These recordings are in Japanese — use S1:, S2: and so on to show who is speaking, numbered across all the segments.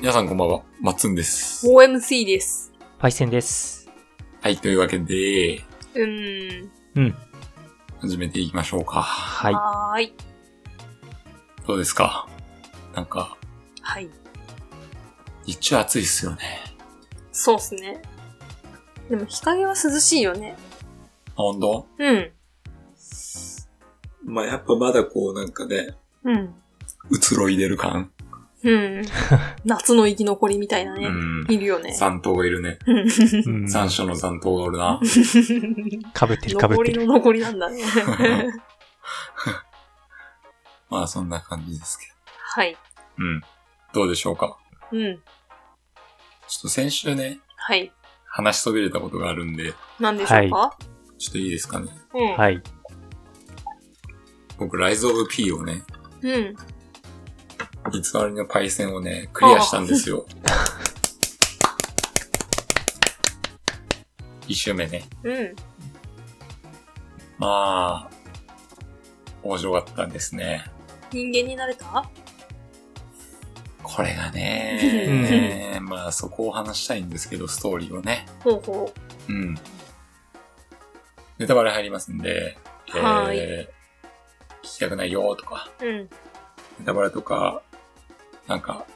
S1: 皆さんこんばんは、まっつんです。
S2: OMC です。
S3: パイセンです。
S1: はい、というわけで、
S2: うーん。
S3: うん。
S1: 始めていきましょうか。
S3: はい。
S2: はーい。
S1: どうですかなんか、
S2: はい。
S1: 日中暑いっすよね。
S2: そうっすね。でも日陰は涼しいよね。
S1: あ、本当
S2: うん。
S1: まあ、やっぱまだこうなんかね、
S2: うん。
S1: 移ろいでる感。
S2: うん。夏の生き残りみたいな
S1: う
S2: ね。
S1: ん。
S2: いるよね。
S1: 残党がいるね。
S2: うん
S3: うん
S1: 残暑の残党がおるな。
S3: かぶってるかぶっ
S2: 残
S3: て
S2: り
S3: る。
S2: の残りなんだね。
S1: まあ、そんな感じですけ
S2: はい。
S1: ど。うん。どうでしょうか
S2: うん。
S1: ちょっと先週ね、
S2: はい。
S1: 話しそびれたことがあるんで、
S2: なんでしょうか、
S1: ちょっといいですかね。
S2: うん。
S3: はい。
S1: 僕、ライズオブ P をね、
S2: うん。
S1: 偽りのパイセンをね、クリアしたんです よ。一周目ね。
S2: うん。
S1: まあ、面白かったんですね。
S2: 人間になれた
S1: これがね、まあそこを話したいんですけど、ストーリーをね。
S2: ほうほう。
S1: うん。ネタバレ入りますんで、
S2: はーい
S1: えー、聞きたくないよとか、
S2: うん。
S1: ネタバレとか、なんか、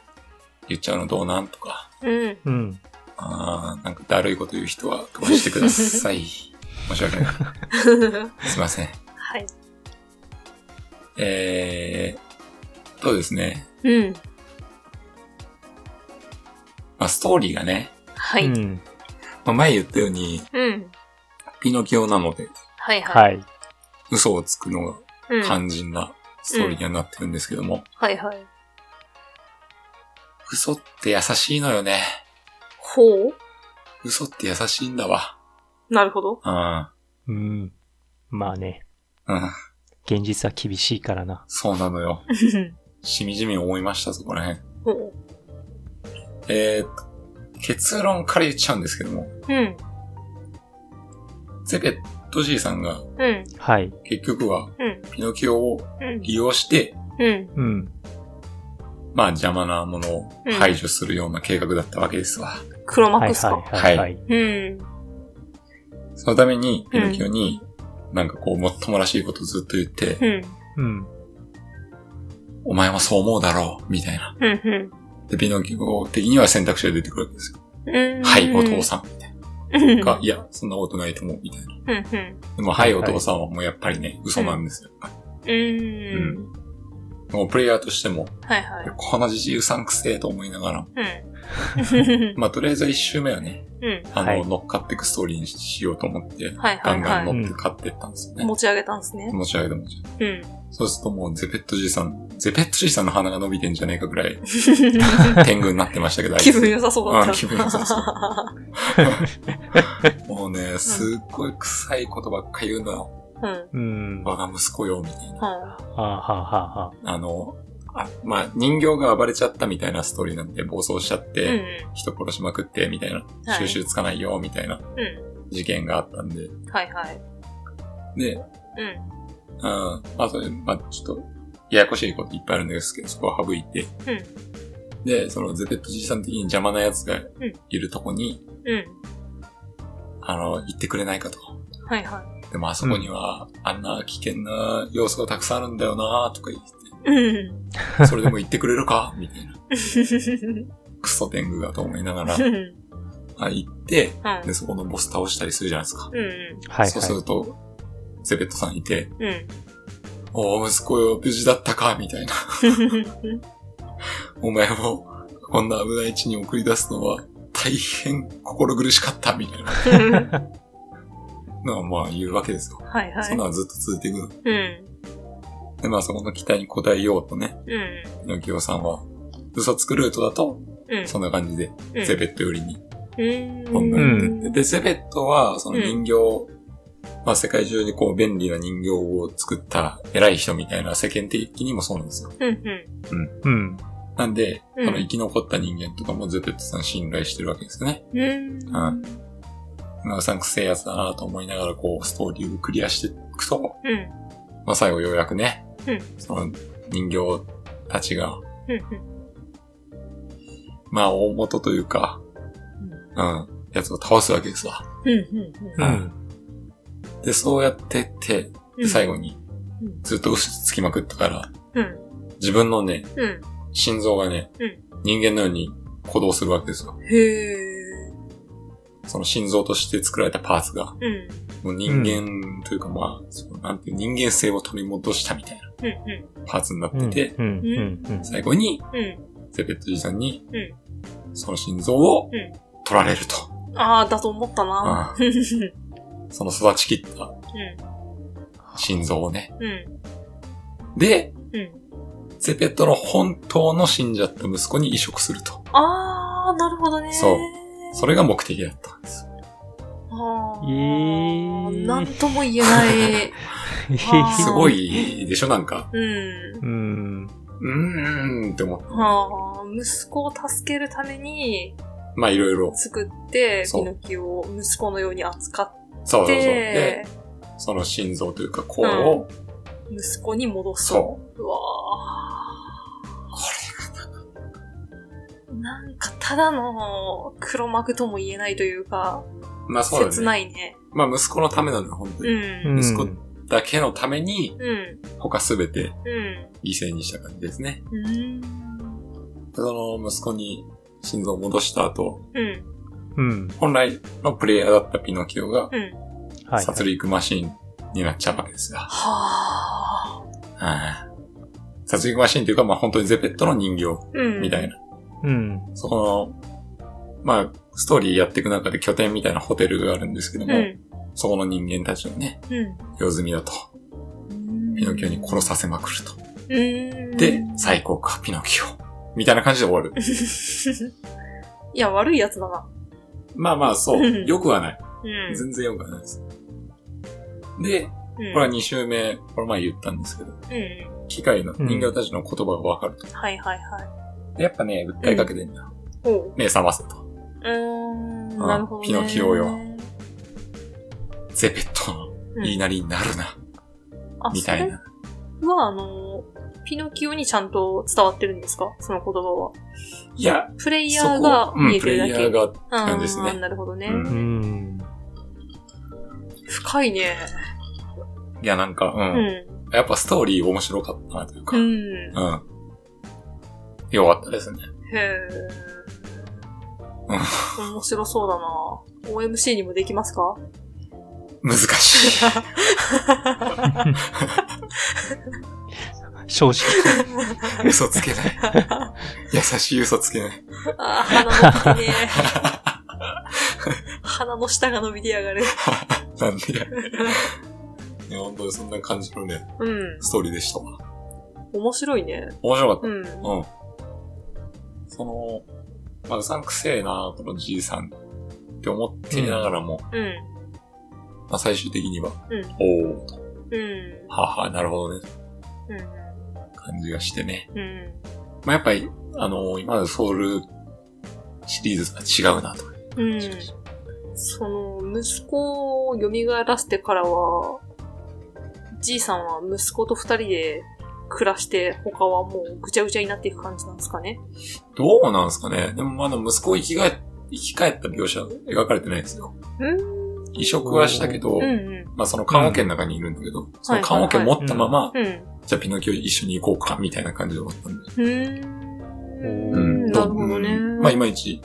S1: 言っちゃうのどうなんとか、
S2: うん。
S3: うん。
S1: あーなんかだるいこと言う人は飛ばしてください。申し訳ない。すいません。
S2: はい。
S1: えー、そうですね。
S2: うん。
S1: まあストーリーがね、
S2: は
S3: う
S2: い。
S3: ん。
S1: まあ、前言ったように、
S2: うん。
S1: ピノキオなので、
S2: はいはい。
S3: はい。
S1: 嘘をつくの
S2: うん
S1: が肝心なストーリーにはなってるんですけども、
S2: はいはい。
S1: 嘘って優しいのよね。
S2: ほう
S1: 嘘って優しいんだわ。
S2: なるほど。
S1: う
S3: うん。まあね、
S1: ん。うん。
S3: 現実は厳しいからな。
S1: そうなのよ。
S2: うん
S1: しみじみ思いました、そこら辺。
S2: ほう。
S1: えーと、結論から言っちゃうんですけども、
S2: うん。
S1: ゼペットじいさんが
S2: うん。
S3: はい。
S1: 結局は
S2: うん。
S1: ピノキオを
S2: うん。
S1: 利用して、
S2: うん。
S3: うん。
S1: まあ邪魔なものを排除するような計画だったわけですわ。
S2: 黒
S3: は
S2: 幕
S3: い
S2: っすか。
S3: はいは
S1: は
S3: い。はい。
S2: うん。
S1: そのためにピノキオに、なんかこう、もっともらしいことずっと言って、
S2: うん。
S3: うん。
S1: お前もそう思うだろう、みたいな。
S2: うん。うん
S1: で、ピノキオ的には選択肢が出てくるわけですよ。
S2: うん。
S1: はい、お父さん、みたい
S2: うん。
S1: な。が、いや、そんなことないと思う、みたいな。
S2: うん。うん。
S1: でも、はい、
S3: は
S1: お
S3: い
S1: 父さんはもうやっぱりね、嘘なんですよ。
S2: うん。
S1: もうプレイヤーとしても、
S2: はいはい。
S1: このじじいうさんくせえと思いながら、
S2: うん。
S1: まあ、とりあえず一周目はね、
S2: うん。
S1: あの、
S3: はい
S1: 乗っかっていくストーリーにしようと思って、
S2: はい
S1: ガ
S2: は
S1: ン
S2: い
S1: ガン
S2: は
S1: 乗
S3: い
S1: って買っていったんですよ
S2: い。
S1: ね。
S2: 持ち上げたんですね。
S1: 持ち上げて持ち上げて。
S2: うん。
S1: そうするともう、ゼペットじいさん、ゼペットじいさんの鼻が伸びてんじゃねえかぐら い、天狗になってましたけど、あいつ
S2: 気分良さそうだった。
S1: うん気分良さそもうね、すっごい臭いことばっか言うのよ。
S2: うん。うん。
S3: うん。
S1: 我
S3: は
S1: が息子よ、みたいな。
S3: あはあはあはあ。
S1: あの、あまあ、人形が暴れちゃったみたいなストーリーなんで、暴走しちゃっ
S2: うん。う
S1: て、人殺しまくって、みたいな、
S2: はい。
S1: 収集つかないよ、みたいなん
S2: う
S1: 事件があったんで。
S2: ん。はいはい。
S1: で、
S2: うん。
S1: うん、まあ、それ、まあ、ちょっと、ややこしいこといっぱいあるんですけど、そこは省いて。で、その、ゼペットじいさん的に邪魔な奴がいるとこに、
S2: う
S1: あの、行ってくれないかと。
S2: ん。はいは
S1: でも、あそこには、あんな危険な要素がたくさんあるんだよなとか言って。
S2: い。うん。
S1: それでも言ってくれるかみたいな。クソ天狗がと思いながら、
S2: うん。
S1: あ行って、
S2: はい
S1: で、。そこのボス倒したりするじゃないですか。
S2: うん。
S3: はい
S1: そうす
S3: は
S1: ると、ゼベットさんいて、
S2: うん。
S1: おお、息子よ、無事だったかみたいな。 お前も、こんな危ない地に送り出すのは、大変心苦しかった、みたいな のは、まあ、言うわけですよ。
S2: はいは
S1: そん
S2: い
S1: な。のはずっと続いていくの。
S2: うん。
S1: で、まあ、そこの期待に応えようとね、
S2: うん。
S1: ピノキオさんは、嘘つくルートだと、
S2: うん。
S1: そんな感じで、
S2: うん
S1: ゼベット寄りに
S2: うん。
S1: どんどんやってって。
S2: うん
S1: で、ゼベットは、その人形、まあ世界中にこう便利な人形を作った偉い人みたいな世間的にもそうなんですよ。
S2: うん。
S3: うん。
S1: なんで、
S2: うん
S1: その生き残った人間とかもゼベットさん信頼してるわけですよね。
S2: うん。
S1: あまあうさんくせえやつだなと思いながらこうストーリーをクリアしていくと、
S2: うん。
S1: まあ最後ようやくね、
S2: うん
S1: その人形たちが、
S2: うん。
S1: まあ大元というか、うん、やつを倒すわけですわ。
S2: うん。うん。
S3: う。
S1: うんで、そうやってって、
S2: うん。
S1: 最
S2: 後。
S1: 後に
S2: うん
S1: ずっと嘘つきまくったから、
S2: うん。
S1: 自分のね、
S2: うん。
S1: 心臓がね、
S2: うん
S1: 人間のように鼓動するわけですよ。
S2: へえ。
S1: その心臓として作られたパーツが、
S2: うん。
S1: もう人間というかまあ、そのなんていう人間性を取り戻したみたいな
S2: うん。うん。
S1: パーツになっ
S3: うん。
S1: てて、
S3: うん。うん。うん。
S1: 最後に
S2: う
S1: ゼペットじいさんに、
S2: う
S1: その心臓を
S2: うん
S1: 取られると。
S2: ん。ああ、だと思ったな。
S1: う
S2: うん。うん
S1: その育ちきった心臓をね。
S2: ん。
S1: で、
S2: うん。
S1: ゼペットの本当の死んじゃった息子に移植すると。
S2: ああ、なるほどね。
S1: そうそれが目的だったんです。
S2: あ
S3: え
S2: ー
S3: ー
S2: なんとも言えない。あー
S1: すごいでしょなんか、
S2: うん。
S3: うん。
S1: うーんって思った。
S2: はあ、息子を助けるために
S1: まあいろいろ。
S2: 作って、
S1: そ
S2: ピ
S1: う
S2: ノキオを息子のように扱っ
S1: そうそうそう。で
S2: て、、
S1: その心臓というか心を、
S2: 息子に戻す。
S1: そう
S2: わぁ。なんか、ただの黒幕とも言えないというか、
S1: う。まあそう
S2: 切
S1: だ
S2: な
S1: ね。
S2: いね。
S1: まあ息子のためなのよ、本当
S2: う
S1: に。
S2: ん。
S1: 息子だけのために、
S2: うん。
S1: 他すべて
S2: うん。
S1: 犠牲にした感じですね。
S2: うん。
S1: その息子に心臓を戻した後、
S2: うん。
S3: うん。
S1: 本来のプレイヤーだったピノキオが、
S2: うん。
S3: はい。
S1: 殺戮マシーンになっちゃうわけですよ。
S2: はぁ。
S1: はい殺戮マシーンというか、まあ本当にゼペットの人形
S2: うん。
S1: みたい
S2: な。
S1: な。
S3: うん。
S1: そこの、まあ、ストーリーやっていく中で拠点みたいなホテルがあるんですけども、
S2: うん。
S1: そこの人間たちをね、
S2: う
S1: 用済みだと、
S2: ん。
S1: ピノキオに殺させまくると。
S2: うん。
S1: で、最高か、ピノキオ。みたいな感じで終わ る。
S2: いや、悪いやつだな。
S1: まあまあ、そうう。
S2: ん
S1: よくはない。
S2: うん。
S1: 全然よくはないです。で、
S2: うん
S1: これは2周目、この前言ったんですけど、
S2: うん。
S1: 機械の人形たちの言葉がわかると。
S2: はいはいはい。
S1: やっぱね、訴えかけてんだ。
S2: おう。
S1: 目覚ませと。
S2: うーん。
S1: あ
S2: なるほど、ね。
S1: ピノキオよゼペットの
S2: うん。
S1: 言いなりになるな、
S2: あ
S1: みたい。な。
S2: それは、あの、ピノキオにちゃんと伝わってるんですかその言葉は。
S1: いや、
S2: プレイ
S1: そ
S2: ヤー
S1: こ
S2: が、
S1: う
S2: 見
S1: ん、
S2: え
S1: プ
S2: てるだ
S1: レイ
S2: け。
S1: ヤーが、
S2: あ
S1: 感じですね
S2: ーなるほどね。
S1: うん
S3: うん。
S2: 深いね。
S1: いや、なんか、う。
S2: うんん。
S1: やっぱストーリー面白かったなというか、
S2: う
S1: うん。
S2: ん。
S1: よかったですね。
S2: へえ。面白そうだな OMC にもできますか
S1: 難 しい。
S3: 正直。
S1: 嘘つけ ない。優しい嘘つけない。
S2: あー鼻伸びてね 鼻の下が伸びてやがる。
S1: なんで や。いや、本当にそんな感じのね、
S2: うん。
S1: ストーリーでしたわ。
S2: 面白いね。
S1: 面白かった
S2: う。ん。
S1: うん。その、まあ、うさんくせえな、このじいさんって思っていながらも、
S2: うん。
S1: まあ、最終的には、
S2: うん
S1: おーと、
S2: うん。
S1: はあはあ、なるほどね、
S2: うん。
S1: 感じがしてね。
S2: うん。
S1: まあ、やっぱり、あの今までソウルシリーズとは違うなと。
S2: うん。その、息子を蘇らせてからは、じいさんは息子と二人で暮らして、他はもうぐちゃぐちゃになっていく感じなんですかね。
S1: どうなんですかねでもまだ息子を生きがえ、生き返った描写描かれてないんですよ。
S2: うん。
S1: 移植はしたけど、
S2: うんうん。
S1: まあその看護圏の中にいるんだけど、その看護圏持ったまま、
S2: うん。
S1: じゃあピノキオ一緒に行こうか、みたいな感じで終わったんで。
S2: う。
S3: うんん
S2: なるほどね。
S1: うんまあいまいち、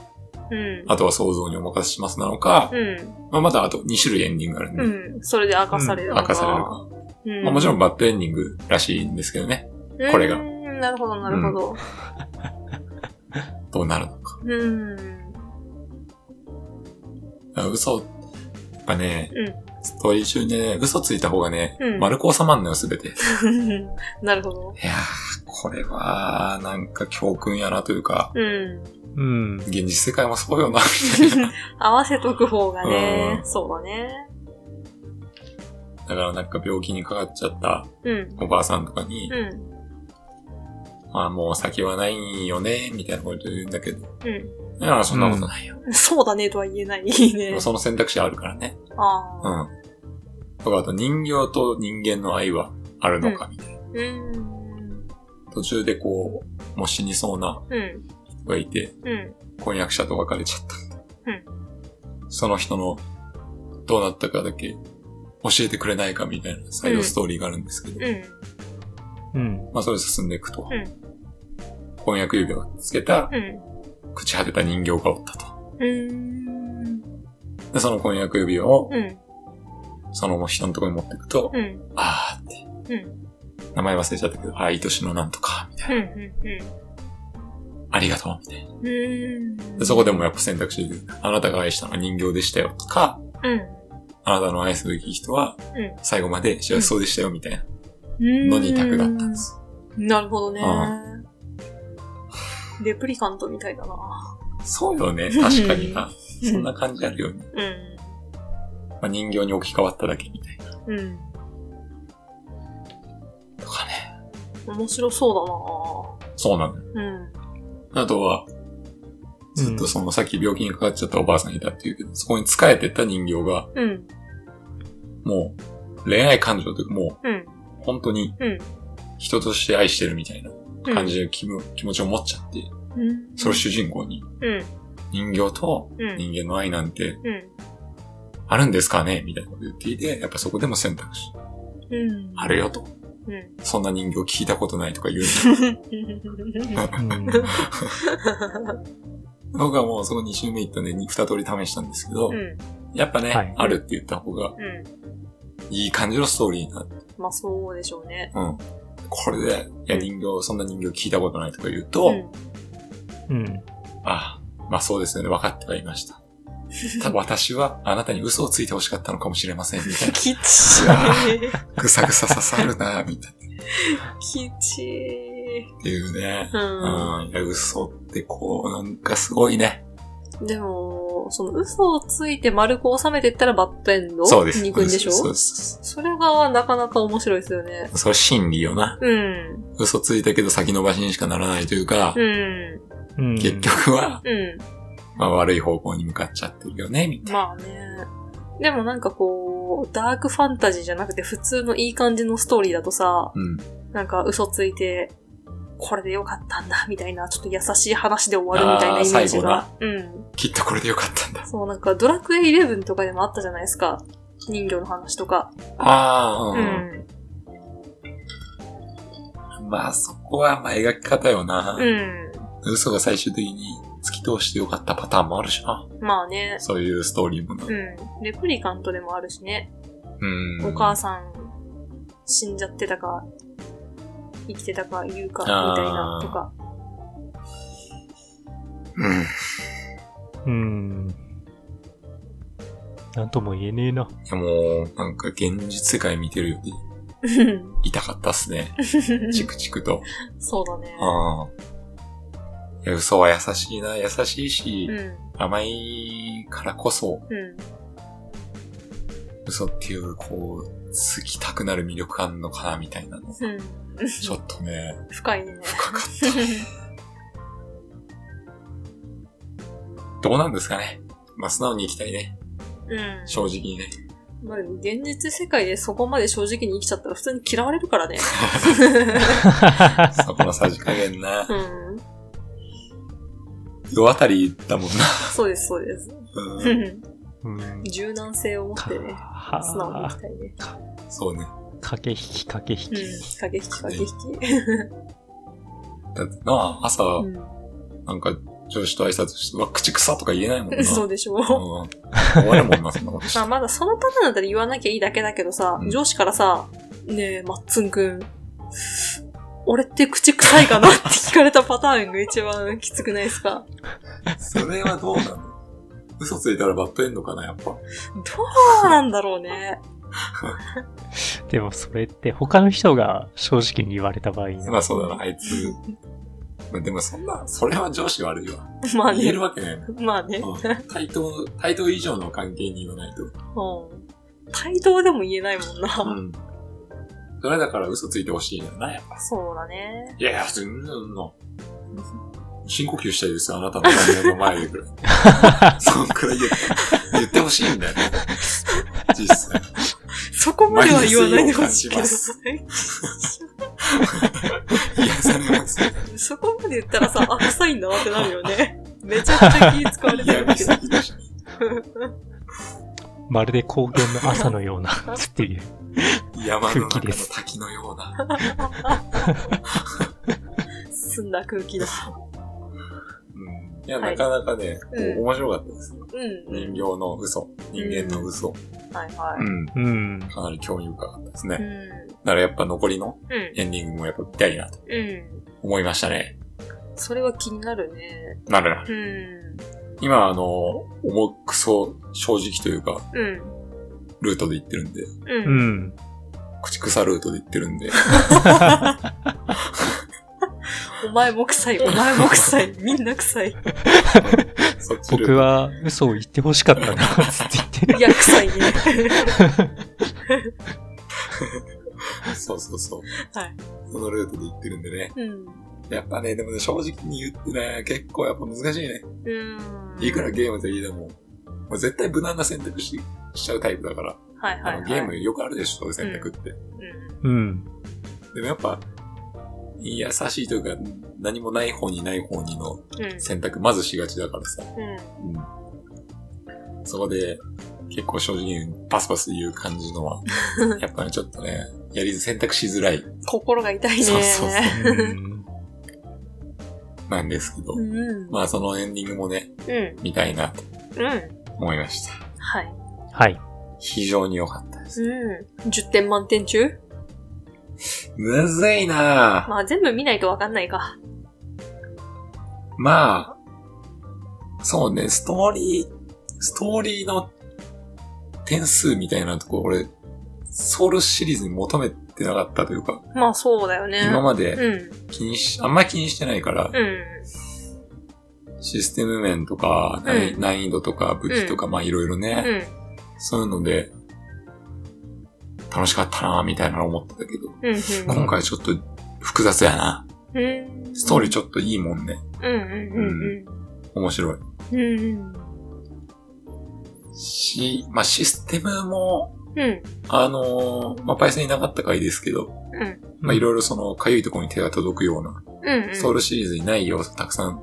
S2: うん。
S1: あとは想像にお任せしますなのか、
S2: うん。
S1: まあまだあと2種類エンディングがあるんで、
S2: うん。それで明かされるの
S1: 明かされるか。
S2: うん
S1: まあもちろんバッドエンディングらしいんですけどね。
S2: うん
S1: これが
S2: なるほど、なるほど。
S1: どうなるのか。
S2: うん。
S1: あ嘘がね、
S2: うん
S1: ストーリー中にね、嘘ついた方がね、
S2: うん
S1: 丸く収まんのよ、すべて。い
S2: なるほど。
S1: やー、ここれは、なんか教訓やなというか、
S2: うん。
S3: うん。
S1: 現実世界もそうよな、みたいな。
S2: 合わせとく方がね
S1: う、ん
S2: そうだね。
S1: だからなんか病気にかかっちゃった
S2: うん。
S1: おばあさんとかに、
S2: うん。
S1: まあもう先はないよね、みたいなこと言うんだけど、
S2: う
S1: いや、そんなことないよ。
S2: ん。 そうだねとは言えない。いいね。
S1: その選択肢あるからね。
S2: あ
S1: う
S2: あ。
S1: ん。とか、あと人形と人間の愛はあるのか、みたいな。
S2: うん。
S1: 途中でこう、もう死にそうな
S2: うん。
S1: 人がいて、
S2: うん。
S1: 婚約者と別れちゃった。うん。その人の、どうなったかだけ、教えてくれないかみたいなサイドストーリーがあるんですけど、
S2: うん。
S3: うん。
S1: まあそれ進んでいくと。
S2: うん
S1: 婚約指輪をつけた、
S2: うん。
S1: 朽ち果てた人形がおったと。
S2: うん。
S1: で、その婚約指輪を、
S2: うん。
S1: その人のところに持っていくと、
S2: うん。
S1: あーって、
S2: うん。
S1: 名前忘れちゃったけど、あー、愛しのなんとか、みたいな、
S2: うん。うん。
S1: ありがとう、みたいな。
S2: うん。
S1: で、そこでもやっぱ選択肢で、あなたが愛したのは人形でしたよ、とか、
S2: うん。
S1: あなたの愛すべき人は
S2: うん、
S1: 最後まで幸せそうでしたよ、みたいな
S2: うん。
S1: のに択だったんです。
S2: なるほどね
S1: あ。
S2: レプリカントみたいだな。
S1: そうよね、確かにな。そんな感じあるよね。
S2: うん。
S1: まあ、人形に置き換わっただけみたいな。
S2: うん。
S1: とかね。
S2: 面白そう
S1: そうなのよ。
S2: だな。うん。
S1: あとは、ずっとそのさっき病気にかかっちゃったおばあさんいたっていうけど、そこに仕えてった人形が、
S2: うん。
S1: もう恋愛感情というか、も
S2: うん。
S1: う本当に
S2: うん。
S1: 人として愛してるみたいな
S2: うん
S1: 感じの気,、気持ちを持っちゃって、
S2: うん。
S1: それを主人公に、
S2: うん。
S1: 人形と
S2: うん。
S1: 人間の愛なんて
S2: うん。
S1: あるんですかねみたいなこと言っていて、やっぱそこでも選択肢。
S2: うん。
S1: あるよと。
S2: うん。
S1: そんな人形聞いたことないとか言う
S3: うん。
S1: の。僕はもうその2周目行ったんで、2通り試したんですけど、
S2: うん。
S1: やっぱね、
S3: はい
S1: あるって言った方が
S2: うん。
S1: いい感じのストーリーになって。
S2: まあ、そうでしょうね。
S1: うん。これで、いや
S2: うん
S1: 人形、そんな人形聞いたことないとか言うと、
S2: うん。
S3: うん。
S1: ああ、まあそうですよね、分かってはいました。ただ私はあなたに嘘をついて欲しかったのかもしれません、みたいな。
S2: きちー。
S1: ぐさぐさ刺さるな、みたいな。
S2: きち
S1: っていうね。う
S2: ー。
S1: ん。いや、嘘ってこう、なんかすごいね。
S2: うん。でも、その嘘をついて丸く収めていったらバッドエンド
S1: そうです。
S2: に行くんでしょ
S1: そうです。
S2: それがなかなか面白いですよね。
S1: それ真理よな。
S2: うん。
S1: 嘘ついたけど先延ばしにしかならないというか、
S2: うん。
S3: うん。
S1: 結。局は、
S2: う
S1: まあ悪い方向に向かっちゃってるよね、み
S2: ん。まあね。でもなんかこう、ダークファンタジーじゃなくて普通のいい感じのストーリーだとさ、
S1: うん。
S2: なんか嘘ついて、これでよかったんだ、みたいな、ちょっと優しい話で終わるみたいな
S1: あー
S2: イメージ
S1: 最後
S2: が
S1: な。
S2: うん。
S1: きっとこれでよかったんだ。
S2: そう、なんかドラクエ11とかでもあったじゃないですか。人形の話とか。
S1: あ
S2: う
S1: あ、うん。
S2: ん。
S1: まあそこはまあ描き方よな、
S2: うん。
S1: 嘘が最終的に突き通してよかったパターンもあるしな。
S2: まあね。
S1: そういうストーリーもな。
S2: うん。レプリカントでもあるしね。
S1: うん。
S2: お母さん、死んじゃってたか、生きてたか言うか、み
S1: あー
S2: たいな、とか。
S1: うん。
S3: うん。なんとも言えね えな。
S1: いやもう、なんか現実世界見てるより痛かったっすね。 チクチクと。
S2: そうだね。
S1: うん。いや、嘘は優しいな。優しいし、
S2: うん。
S1: 甘いからこそ、
S2: うん。
S1: 嘘っていう、こう、好きたくなる魅力あんのかな、みたいなの。
S2: うん。
S1: ちょっとね、
S2: 深いね。
S1: 深かった。どうなんですかね。まあ、素直に行きたいね。
S2: うん。
S1: 正直にね。
S2: まあ、現実世界でそこまで正直に生きちゃったら普通に嫌われるからね。
S1: そこのさじ加減な
S2: う。ん。
S1: 世当たりだもんな。
S2: そうです、そうです。
S1: う、
S2: うんん
S3: うん。
S2: 柔軟性を持っ
S3: か
S2: てね、素直にいきたいね。
S1: そうね。
S3: 駆け引き、駆け
S2: う
S3: 引
S2: ん
S3: き。。
S2: 駆け引き、駆け引き。
S1: だってな、朝、
S2: う
S1: なんか、上司と挨拶して、うわ、口臭とか言えないもんな。
S2: ん。そうでしょう。
S1: うん。終わるもんな、そんなことして
S2: まあ、。まだそのパターンだったら言わなきゃいいだけだけどさ、
S1: うん
S2: 上司からさ、ねえ、まっつんくん、俺って口臭いかなって聞かれたパターンが一番きつくないですか
S1: それはどうなの嘘ついたらバッドエンドかな、やっぱ。
S2: どうなんだろうね。
S3: でもそれって他の人が正直に言われた場合
S1: まあそうだな、あいつ。まあでもそんな、それは上司悪いわ。
S2: まあ
S1: 言え
S2: ね
S1: る。わけないもん。
S2: まあね。
S1: うん対等、対等以上の関係に言わないと。
S2: うん。対等でも言えないもん
S1: う
S2: な。
S1: ん。それだから嘘ついてほしいんだよな、やっぱ。
S2: そうだね。
S1: いやいや、普通に、うん、の。深呼吸したいですよ、あなたの画面の前でくらい。そんくらい言って言ってほしいんだよね。実際。
S2: そこまでは言わないでほしいけ
S1: マ
S2: ど
S1: イナ。癒されます。
S2: そこまで言ったらさ、あ、臭いんだなってなるよ ね。めちゃくちゃ気使われて
S1: 嫌
S2: るんだ
S1: 味
S2: けど。
S1: 先だし。
S3: まるで高原の朝 のようなっていう。
S1: 山の中
S3: 空気で
S1: の
S3: す
S1: 滝のような。
S2: 澄んだ空気だ。
S1: うん。いや、
S2: は
S1: ないかなかね、こう
S2: うん
S1: 面白かったです。
S2: う
S1: 人
S2: ん。
S1: 形の嘘、人間の嘘。
S2: はいは
S1: うん。
S3: うん。
S1: かなり興味深かったです
S2: い。
S1: ね。
S2: うん。
S1: だからやっぱ残りの
S2: うん。
S1: エンディングもやっぱ見たいなと
S2: うん。
S1: 思いましたね。
S2: それは気になるね。
S1: なるな。
S2: うん。
S1: 今、あの、重くそ正直というか、
S2: うん。
S1: ルートで行ってるんで、
S2: う。
S3: うんん。
S1: 口草ルートで行ってるん で、
S2: お前も臭 い、お前も臭い、みんな臭い。
S1: そっちルート
S3: 僕は嘘を言って欲しかったな、つって言っ
S2: い
S3: て。
S2: や、臭い ね。
S1: そうそうそう。
S2: はい。
S1: そのルートで行ってるんでね。
S2: うん。
S1: やっぱね、でもね、正直に言ってね、結構やっぱ難しいね。
S2: うん。
S1: いくらゲームでいいでも、もう絶対無難な選択ししちゃうタイプだから、
S2: はいはい、
S1: あ
S2: はい。
S1: のゲームよくあるでしょ、そういう選択って。
S2: う
S3: うん。
S1: でもやっぱ、優しいというか、何もない方にない方にの
S2: ん。うん。
S1: 選択、まずしがちだからさ。
S2: うん。
S1: うん。そこで、結構正直にパスパス言う感じのは、やっぱりちょっとね、やり選択しづらい、
S2: 心が痛いね。
S1: そうそうそ
S3: うん
S1: なんですけど。
S2: うん。
S1: まあそのエンディングもね、
S2: うん。
S1: 見たいなと
S2: うん。
S1: 思いました。
S2: はい。
S3: はい。
S1: 非常に良かったです。
S2: うん。10点満点中
S1: むずいなぁ。
S2: まあ全部見ないとわかんないか。
S1: まあ、そうね、ストーリー、ストーリーの点数みたいなとこ、俺、ソウルシリーズに求めてなかったというか、
S2: まあそうだよね。
S1: 今まで
S2: うん。
S1: 気にし、あんまり気にしてないから、
S2: うん。
S1: システム面とか、難易
S2: うん
S1: 難易度とか武器とか、まあいろいろね、
S2: うん。
S1: そういうので、楽しかったなぁみたいなの思ってたけど、
S2: うん。
S1: 今回ちょっと複雑やな。
S2: うん。うん
S1: ストーリーちょっといいもんね。
S2: うんうんうん
S1: 面白い。
S2: うん。うん。
S1: し、まあ、システムも、
S2: うん。
S1: あのーまあ、パイセンになかった回ですけど、
S2: うん。
S1: まあ、いろいろその、かゆいところに手が届くような、
S2: うん。
S1: ソウルシリーズにない要素たくさん、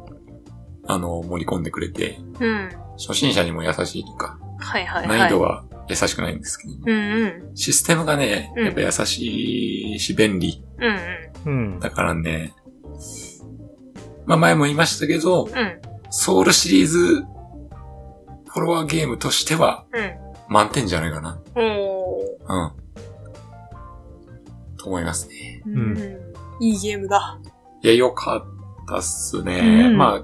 S1: あのー盛り込んでくれて、
S2: うん。
S1: 初心者にも優しいとか、
S2: はいはいはい。
S1: 難易度は優しくないんですけど、
S2: うんうん。
S1: システムがね、
S2: うん
S1: やっぱ優しいし便利。
S2: うんうん。
S3: うん。
S1: だからね、まあ、前も言いましたけど、
S2: うん。
S1: ソウルシリーズ、フォロワーゲームとしては、
S2: うん。
S1: 満点じゃないかな。
S2: おー。
S1: うん。と思いますね。
S2: うん。いいゲームだ。
S1: いや、良かったっすね。
S2: うん
S1: まあ、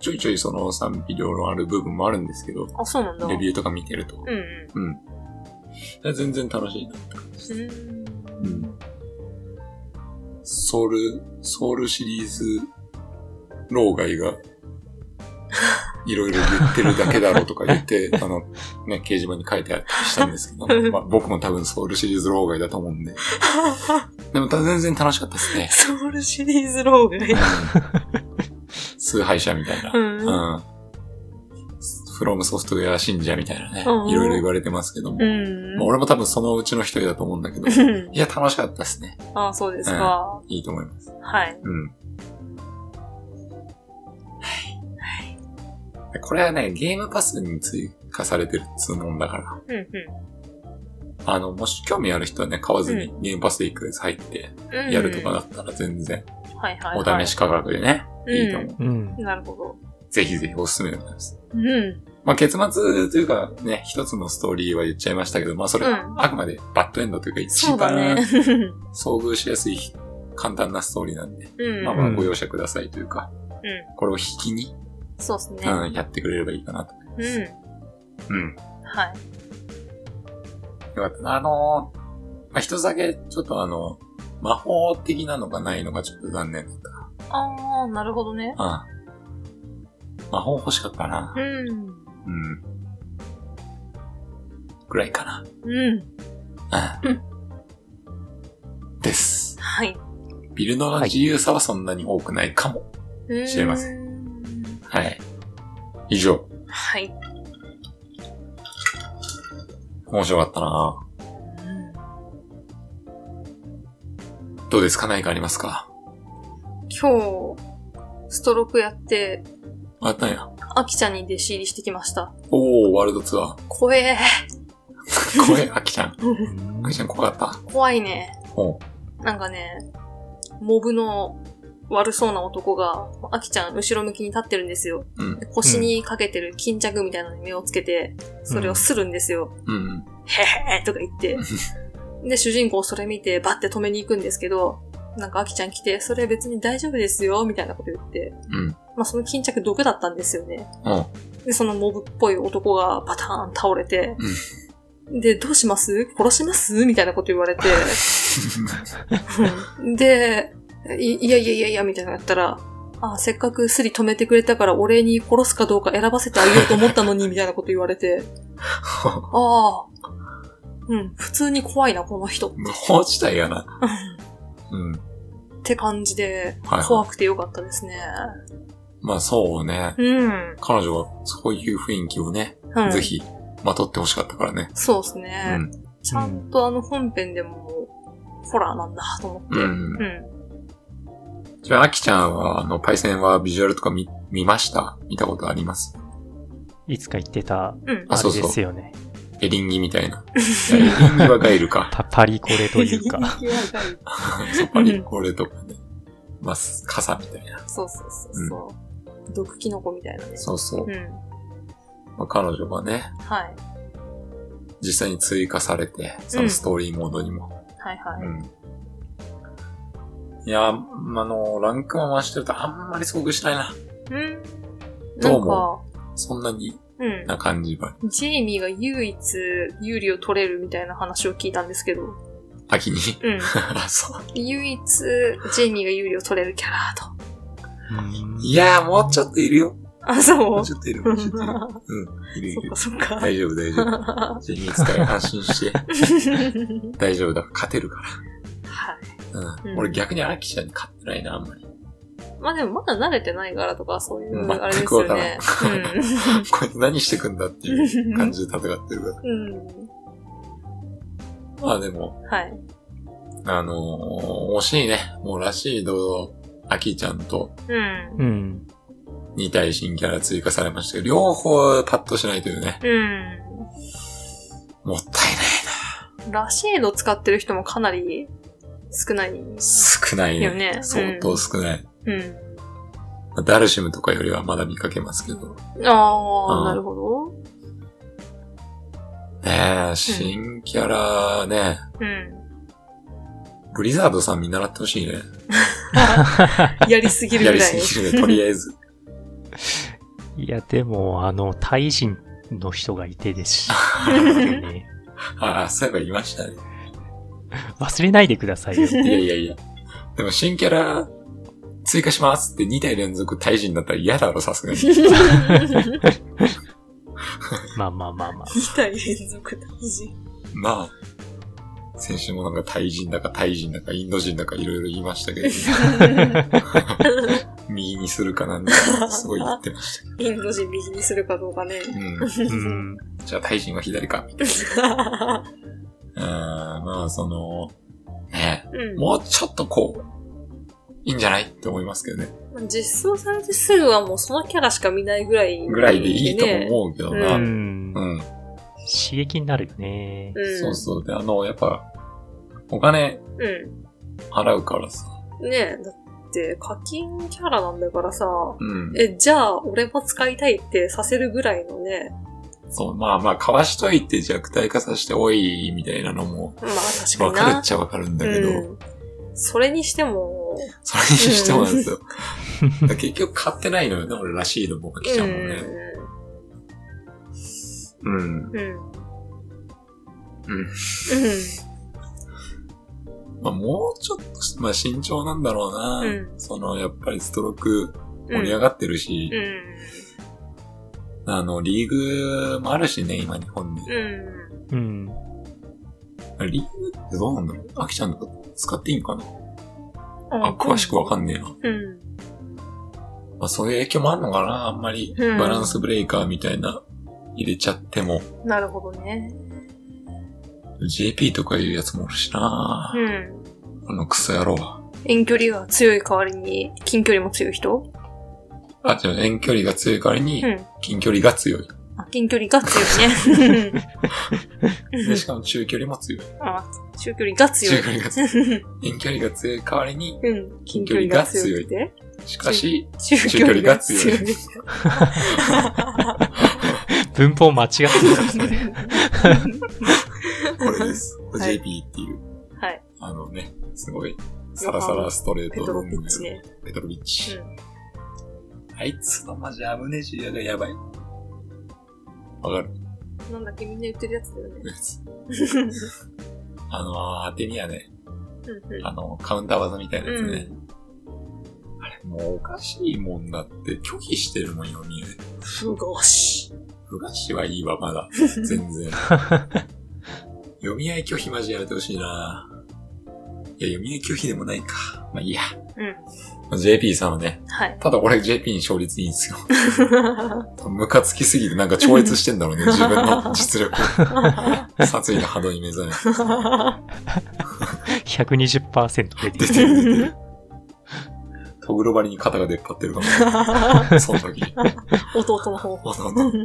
S1: ちょいちょいその賛否両論ある部分もあるんですけど、
S2: あ、そうなんだ。
S1: レビューとか見てると。
S2: うんう
S1: うん。いや全然楽しいな。
S2: ん。
S1: うん。ソウル、ソウルシリーズ、老害 が、いろいろ言ってるだけだろうとか言って、 あの、ね、掲示板に書いてあったりしたんですけど、 まあ僕も多分ソウルシリーズ老害だと思うんで。でもた全然楽しかったですね。
S2: ソウルシリーズローグね。
S1: 崇拝者みたいな。
S2: うん
S1: うん。フロムソフトウェア信者みたいなね。い
S2: うん
S1: ろいろ言われてますけども。
S2: うん
S1: まあ。俺も多分そのうちの一人だと思うんだけど。い
S2: うん
S1: や、楽しかったですね。
S2: あ、そうですか。
S1: いいと思います。
S2: はい。
S1: うん。はい。これはね、ゲームパスに追加されてるっつうもんだから。
S2: うん
S1: あの、もし興味ある人はね、買わずにゲームパスでいくやつ入って
S2: うん。
S1: やるとかだったら全然
S2: はいはい
S1: お
S2: はい。
S1: 試し価格でね、
S2: うん
S1: いいと思う。
S3: うん。
S2: なるほど。
S1: ぜひぜひおすすめでございます。
S2: うん。
S1: まあ、結末というかね、一つのストーリーは言っちゃいましたけど、まあそれ、
S2: うん
S1: あくまでバッドエンドというか一
S2: そうだ
S1: 番
S2: ね。
S1: 遭遇しやすい簡単なストーリーなんで、
S2: うん。
S1: まあまあご容赦くださいというか、
S2: う
S1: これを引きに、
S2: そうですね。
S1: うん、やってくれればいいかなと。
S2: うん。
S1: うん。
S2: はい。
S1: よかった。あのーまあ、一つだけ、ちょっとあの、魔法的なのがないのがちょっと残念だった。
S2: あー、なるほどね。
S1: うん。魔法欲しかったな
S2: う。ん。
S1: うん。ぐらいかな。
S2: うん。
S1: うん。です。
S2: はい。
S1: ビルドの自由さはそんなに多くないかも。
S2: う
S1: 知れませ
S2: ん。
S1: はい。以上。
S2: はい。
S1: 面白かったなどうですか何かありますか
S2: 今日、ストロークやって、
S1: あったんや。
S2: アキちゃんに弟子入りしてきました。
S1: おー、ワールドツアー。
S2: 怖え。
S1: 声、あきちゃん。
S3: うん
S1: あきちゃん怖かっ
S2: 怖いね。
S1: た。お
S2: なんかね、モブの悪そうな男が、アキちゃん後ろ向きに立ってるんですよ。
S1: うん
S2: で腰にかけてる巾着みたいなのに目をつけて、それをするんですよ。
S1: うんうん。
S2: へへーとか言って。で、主人公それ見て、バッて止めに行くんですけど、なんかアキちゃん来て、それ別に大丈夫ですよ、みたいなこと言って。
S1: うん。
S2: まあその巾着毒だったんですよね。
S1: うん。
S2: で、そのモブっぽい男がバターン倒れて、で、どうします殺しますみたいなこと言われて、うんで、いいやいやいやいや、みたいなのやったら、あせっかくスリ止めてくれたから俺に殺すかどうか選ばせてあげようと思ったのに、みたいなこと言わ れて、ああ、うん、普通に怖いな、この人。
S1: 無法地帯やな。うん。
S2: って感じで、
S1: はい
S2: 怖くてよかったですね。
S1: まあそうね。
S2: うん。
S1: 彼女はそういう雰囲気をね、
S2: うん、
S1: ぜ。ひ、まとってほしかったからね。
S2: そうです
S1: う
S2: ね、
S1: ん。
S2: ちゃんとあの本編でも、ホラーなんだ、と思って。
S1: うん。
S2: うん
S1: じゃあ、あきちゃんは、あの、パイセンはビジュアルとか見、見ました見たことあります
S3: いつか言ってた、
S2: うん。
S1: あ
S3: あ
S1: そう
S3: れ
S1: そう
S3: ですよね。
S1: エリンギみたいな。いやエリンギはガイルか。
S3: パパリコレというか。
S1: そこにこれとかね。まあ、傘みたいな。
S2: そうそうそうそう、毒キノコみたいなね。
S1: そうそう
S2: う。ん。
S1: まあ、彼女がね、
S2: はい。
S1: 実際に追加されて、そのストーリーモードにも。
S2: はいはい。
S1: いや、まあの、ランクを回してるとあんまり遭遇しないな。
S2: うん。な
S1: どうん
S2: か
S1: も、そんなに
S2: うん。
S1: な感じは、
S2: ジェイミーが唯一有利を取れるみたいな話を聞いたんですけ ど、う
S1: 秋に。
S2: ん。
S1: あ そう。
S2: 唯一、ジェイミーが有利を取れるキャラと。
S3: う ん
S1: いやー、もうちょっといるよ。
S2: あ、そ
S1: も
S2: う。
S1: うち
S2: そ
S1: ょっといる。もうちょっとい る
S2: っ
S1: うん、いるいる
S2: か。そっか。
S1: 大丈夫、大丈夫。 ジェニー使い安心して。大丈夫だ。勝てるか
S2: はい。
S1: ら。うん。
S2: うん
S1: 俺逆に秋ちゃんに勝ってないな、あんまり。
S2: まあでもまだ慣れてないからとか、そういう、あれです
S1: 全くわ
S2: よ
S1: からん
S2: ね。
S1: こいつ何してくんだっていう感じで戦ってるから。
S2: うん。うん。
S1: まあでも、
S2: はい。
S1: あのー、惜しいね。もうらしいど、秋ちゃんと
S2: うん。
S3: うん。
S1: 2体新キャラ追加されましたけど、両方パッとしないというね。
S2: う
S1: もったいない。
S2: ん。ラシェード使ってる人もかなり少ない。
S1: 少ない
S2: よね
S1: ね。
S2: うん
S1: 相当少ない。
S2: うん。
S1: まあダルシムとかよりはまだ見かけますけど。
S2: あ
S1: うん
S2: あ、なるほど。
S1: ねえ、新キャラね、
S2: うん。
S1: ブリザードさん見習ってほしいね。
S2: やりすぎる
S1: や
S2: ぐ
S1: り
S2: らい。
S1: すぎるね、とりあえず。
S3: いや、でも、あの、タイ人の人がいてです し、ね
S1: ああ、そういえばいましたね。
S3: 忘れないでくださいよ。
S1: いやいやいや。でも新キャラ追加しますって2体連続退治になったら嫌だろ、さすがに。
S3: まあまあまあまあ。
S2: 2体連続大 事。
S1: まあ、先週もなんかタイ人だかタイ人だかインド人だかいろいろ言いましたけ ど、右にするかなんだか、すごい言ってましたけ
S2: インド人右にするかどうかね。
S1: ど。うん。
S3: うん。
S1: じゃあタイ人は左か。うん、まあその、ね
S2: うん
S1: もうちょっとこう、いいんじゃないって思いますけどね。
S2: 実装されてすぐはもうそのキャラしか見ないぐらい、
S1: ぐらいでいいと思うけどな。
S3: う
S1: うん。
S3: ん。刺激になるよね。
S2: うん。
S1: そうそう。で、あの、やっぱ、お金
S2: う
S1: 払うからさ。
S2: ん。ねえ、だって課金キャラなんだからさ、
S1: うん。
S2: え、じゃあ、俺も使いたいってさせるぐらいのね。
S1: そう、まあまあ、かわしといて弱体化させておい、みたいなのも、
S2: まあ、確か
S1: わ
S2: に
S1: かるっ
S2: な。
S1: ちゃわかるんだけど、
S2: うん。それにしても、
S1: それにしてもなんですよ。だから結局買ってないのよね、俺らしいの僕が来ちゃうもんね。うん。
S2: うん。う
S1: うん。
S2: ん。
S1: まあ、もうちょっと、まあ、慎重なんだろうな。
S2: うん
S1: その、やっぱりストローク
S2: うん。
S1: 盛り上がってるし、
S2: う
S1: あの、リーグもあるしね、今日本で。
S2: ん。うん。
S3: うん。
S1: リーグってどうなんだろうアキちゃんとか使っていいんかなあ
S2: あ
S1: 詳しくわかんねえな。
S2: うん。
S1: まあ、そういう影響もあるのかなあんまり、
S2: うん
S1: バランスブレイカーみたいな、入れちゃっても、
S2: なるほどね。
S1: JP とかいうやつもおるしな、
S2: うん。
S1: このクソ野郎は。
S2: 遠距離が強い代わりに、近距離も強い人
S1: あ、じゃあ遠距離が強い代わりに
S2: う、ん。
S1: 近距離が強い。
S2: あ、近距離が強いね。
S1: でしかも中距離も強い。
S2: あ、中距離が強
S1: 中
S2: い
S1: 距。離が強い。遠距離が強い代わりに、
S2: うん。近距離が強いって。
S1: しかし、
S2: 中
S1: 距離が強い
S2: 距離
S3: 文法間違ってた
S2: が強い。
S1: これです。
S2: はい
S1: JP っていう、
S2: はい。
S1: あのね、すごい、サラサラストレー
S2: ペ
S1: ト
S2: ト
S1: ロ
S2: ロ
S1: ン
S2: ピ
S1: グ
S2: ッチね。
S1: ペトロビッチ。
S2: うん
S1: あいつのマジアムネジアがやばい。わかる
S2: なんだっけ、みんな言ってるやつだよね。
S1: あのー、当てにはね、
S2: うんうん
S1: あの、カウンター技みたいなやつね。
S2: う
S1: あれ、もうおかしいもんだって、拒否してるもんよ、みね。
S2: ん。すごし。
S1: ふがしはいいわ、ま だ。全然。読み合い拒否マジやめてほしいないや、読み合い拒否でもないか。まあいいや。
S2: うん。
S1: まあ JP さんはね、
S2: はい。
S1: ただ俺 JP に勝率いいんですよ。ムカつきすぎてなんか超越してんだ ろうね、自分の実力を。殺意の波動に目覚めて。
S3: 120%
S1: 出てる出
S3: 出てる。
S1: てる。トグロバリに肩が出っ張ってるかもしれない。その時に。
S2: 弟の方法。
S1: ほとん
S2: う
S1: ど。うん。
S2: ん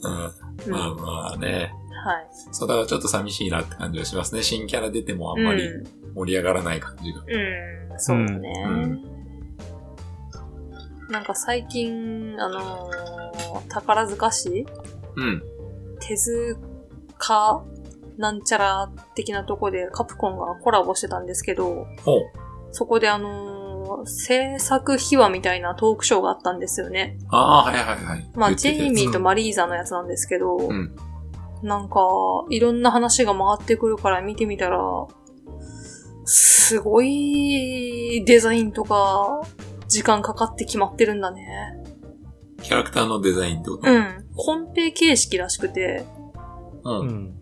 S1: ま
S2: うん
S1: あ
S2: は
S1: まあね。
S2: い。
S1: そう、だからちょっと寂しいなって感じがしますね。新キャラ出てもあんまり
S2: うん
S1: 盛り上がらない感じが。
S2: うん、そうだね。
S1: うん
S2: なんか最近、あのー宝塚市
S1: うん。
S2: 手塚なんちゃら的なとこでカプコンがコラボしてたんですけど、
S1: ほう。
S2: そこであのー制作秘話みたいなトークショーがあったんですよね。
S1: ああ、はいはいはい。
S2: まあ、
S1: 言って
S2: ジ
S1: たやつ
S2: ェイミーとマリーザのやつなんですけど、
S1: ん
S2: なんか、いろんな話が回ってくるから見てみたら、すごいデザインとか、時間かかって決まってるんだね。
S1: キャラクターのデザインってこと
S2: うん。コンペ形式らしくて、
S1: うん。
S3: う
S1: うん。
S3: ん。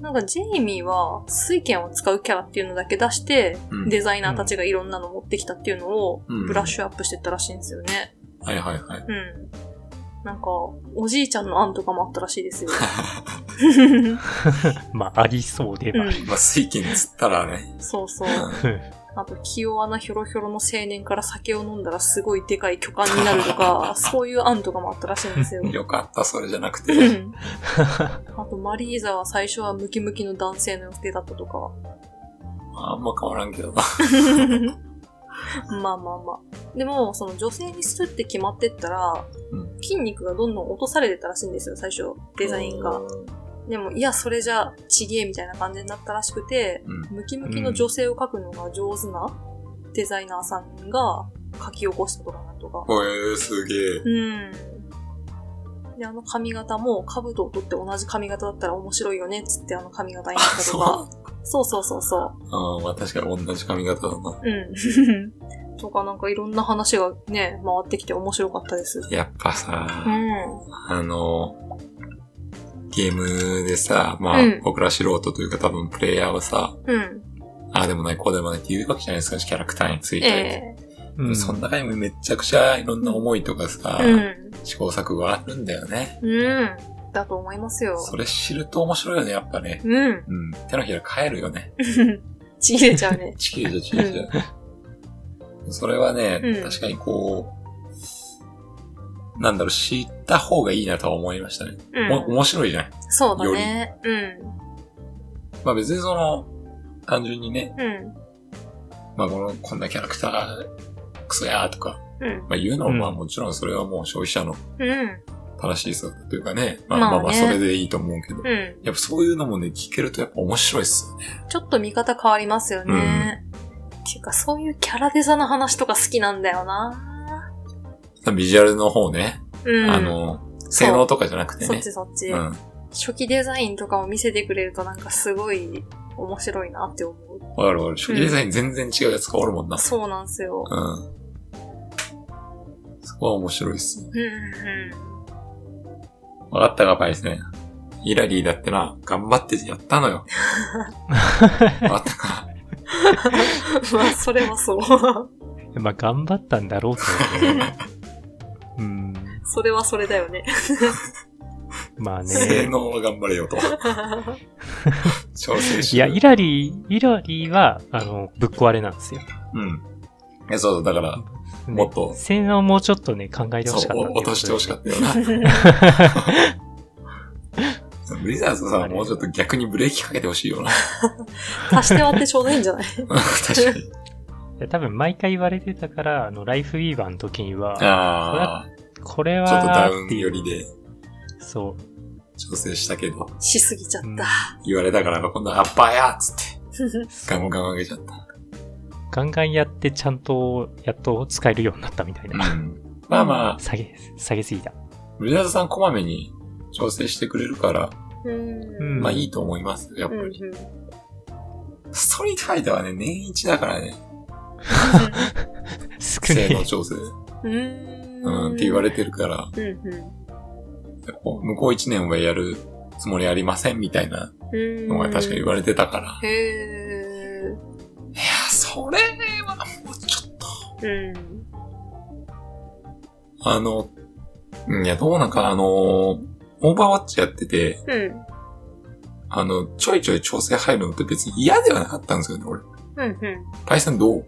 S2: なんかジェイミーは水剣を使うキャラっていうのだけ出して、
S1: うん
S2: デザイナーたちがいろんなの持ってきたっていうのを
S1: うん
S2: ブラッシュアップしてったらしいんですよね。
S1: はいはいはい。
S2: うん。なんか、おじいちゃんの案とかもあったらし いですよ。
S3: まあ、ありそうではある。
S1: まあ、水金つったらね。
S2: そうそう。
S1: う
S2: あと、気弱なヒョロヒョロの青年から酒を飲んだらすごいでかい巨漢になると か、そういう案とかもあったらしいんですよ
S1: ん。。よかった、それじゃなくて。
S2: うん あと、マリーザは最初はムキムキの男性の予定だったとか。
S1: あんま変わらんけどな。
S2: まあまあまあ。でも、その女性にするって決まってったら
S1: うん、
S2: 筋肉がどんどん落とされてたらしいんですよ、最初。デザインが
S1: う。ん。
S2: でも、いや、それじゃ、ちげえみたいな感じになったらしくて、ムキムキの女性を描くのが上手なデザイナーさんが書き起こしたとかなんとか。
S1: ほえー、すげえ。
S2: うん。で、あの髪型も、兜を取って同じ髪型だったら面白いよね、っつってあの髪型になったとか。そうそうそうそ
S1: ああ、まあ確かに同じ髪型だな。
S2: う。うん。とかなんかいろんな話がね、回ってきて面白かったです。
S1: やっぱ
S2: う
S1: さ、
S2: ん。
S1: あの、ゲームでさ、まあ、
S2: うん
S1: 僕ら素人というか多分プレイヤーはさ、
S2: うん。
S1: ああでもない、こうでもないって言うわけじゃないですか、キャラクターについて。
S2: ええ
S3: うん
S1: その中にもめちゃくちゃいろんな思いとかさ、
S2: うん。
S1: 試行錯誤あるんだよね。
S2: うん。だと思いますよ。
S1: それ知ると面白いよね、やっぱね。
S2: うん。
S1: うん。手のひら返るよね。
S2: ちぎれちゃう ね。
S1: チキリじゃチキリじゃ。 それはね、
S2: うん
S1: 確かにこう、なんだろう、知った方がいいなとは思いましたね。
S2: う
S1: お
S2: ん。
S1: 面白いじゃん。
S2: そうだね。うん。
S1: まあ別にその、単純にね、
S2: うん。
S1: まあこの、こんなキャラクター、クソやーとか、
S2: うん。
S1: まあ言うのもまあ
S3: うん
S1: もちろんそれはもう消費者の
S2: うん。
S1: 正しい姿というかね、まあ
S2: まあ
S1: ま
S2: ね
S1: あまあそれでいいと思うけど。
S2: うん。
S1: やっぱそういうのもね、聞けるとやっぱ面白いっすよね。
S2: ちょっと見方変わりますよね。っていうか、そういうキャラデザの話とか好きなんだよな。
S1: ビジュアルの方ね。
S2: うん。
S1: あの、性能とかじゃなくて
S2: そっ
S1: ね。
S2: ちそっち、
S1: うん。
S2: 初期デザインとかを見せてくれるとなんかすごい面白いなって思う。
S1: わかるわかる。初期デザイン全然違うやつがおるもんな。
S2: そうなんですよ。
S1: うん。そこは面白いっすね。
S2: うんうん
S1: わかったがパイセン。ヒラリーだってな、頑張ってやったのよ。わかったか。
S2: うん。まあ、それはそう。
S3: まあ、頑張ったんだろうけど ね。うん。
S2: それはそれだ よね。
S3: まあ
S1: 性
S3: ね。
S1: 能は頑張れよと。調整し
S3: い
S1: ろ
S3: や、
S1: よ
S3: イラリー、イラリーは、あの、ぶっ壊れなんですよ。
S1: うん。え、そうそう、だから、
S3: ね
S1: もっと
S3: 性能をもうちょっとね、考えてほし
S1: そ
S3: か
S1: う
S3: った、
S1: お落としてほしか
S3: っ
S1: ったよ な。ブリザーズさ、もうちょっと逆にブレーキかけてほしいよな。
S2: 足して割ってちょうどいいんじゃない
S1: 確かに。
S3: た。多分、毎回言われてたから、あの、ライフウィーバーの時には、
S1: あ
S3: これ
S1: あ、
S3: は、
S1: ちょっとダウ
S3: って
S1: ン
S3: いう
S1: 寄りで
S3: そう。
S1: 調整したけど、
S2: しすぎちゃっ
S3: うん
S2: た。
S1: 言われたから、今度アッパーやっつって、ガンガン上げちゃった。
S3: ガンガンやって、ちゃんと、やっと使えるようになったみたいな。
S1: うん。まあま
S3: 下げ、下げすぎた。
S1: あ、ブリザーズさんこまめに調整してくれるから、
S2: うん
S1: まあいいと思いますよ、やっ
S2: う
S1: ぱ
S2: んう
S1: り。
S2: ん。
S1: ストリートファイターはね、年一だからね、
S3: 少ね
S1: 性能
S3: え。
S1: 調整。
S2: うん。
S1: うん、って言われてるから、
S2: うんうん。
S1: こう向こう一年はやるつもりありませんみたいなの
S2: の
S1: が確か言われてたから。
S2: れへー
S1: いや、それはもうちょっと。
S2: うん。
S1: あの、うんいや、どうなんか、あの、オーバーワッチやってて、
S2: うん。
S1: あの、ちょいちょい調整入るのって別に嫌ではなかったんですよね、俺。
S2: うん。うん。
S1: パイセンどう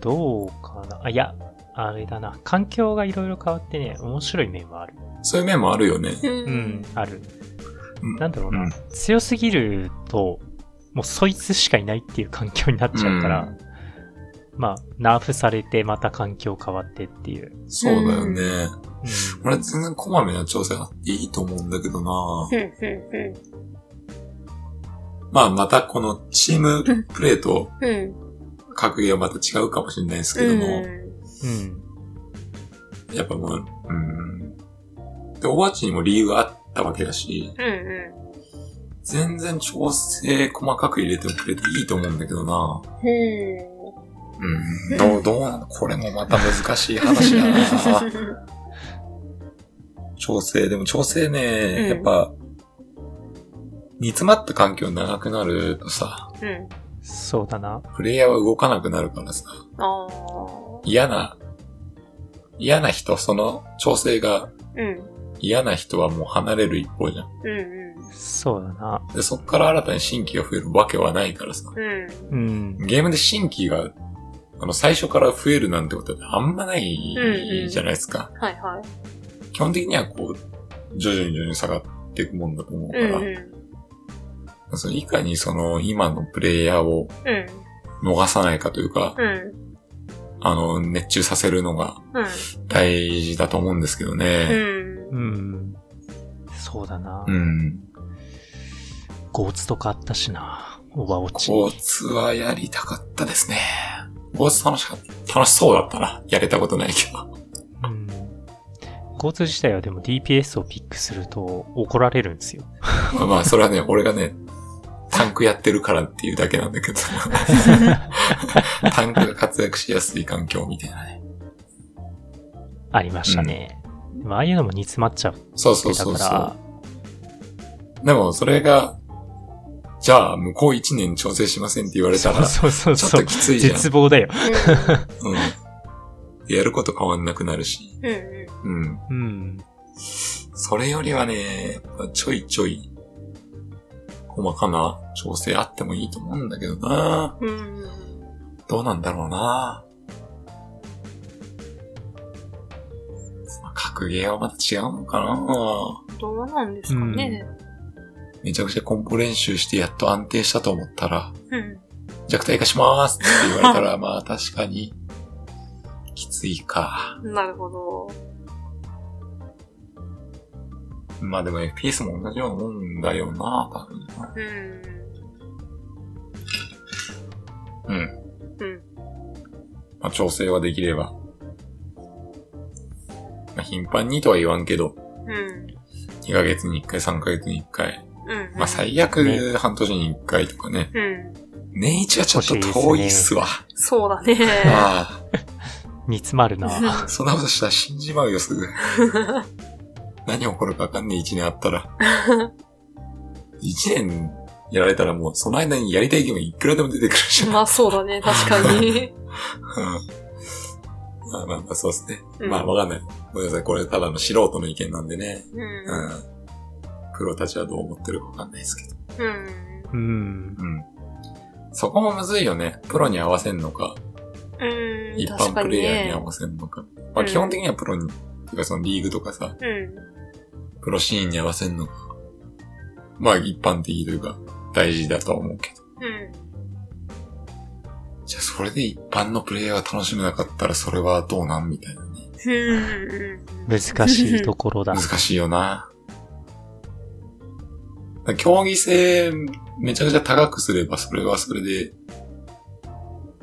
S3: どうかな。あ、いや、あれだな。環境がいろいろ変わってね、面白い面はある。
S1: そういう面もあるよね。
S2: うん
S3: うん、ある。
S1: うん
S3: なんだろうな、
S1: うん
S3: 強すぎると、もうそいつしかいないっていう環境になっちゃうから、
S1: うん
S3: まあ、ナーフされて、また環境変わってっていう。
S1: そうだよね。
S3: うん
S1: 俺全然こまめな調整がいいと思うんだけどな
S2: うん。う
S1: まあ、またこのチームプレーと
S2: ん。うん。
S1: 格ゲーはまた違うかもしれないですけ
S2: う
S1: ど
S2: ん。
S1: も、
S3: うん。
S1: やっぱもう、うん。で、おばあちにも理由があったわけだし、
S2: うん。
S1: 全然調整細かく入れてくれていいと思うんだけどな。
S2: うん。
S1: うん。どう、どうなのこれもまた難しい話だな。調整、でも調整
S2: うん
S1: ね、やっぱ、煮詰まった環境長くなるとさ、
S2: うん。
S3: そうだな。
S1: プレイヤーは動かなくなるからさ、
S2: ああ。
S1: 嫌な、嫌な人、その調整が
S2: うん。
S1: 嫌な人はもう離れる一方じゃん。
S2: うん。うん。
S3: そうだな。
S1: で、そっから新たに新規が増えるわけはないからさ。
S2: うん。
S3: うん。
S1: ゲームで新規が、あの、最初から増えるなんてことってあんまないじゃないですか。
S2: はいは
S1: 基本的にはこう、徐々に徐々に下がっていくもんだと思うか
S2: い。うん。
S1: ら、
S2: うん。
S1: そのいかにその、今のプレイヤーを
S2: うん。
S1: 逃さないかというか、
S2: うん。
S1: あの、熱中させるのが
S2: うん。
S1: 大事だと思うんですけど
S2: う
S1: ね。
S2: ん。
S3: うん。そうだな。
S1: うん。
S3: ゴーツとかあったしな。オーバーウォッチ。
S1: コーツはやりたかったですね。コーツ楽しかった。楽しそうだったな。やれたことないけど。
S3: うん。ゴーツ自体はでも DPS をピックすると怒られるんですよ。
S1: まあまあ、それはね、俺がね、タンクやってるからっていうだけなんだけど。 タンクが活躍しやすい環境みたいなね。
S3: ありましたね。でもああいうのも煮詰まっちゃう
S1: そうそう
S3: だ
S1: そう
S3: か
S1: そ
S3: ら、
S1: う。でも、それが、じゃあ、向こう一年調整しませんって言われた ら、ち
S3: そうそう
S1: ょっ
S3: そうそ
S1: と
S3: う。
S1: きついじゃん
S3: 絶。望だよ。
S1: うん。やること変わんなくなるし。
S2: うん。
S1: うん。
S3: うん。
S1: それよりはね、やっぱちょいちょい、細かな調整あってもいいと思うんだけどな
S2: うん。
S1: どうなんだろうなまあ格ゲーはまた違うのかな
S2: どうなんですかね。
S1: めちゃくちゃコンポ練習してやっと安定したと思ったら、
S2: うん。
S1: 弱体化しますって言われたら、まあ確かに、きついか。
S2: なるほど。
S1: まあでも FPS も同じようなもんだよな、多分な。
S2: うん。
S1: うん。
S2: うん。
S1: まあ、調整はできれば。まあ、頻繁にとは言わんけど、
S2: うん。
S1: 2ヶ月に1回、3ヶ月に1回。
S2: うん。
S1: まあ、最悪半年に1回とかね。
S2: うん。
S1: 年一はちょっと遠いっすわ。
S2: そうだね。
S1: あ
S3: 煮詰まるな。
S1: あ、そんなことしたら死んじまうよ、すぐ。 何起こるかわかんねえ1年あったら。1年やられたらもう、その間にやりたいゲームいくらでも出てくるし。
S2: まあそうだね、確かに。
S1: うんまあまあまあ、そうですね。
S2: うん
S1: まあ、わかんない。ごめんなさい。これただの素人の意見なんでね。う
S2: うん。
S1: ん。プロたちはどう思ってるかわかんないですけど。
S2: うん。
S3: うん。
S1: うん。そこもむずいよね。プロに合わせんのか、
S2: うん。
S1: 一
S2: 確
S1: 般
S2: か
S1: プ
S2: に
S1: レイヤーに
S2: ね
S1: 合。わせんのか。まあ、
S2: うん
S1: 基本的にはプロに、てかそのリーグとかさ、
S2: うん。
S1: プロシーンに合わせんのか。まあ、一般的というか、大事だとは思うけど。
S2: うん。
S1: じゃあ、それで一般のプレイヤーが楽しめなかったら、それはどうなんみたいなね。
S2: うん。
S3: 難しいところだ
S1: 難。しいよな。競技性めちゃくちゃ高くすればそれはそれで、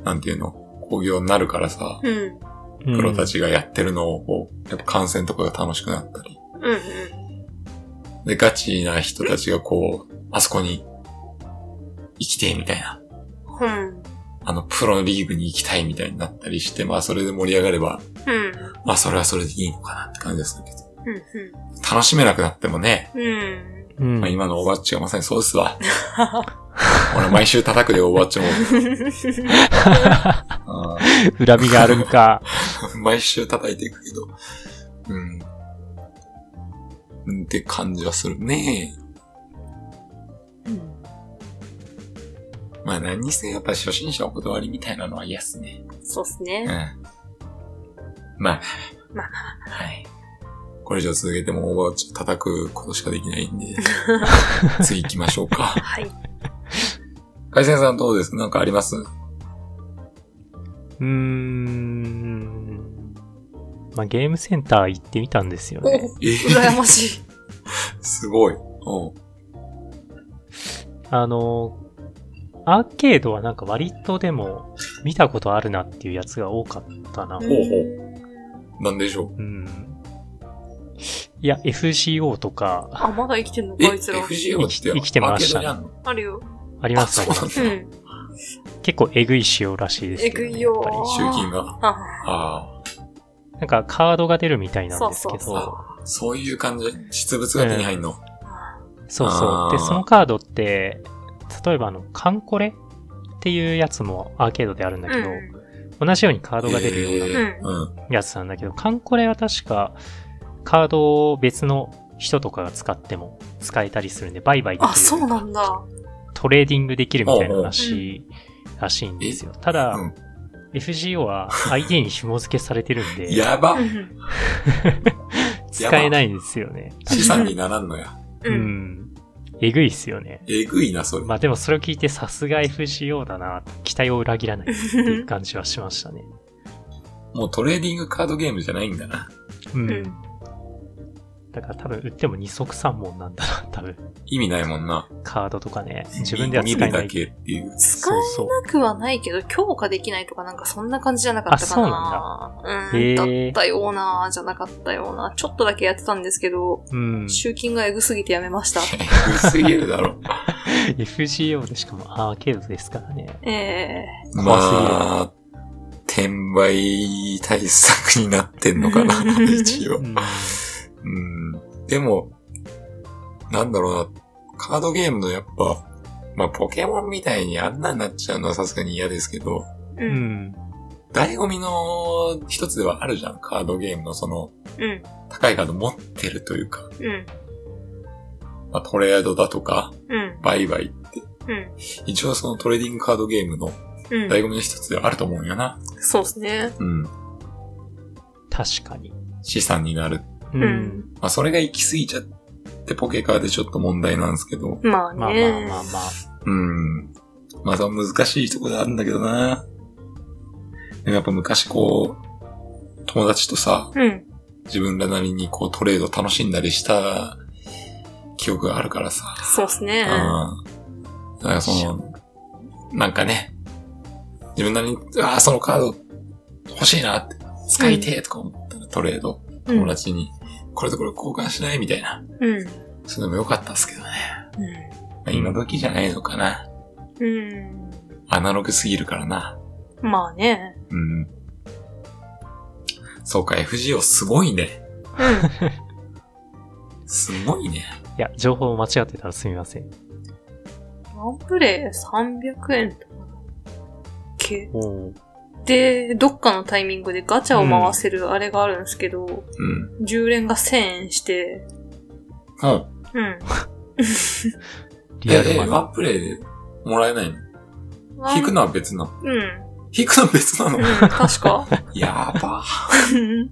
S1: なんていうの、工業になるからさ、
S2: うん。うん。
S3: プ
S1: プロた。ちがやってるのをこう、やっぱ観戦とかが楽しくなったり。
S2: うん。
S1: で、ガチな人たちがこう、あそこに行きてえみたいな。
S2: うん。
S1: あの、プロリーグに行きたいみたいになったりして、まあそれで盛り上がれば、
S2: うん。
S1: まあそれはそれでいいのかなって感じでするけど。
S2: うん。
S1: 楽しめなくなってもね、
S2: うん。
S3: うん
S1: まあ。今のおばっちがまさにそうですわ。 俺毎週叩くでおばっちも。あ
S3: 恨みがあるんか。
S1: ー 毎週叩いていくけど。うん。って感じはするね。まあ何にせよやっぱ初心者お断りみたいなのは嫌っすね。
S2: そうっす
S1: うん
S2: ね。。
S1: まあ。
S2: まあ
S1: はい。これ以上続けてもおばあちゃん叩くことしかできないんで。 次行きましょうか。
S2: はい。
S1: 海鮮さんどうですなんかあります
S3: うーん。まあ、ゲームセンター行ってみたんですよ
S2: お、
S3: ね。
S1: え
S2: 羨ましい。
S1: すごい。うん。
S3: あの、アーケードはなんか割とでも見たことあるなっていうやつが多かったな。
S1: ほうほなんでしょう
S3: うん。いや、FGO とか
S2: あ、まだ生きてんの
S1: え
S2: か、あいつら。
S1: ?FGO って
S3: 生きてました
S1: アーケードにあんの
S2: あるよ。
S3: あり
S1: あ、
S3: ます
S1: そう
S3: ね。
S1: なん
S2: う
S1: だ。
S2: ん。
S3: 結構えぐい仕様らしいですけど、ね。
S2: えぐいよ
S3: やっぱ
S1: 集金が。
S2: あ、
S1: あ
S3: りなんかカードが出るみたいなんですけど。
S2: そう
S1: あ。そういう感じ実物が手に入んの。
S3: そう
S1: あ
S3: そう。
S1: ー
S3: で、そのカードって、例えばあの、カンコレっていうやつもアーケードであるんだ
S2: う
S3: けど、
S2: ん。
S3: 同じようにカードが出るよう
S1: え
S3: な
S1: ー
S2: ような
S1: うん。
S3: やつなんだけど、カンコレは確かカードを別の人とかが使っても使えたりするんで、売買で
S2: あ、
S3: き
S2: そ
S3: る
S2: う。なんだ。
S3: トレーディングできるみたいな話らしいんですよ。ただ、
S1: うん
S3: FGO は ID に紐付けされてるんで、
S1: やば
S2: うん。
S3: 使えないんですよね。
S1: 資産にならんの や。
S2: う。
S3: うんん。えぐいっすよね。
S1: えぐいな、それ。
S3: まあでもそれを聞いてさすが FGO だな、期待を裏切らないっていう感じはしましたね。
S1: もうトレーディングカードゲームじゃないんだな。
S3: う
S2: うん
S3: ん。だから多分売っても二足三門なんだな、多分。
S1: 意味ないもんな。
S3: カードとかね。自分では使
S1: 見
S3: え
S1: る
S3: な
S1: だ
S3: い。
S1: けっていう。
S2: 使
S3: そうそう。
S2: なくはないけど、強化できないとかなんかそんな感じじゃなかったかな。
S3: そうなんだへ
S2: う
S3: ー
S2: ん。だったような、じゃなかったような。ちょっとだけやってたんですけど、
S3: うん。
S2: 集金がエグすぎてやめま した。
S1: えぐすぎるだろ。
S3: FGO でしかもアーケードですからね。
S2: ええ
S1: ま
S3: 怖すぎる
S1: あ、転売対策になってんのかな、一応
S3: う。ん。
S1: うん。でも、なんだろうな、カードゲームのやっぱ、まあポケモンみたいにあんなになっちゃうのはさすがに嫌ですけど、
S2: う。
S3: うんん。
S1: 醍醐味の一つではあるじゃん、カードゲームのその、
S2: うん。
S1: 高いカード持ってるというか、
S2: うん。
S1: まあトレードだとか、
S2: うん。
S1: 売買。
S2: うん。
S1: 一応そのトレーディングカードゲームの
S2: うん。
S1: 醍醐味の一つではあると思うんよな。
S2: そうですね。
S1: うん。
S3: 確かに。
S1: 資産になる。
S2: う
S3: う。
S2: んん。
S1: まあそれが行き過ぎちゃってポケカーでちょっと問題なんですけど、
S2: まあ
S3: まあまあ
S2: ね。
S3: まあまあ。
S1: うん。まあ、その難しいとこであるんだけどな。でもやっぱ昔こう、友達とさ、
S2: うん。
S1: 自分らなりにこうトレード楽しんだりした記憶があるからさ。
S2: そうです
S1: う
S2: ね
S1: ん。。だからその、なんかね、自分なりに、ああ、そのカード欲しいなって、使いてえとか思ったらトレード、
S2: うん
S1: 友達に、これとこれ交換しないみたいな。
S2: うん。
S1: それでもよかったっすけどね。
S2: うん
S1: まあ今時じゃないのかな。
S2: うん。
S1: アナログすぎるからな。
S2: まあね。
S1: うん。そうか、FGO すごいね。
S2: う
S1: すごいね。
S3: いや、情報を間違ってたらすみません。
S2: ん。ワンプレイ300円とかだっけ
S3: おー
S2: で、どっかのタイミングでガチャを回せるあれがあるんですけど、
S1: うん。
S2: 10連が1000円して、
S1: うん。
S2: うん。
S3: リアル
S1: え
S3: マ
S1: え
S3: ン。
S1: ワンプレイでもらえないの 引くのは別なの
S2: うん。
S1: 引くのは別なの
S2: うん、確 か。
S1: やば。
S2: うん。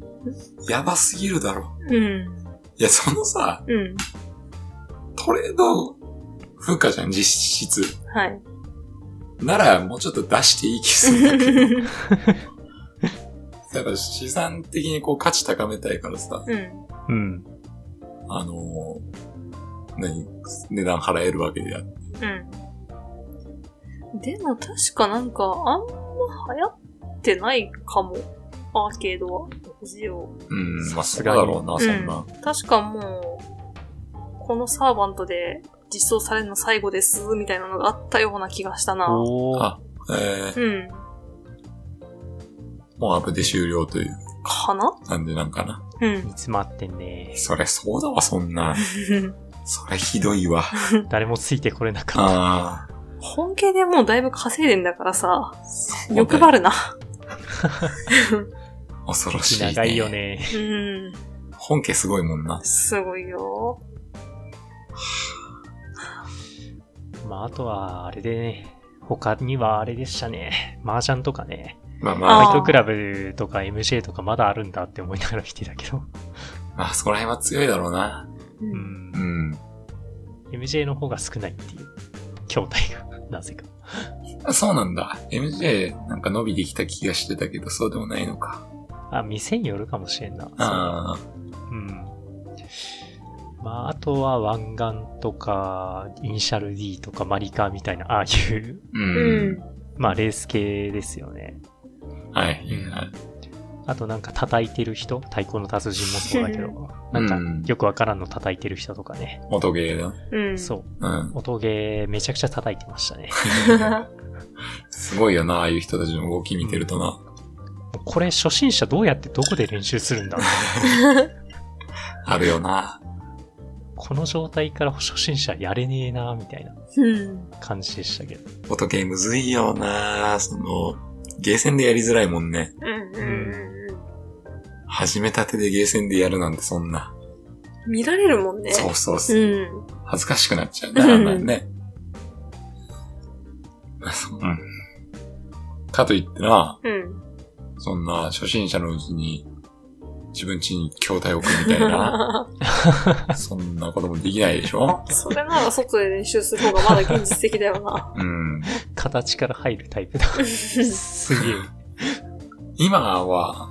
S1: やばすぎるだろ。
S2: うん。
S1: いや、そのさ、
S2: うん。
S1: トレード風化じゃん、実質。
S2: はい。
S1: なら、もうちょっと出していい気するんだけ ど。だから資産的にこう価値高めたいからさ、
S2: うん。
S3: うん。
S1: あのー何値段払えるわけであって。
S2: うん。でも確かなんか、あんま流行ってないかも。アーケードは。FGO
S1: うん、まあ、
S3: さ
S1: そう
S3: すが
S1: だ
S3: に
S1: ろうな、そんな。
S2: 確かもう、このサーバントで実装されるの最後です、みたいなのがあったような気がしたな。う
S3: おー
S1: あえー、
S2: ん。
S1: もうアップで終了という
S2: かな
S1: 感じなんかな。
S2: うん
S3: 煮。詰まってんね。
S1: そりゃそうだわ、そんな。そりゃひどい わ。
S3: 誰もついてこれなかった。
S1: ああ。
S2: 本気でもうだいぶ稼いでんだからさ、
S1: そうだよ
S2: 欲張るな。
S1: 恐ろしい、ね。
S3: 長いよ。ね。
S2: うん。
S1: 本家すごいもんな。
S2: すごいよ。
S3: まあ、あとは、あれでね。他にはあれでしたね。麻雀とかね。
S1: まあ
S2: あ
S1: ま
S3: フ
S1: あ、
S2: ー
S3: ァイトクラブとか MJ とかまだあるんだって思いながら来てたけど。
S1: まあ、そこら辺は強いだろうな。
S2: う。
S3: うんん
S1: う。ん。
S3: MJ の方が少ないっていう。筐体が。 なぜか。
S1: あそうなんだ。MJ なんか伸びてきた気がしてたけど、そうでもないのか。
S3: あ、店によるかもしれんな。
S1: ああ。
S3: うん。まあ、あとは、湾岸とか、イニシャル D とか、マリカみたいな、ああいう、
S1: う。
S2: うんん。
S3: まあ、レース系ですよね。
S1: はい。
S3: うんあと、なんか、叩いてる人太鼓の達人もそうだけど、なんか
S1: うん、
S3: よくわからんの叩いてる人とかね。
S1: 元芸だ。
S2: うん。
S3: そう。
S1: うん。
S3: 音ゲー、めちゃくちゃ叩いてましたね。
S1: すごいよな、ああいう人たちの動き見てるとな。
S3: もうこれ、初心者どうやってどこで練習するんだろう
S1: あるよな。
S3: この状態から初心者やれねえな、みたいな
S2: うん。
S3: 感じでしたけど。
S1: 音ゲーむずいよな。その、ゲーセンでやりづらいもんね。
S2: うん。うん。
S1: 始めたてでゲーセンでやるなんてそんな。
S2: 見られるもんね。
S1: そうそうそうう。
S2: ん。
S1: 恥ずかしくなっちゃうな、あんなんね。そうかといってな、
S2: うん。
S1: そんな初心者のうちに自分家に筐体置くみたい な、そんなこともできないでしょ
S2: それなら外で練習する方がまだ現実的だよな。
S1: うん。
S3: 形から入るタイプだ。すげえ。
S1: 今は、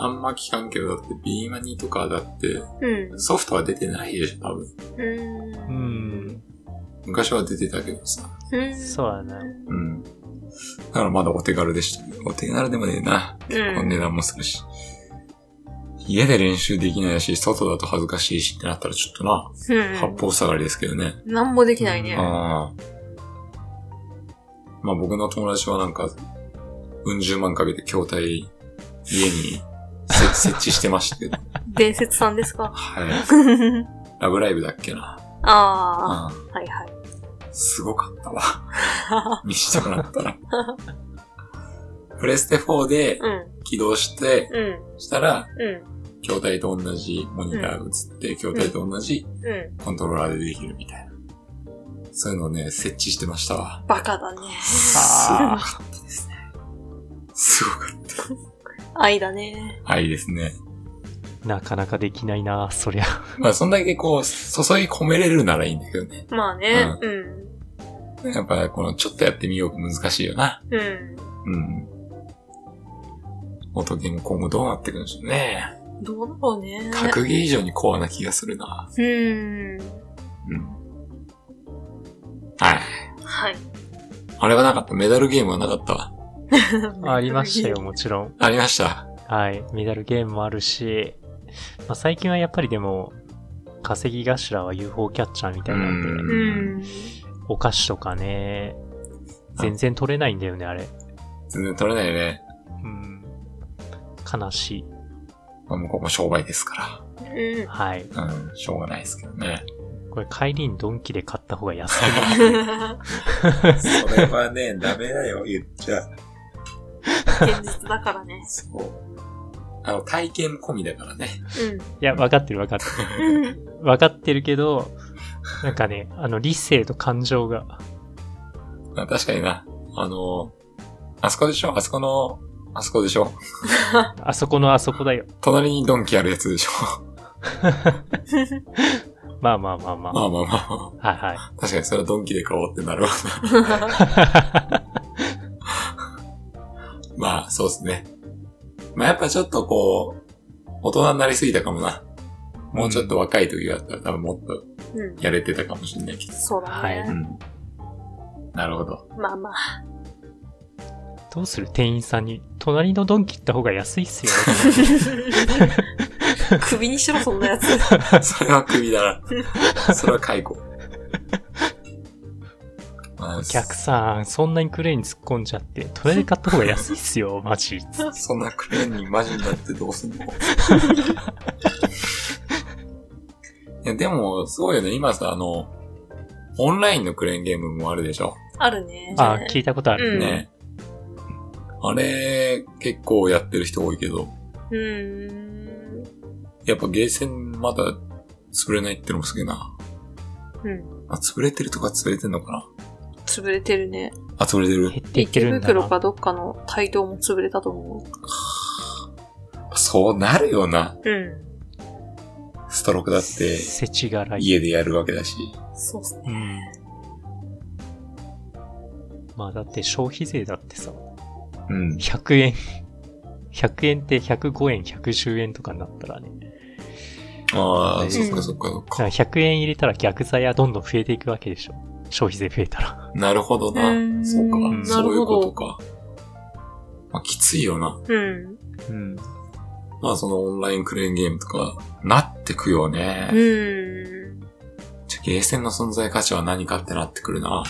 S1: あんま聞かんけど、だってビーマニとかだって
S2: うん。
S1: ソフトは出てないでしょ、多分。
S3: う。
S2: うん
S1: 昔は出てたけどさ。
S2: ん。
S3: そうだな。
S1: うん。だからまだお手軽でしたけど、お手軽でもねえな。
S2: う
S1: こ
S2: ん。
S1: 値段もするし。家で練習できないし、外だと恥ずかしいしってなったらちょっとな、八
S2: う
S1: 方下がりですけどね。
S2: ん。なんもできないね。
S1: ああ。まあ僕の友達はなんか、うん十万かけて筐体、家にせ 設置してましたけど。
S2: 伝説さんですか
S1: はい。 ラブライブだっけな。
S2: あ
S1: ああ
S2: あ、はいはい。
S1: すごかったわ。 見したくなったら。プレステ4で
S2: うん、
S1: 起動して、
S2: うん、
S1: したら、
S2: うん、
S1: 筐体と同じモニターが映って、筐体と同じ
S2: う
S1: コントローラーでできるみたいな。そういうのをね、設置してましたわ
S2: ん。。バカだね。
S1: すごかったですね。すごかっ
S2: 愛だね。
S1: た。愛ですね。
S3: なかなかできないな、そりゃ。
S1: まあ、そんだけこう、注ぎ込めれるならいいんだけどね。
S2: まあね、うん、
S1: やっぱ、この、ちょっとやってみようが難しいよな。
S2: うん。
S1: うん。音ゲーム今後どうなってくるんでしょうね。
S2: どうだろうね。
S1: 格ゲー以上にコアな気がするな。
S2: うん。
S1: うん。はい。
S2: はい。
S1: あれはなかった。メダルゲームはなかったわ。
S3: ありましたよ、。もちろん。
S1: ありました。
S3: はい。メダルゲームもあるし、まあ、最近はやっぱりでも、稼ぎ頭は UFO キャッチャーみたいなんで、
S1: うん
S2: うん。
S3: お菓子とかね、全然取れないんだよね、あれ。
S1: 全然取れないね。
S3: うん。悲し
S1: まあ、向こうも商売ですか
S2: うん
S3: い。。はい。
S1: ら。うん、しょうがないですけどね。
S3: これ帰りにドンキで買った方が安い。
S1: それはね、ダメだよ、言っちゃ。
S2: 現実だからね。
S1: そう。あの、体験込みだからね。
S3: いや、分かってる分かって
S2: うん。うん。
S3: る。分かってるけど、なんかね、あの、理性と感情が。
S1: まあ、確かにな。あの、あそこでしょあそこの、あそこでしょ
S3: あそこのあそこだよ。
S1: 隣にドンキあるやつでしょ
S3: まあまあまあま
S1: まあまあまあま
S3: あ。はいはい。
S1: あ。確かにそれはドンキで買おうってなるわな。 まあ、そうですね。まあやっぱちょっとこう、大人になりすぎたかもな。もうちょっと若い時があったら多分もっと
S2: うん。
S1: やれてたかもしれないけど。
S2: そうだ
S3: はい
S1: うん
S2: ね。。
S1: なるほ ど。
S2: まあまあ。
S3: どうする店員さんに、隣のドンキ行った方が安いっすよ。
S2: 首にしろ、そんなやつ。
S1: それはクビだな。それは解雇。まあ
S3: お客さん、そんなにクレーンに突っ込んじゃって、隣で買った方が安いっすよ、マジ。
S1: そんなクレーンにマジになってどうすんのいや、でも、すごいよね。今さ、あの、オンラインのクレーンゲームもあるでしょ
S2: あるね。
S3: あ、聞いたことある。
S2: うん
S1: ね。あれ、結構やってる人多いけど、
S2: うん。
S1: やっぱゲーセンまだ潰れないってのもすげえな。
S2: うん。
S1: あ、潰れてるとか潰れてんのかな
S2: 潰れてるね。
S1: あ、潰れてる
S3: 減っていって
S2: 池
S3: るんだな。
S2: 袋かどっかの台頭も潰れたと思
S1: そうなるよな。
S2: う。うん。
S1: ストロークだって、
S3: せちがらい。
S1: 家でやるわけだし。
S2: そうっす
S3: う
S2: ね。
S3: ん。まあだって消費税だってさ、
S1: うん。
S3: 100円。100円って105円、110円とかになったらね。
S1: あ
S3: う
S1: あ、
S3: ん
S1: そっかそっかそっ
S3: だか
S1: か。
S3: ら100円入れたら逆剤はどんどん増えていくわけでしょ。消費税増えたら。
S1: なるほどな。
S2: うん
S1: そうか
S3: うん。
S1: そういうことか。まあ、きついよな。
S2: うん。
S3: うん。
S1: まあ、そのオンラインクレーンゲームとか、なってくよね。
S2: うん。
S1: じゃあゲーセンの存在価値は何かってなってくるな。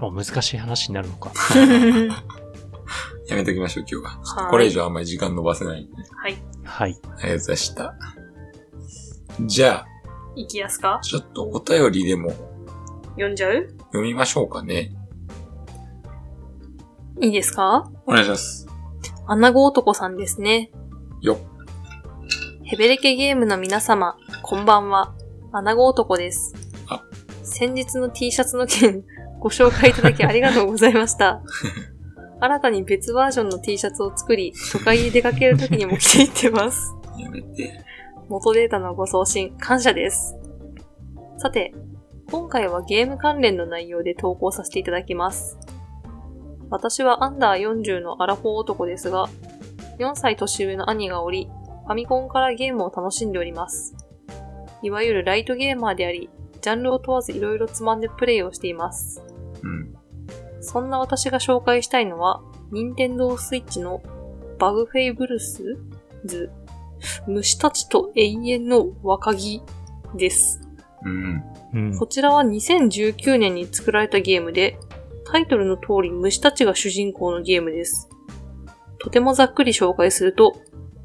S3: もう難しい話になるのか。
S2: うん
S1: やめときましょう、今日は。
S2: はい
S1: これ以上あんまり時間伸ばせないんで。
S2: はい。
S3: は
S1: あ
S3: い。
S1: りがとうございました。じゃ
S2: 行きやすか
S1: あ、ちょっとお便りでも
S2: 読んじゃう
S1: 読みましょうかね。
S2: いいですか
S1: お願いします。
S2: アナゴ男さんですね。
S1: よっ。
S2: ヘベレケゲームの皆様、こんばんは。アナゴ男です
S1: あ。
S2: 先日の T シャツの件、 ご紹介いただきありがとうござい ました。新たに別バージョンの T シャツを作り、都会に出かけるときにも着ていってます。
S1: やめて。
S2: 元データのご送信、感謝です。さて、今回はゲーム関連の内容で投稿させていただきます。私はアンダー40のアラフォー男ですが、4歳年上の兄がおり、ファミコンからゲームを楽しんでおります。いわゆるライトゲーマーであり、ジャンルを問わずいろいろつまんでプレイをしています。
S1: うん。
S2: そんな私が紹介したいのは、任天堂スイッチのバグフェイブルスズ、虫たちと永遠の若木です。
S1: うん。
S3: うん
S2: こ。ちらは2019年に作られたゲームで、タイトルの通り虫たちが主人公のゲームです。とてもざっくり紹介すると、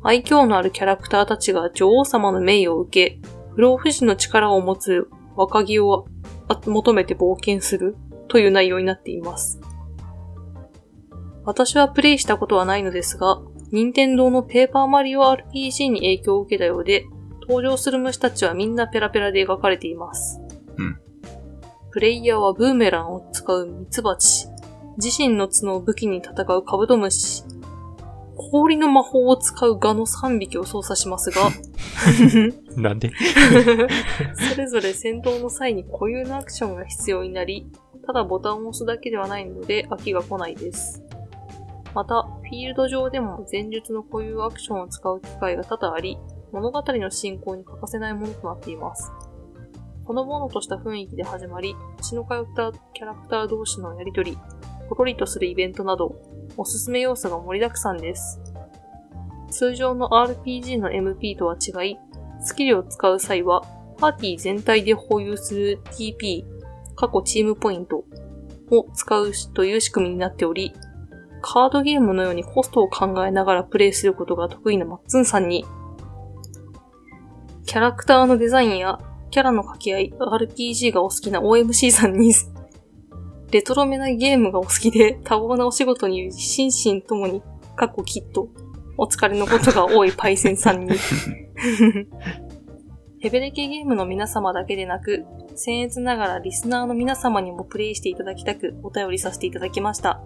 S2: 愛嬌のあるキャラクターたちが女王様の命を受け、不老不死の力を持つ若木をあ求めて冒険するという内容になっています。私はプレイしたことはないのですが、任天堂のペーパーマリオ RPG に影響を受けたようで、登場する虫たちはみんなペラペラで描かれています。
S1: うん
S2: プレイヤーはブーメランを使うミツバチ、自身の角を武器に戦うカブトムシ、氷の魔法を使うガの3匹を操作しますが、
S3: なんで
S2: それぞれ戦闘の際に固有のアクションが必要になり、ただボタンを押すだけではないので飽きが来ないです。また、フィールド上でも前述の固有アクションを使う機会が多々あり、物語の進行に欠かせないものとなっています。ほのぼのとした雰囲気で始まり、血の通ったキャラクター同士のやりとり、ほとりとするイベントなど、おすすめ要素が盛りだくさんです。通常の RPG の MP とは違い、スキルを使う際は、パーティー全体で保有する TP、過去チームポイントを使うという仕組みになっており、カードゲームのようにコストを考えながらプレイすることが得意なマッツンさんに、キャラクターのデザインやキャラの掛け合い、RPG がお好きな OMC さんに、レトロめなゲームがお好きで多忙なお仕事に心身ともに、過去きっと、お疲れのことが多いパイセンさんに、ヘベレケゲームの皆様だけでなく、僭越ながらリスナーの皆様にもプレイしていただきたくお便りさせていただきました。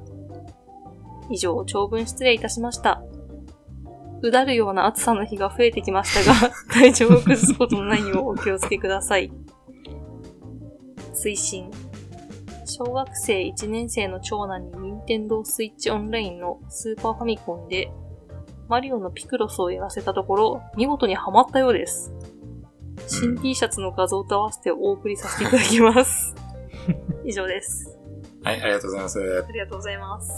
S2: 以上、長文失礼いたしました。うだるような暑さの日が増えてきましたが、 体調を崩すことのないようお気をつけください。推進。小学生1年生の長男に任天堂スイッチオンラインのスーパーファミコンで、マリオのピクロスをやらせたところ、見事にハマったようです。新 T シャツの画像と合わせてお送りさせていただき ます。以上です。
S1: はい、ありがとうございます。
S2: ありがとうございます。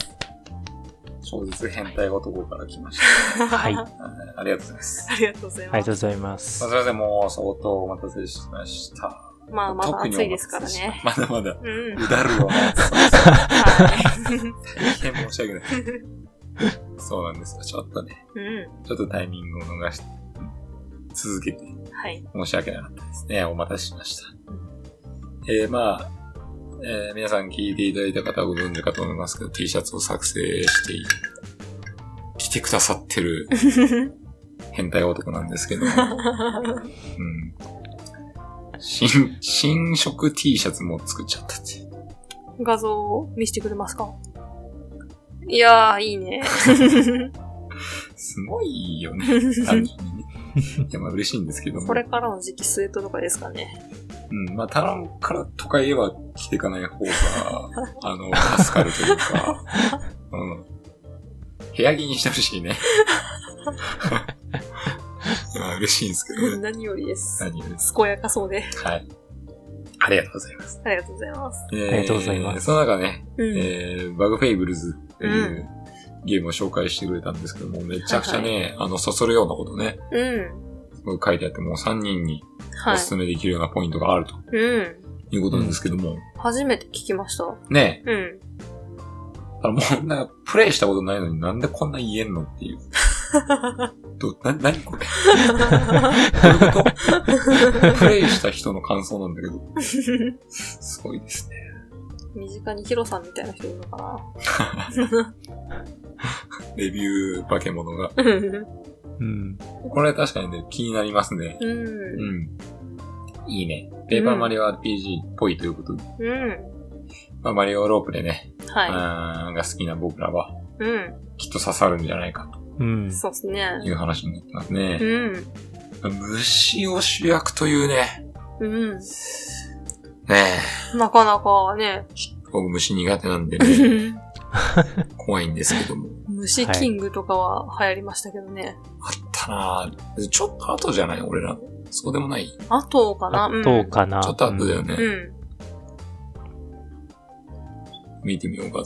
S1: 小日変態男から来まし
S3: はい。
S2: あ
S3: あ
S1: た。はいありがとうございます。
S2: りがとうござい
S3: りが
S2: ま
S3: とうご
S2: す。
S3: ざいま
S1: まあ
S3: す
S1: す。いません、もう相当お待たせしました。
S2: まあ、まだ暑いですからね。
S1: 特にお待たせしました。まだまだ、
S2: うん。
S1: うだるような暑さ
S2: はい。
S1: 大変申し訳 ない。そうなんですが、ちょっとね、
S2: う
S1: ちょっとタイミングを逃し、続けて、
S2: ん。はい。
S1: 申し訳なかったですね。お待たせしました。えー、まあ、えー皆さん聞いていただいた方はご存知かと思いますけど、T シャツを作成してい、来てくださってる変態男なんですけど、うん。新、新色 T シャツも作っちゃったって。
S2: 画像を見せてくれますかいやー、いいね。
S1: すごいよね。 単純にね。いや、まあ嬉しいんですけども。
S2: これからの時期スウェットとかですかね。
S1: うん、まあ、頼むからとか言えば着ていかない方 が、あの、助かるというか、うん。部屋着にしてほしいね。 まあ、嬉しいんですけどね。
S2: 何よりです。
S1: 何よりです。
S2: 健やかそうで。
S1: はい。ありがとうございます。
S2: ありがとうございま
S1: あ
S2: す。
S1: り
S3: ありがとうございます
S1: その中ね、
S2: うん。
S1: えー、バグフェイブルズっていううゲームを紹介してくれたんですけども、めちゃくちゃね、あの、そそるようなことね、
S2: うん。
S1: すごい書いてあって、もう3人に
S2: は
S1: お
S2: い。
S1: すすめできるようなポイントがあると
S2: うん。
S1: いうことなんですけども、
S2: 初めて聞きました。う
S1: ね、
S2: ん。
S1: あの、もう、なんか、プレイしたことないのになんでこんな言えんのって いう。ど、な、なにこれどういうことプレイした人の感想なんだけど、すごいですね。
S2: 身近にヒロさんみたいな人いるのかな
S1: レビュー化け物が。
S2: うん。
S3: うん。
S1: これ確かにね、気になりますね。
S2: うん。
S1: うん。いいね。ペーパーマリオ RPG っぽいということで。
S2: うん。
S1: まあ、マリオロープでね、
S2: は。
S1: あーが好きな僕らはい
S2: うん。
S1: きっと刺さるんじゃないか
S3: うん。
S2: そうですね。
S1: という話になってますね
S2: う。ん。
S1: 虫を主役というね。
S2: うん。
S1: ねえ。
S2: なかなか ね。
S1: 僕虫苦手なんでね。 怖いんですけども。
S2: 虫キングとかは流行りましたけどね。
S1: あったなぁちょっと後じゃない俺ら。そうでもない。ち
S2: あとかな
S3: あと
S2: か。
S3: かな。
S1: ょっと後だよ
S2: う
S1: ね。
S2: ん。
S1: 見てみようか。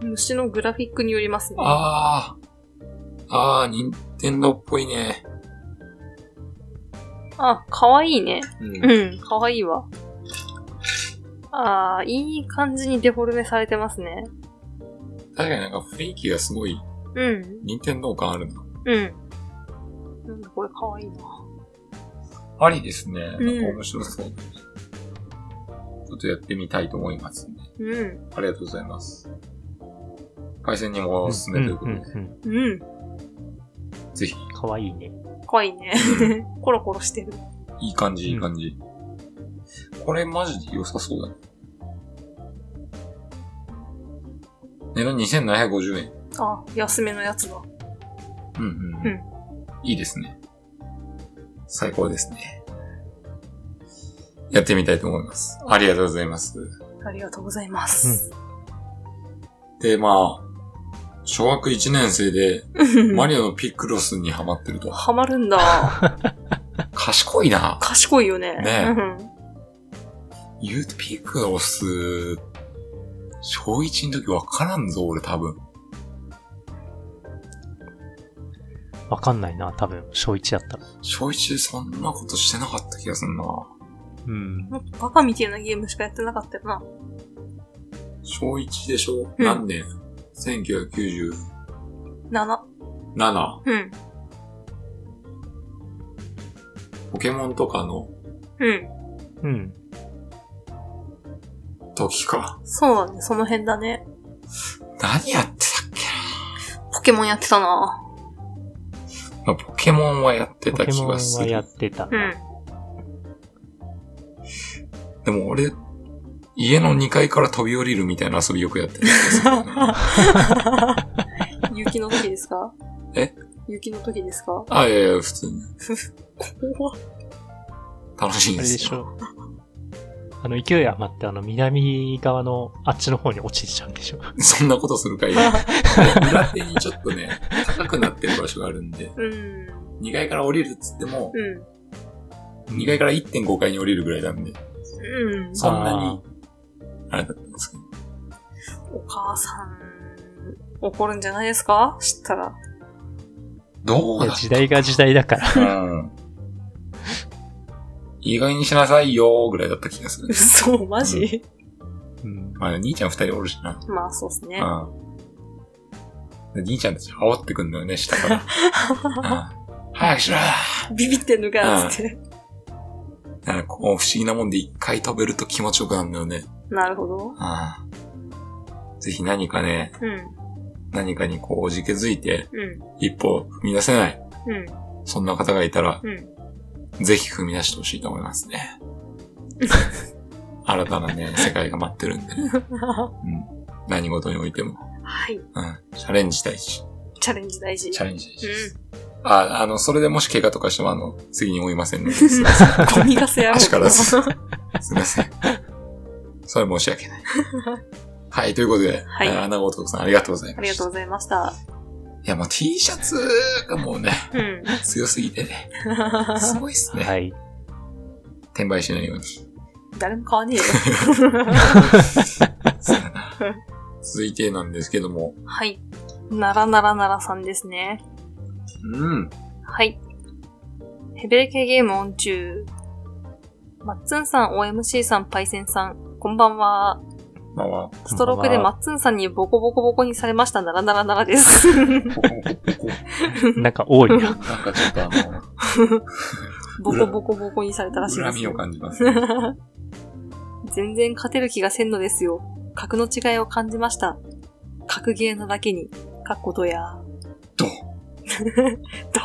S2: 虫のグラフィックによりますね。
S1: あー。あー、任天堂っぽいね。
S2: あ、かわいいね。
S1: うん。
S2: うん、かわいいわ。あー、いい感じにデフォルメされてますね。
S1: 確かになんか雰囲気がすごい、
S2: うん、
S1: 任天堂感あるな。
S2: うん。なんだこれかわいいな。
S1: ありですね。なんか
S2: うん
S1: 面白そう。ちょっとやってみたいと思いますね。
S2: うん、
S1: ありがとうございます。回線にもおすすめということで、
S3: うんうん
S2: うん、
S1: ぜひ、
S3: うん。かわいいね。
S2: かわい いね。コロコロしてる。
S1: いい感じ、いい感じ。これマジで良さそうだね。値段2750円。
S2: あ、安めのやつだ。
S1: うんうん。
S2: うん
S1: いいですね。最高ですね。やってみたいと思います。ありがとうございます。
S2: ありがとうございます。
S1: で、まあ、小学1年生でマリオのピクロスにハマってると。
S2: ハマるんだ。
S1: 賢いな。
S2: 賢いよね。
S1: ね
S2: うん
S1: 言うとピクロス、小一の時わからんぞ、俺多分。
S3: わかんないな、多分、小1だったら。
S1: 小一でそんなことしてなかった気がすんな。
S3: うん。
S2: もっとバカみたいなゲームしかやってなかったよな。
S1: 小一でしょ、
S2: うん
S1: 何年 ?1997?
S2: 7。うん。
S1: ポケモンとかの
S2: うん。
S3: うん。
S1: 時 か。
S2: そうだね。その辺だね。
S1: 何やってたっけ
S2: ポケモンやってたな。
S1: なまあポケモンはやって
S3: ポ
S1: た
S3: ケ
S1: 気
S3: モン
S1: がす
S3: は
S1: る。
S3: やってた。
S2: うん。
S1: でも俺、家の2階から飛び降りるみたいな遊びよくやってた気がするな
S2: 雪の時ですか
S1: え
S2: 雪の時です か
S1: あ、いやいや、普通に。
S2: 怖っ
S1: 楽しいん
S3: あ
S1: で
S3: れですし
S1: よ。
S3: ょ。あの、勢い余って、あの、南側のあっちの方に落ちちゃうんでしょ。
S1: そんなことするかい裏手にちょっとね、高くなってる場所があるんで、
S2: うん。
S1: 2階から降りるっつっても、
S2: うん。
S1: 2階から1.5階に降りるぐらいなんで、
S2: うん。
S1: そんなに、あれだったんですけど。
S2: お母さん、怒るんじゃないですか知ったら。
S1: どうだ
S3: 時代が時代だから。
S1: うん。意外にしなさいよーぐらいだった気がする。
S2: そう、マジ、
S3: うん。
S1: まあ、兄ちゃん二人おるしな。
S2: まあ、そうっすね。
S1: うん。で兄ちゃんたち煽ってくんだよね、下から。うん早くしろー
S2: ビビってんのか、つって。
S1: なんかこう、不思議なもんで一回飛べると気持ちよくなるんだよね。
S2: なるほど。
S1: うん。ぜひ何かね、
S2: うん。
S1: 何かにこう、おじけづいて、
S2: うん。
S1: 一歩踏み出せない。
S2: うん。
S1: そんな方がいたら、
S2: うん。
S1: ぜひ踏み出してほしいと思いますね。新たなね、世界が待ってるんでね。
S2: は
S1: うん。何事においても。
S2: い。
S1: うん。チャレンジ大事。
S2: チャレンジ大事。
S1: チャレンジ大事です。
S2: う
S1: あ、あの、それでもし怪我とかしても、あの、次に負いませんの で、すいません。
S2: ん。ゴミガスやろう
S1: 足からずすいません。それは申し訳 ない。はい、ということで、
S2: はい
S1: えー穴子男さんありがとうござい
S2: あ
S1: ま
S2: りが
S1: し
S2: とう
S1: た。
S2: ございました。
S1: いや、もう T シャツがもう ね、
S2: うん。
S1: 強すぎてね。すごいっすね。
S3: はい。
S1: 転売しないように。
S2: 誰も買わねえよ。
S1: そうやな続いてなんですけども、
S2: はい。ならならならさんですね。
S1: うん。
S2: はい。ヘベレケゲームオン中。マッツンさん、OMC さん、パイセンさん、こんばんは。
S1: まあまあ、
S2: ストロークでマッツンさんにボコボコボコにされました。ならならなら です。
S1: ここ、ここ、
S3: なんか多い な。
S1: なんかちょっとあの、
S2: ボコボコボコにされたらしいで
S1: 恨
S2: す
S1: み
S2: よ
S1: を感じますね。
S2: 全然勝てる気がせんのですよ。格の違いを感じました。格ゲーのだけに、かっことや。
S1: どう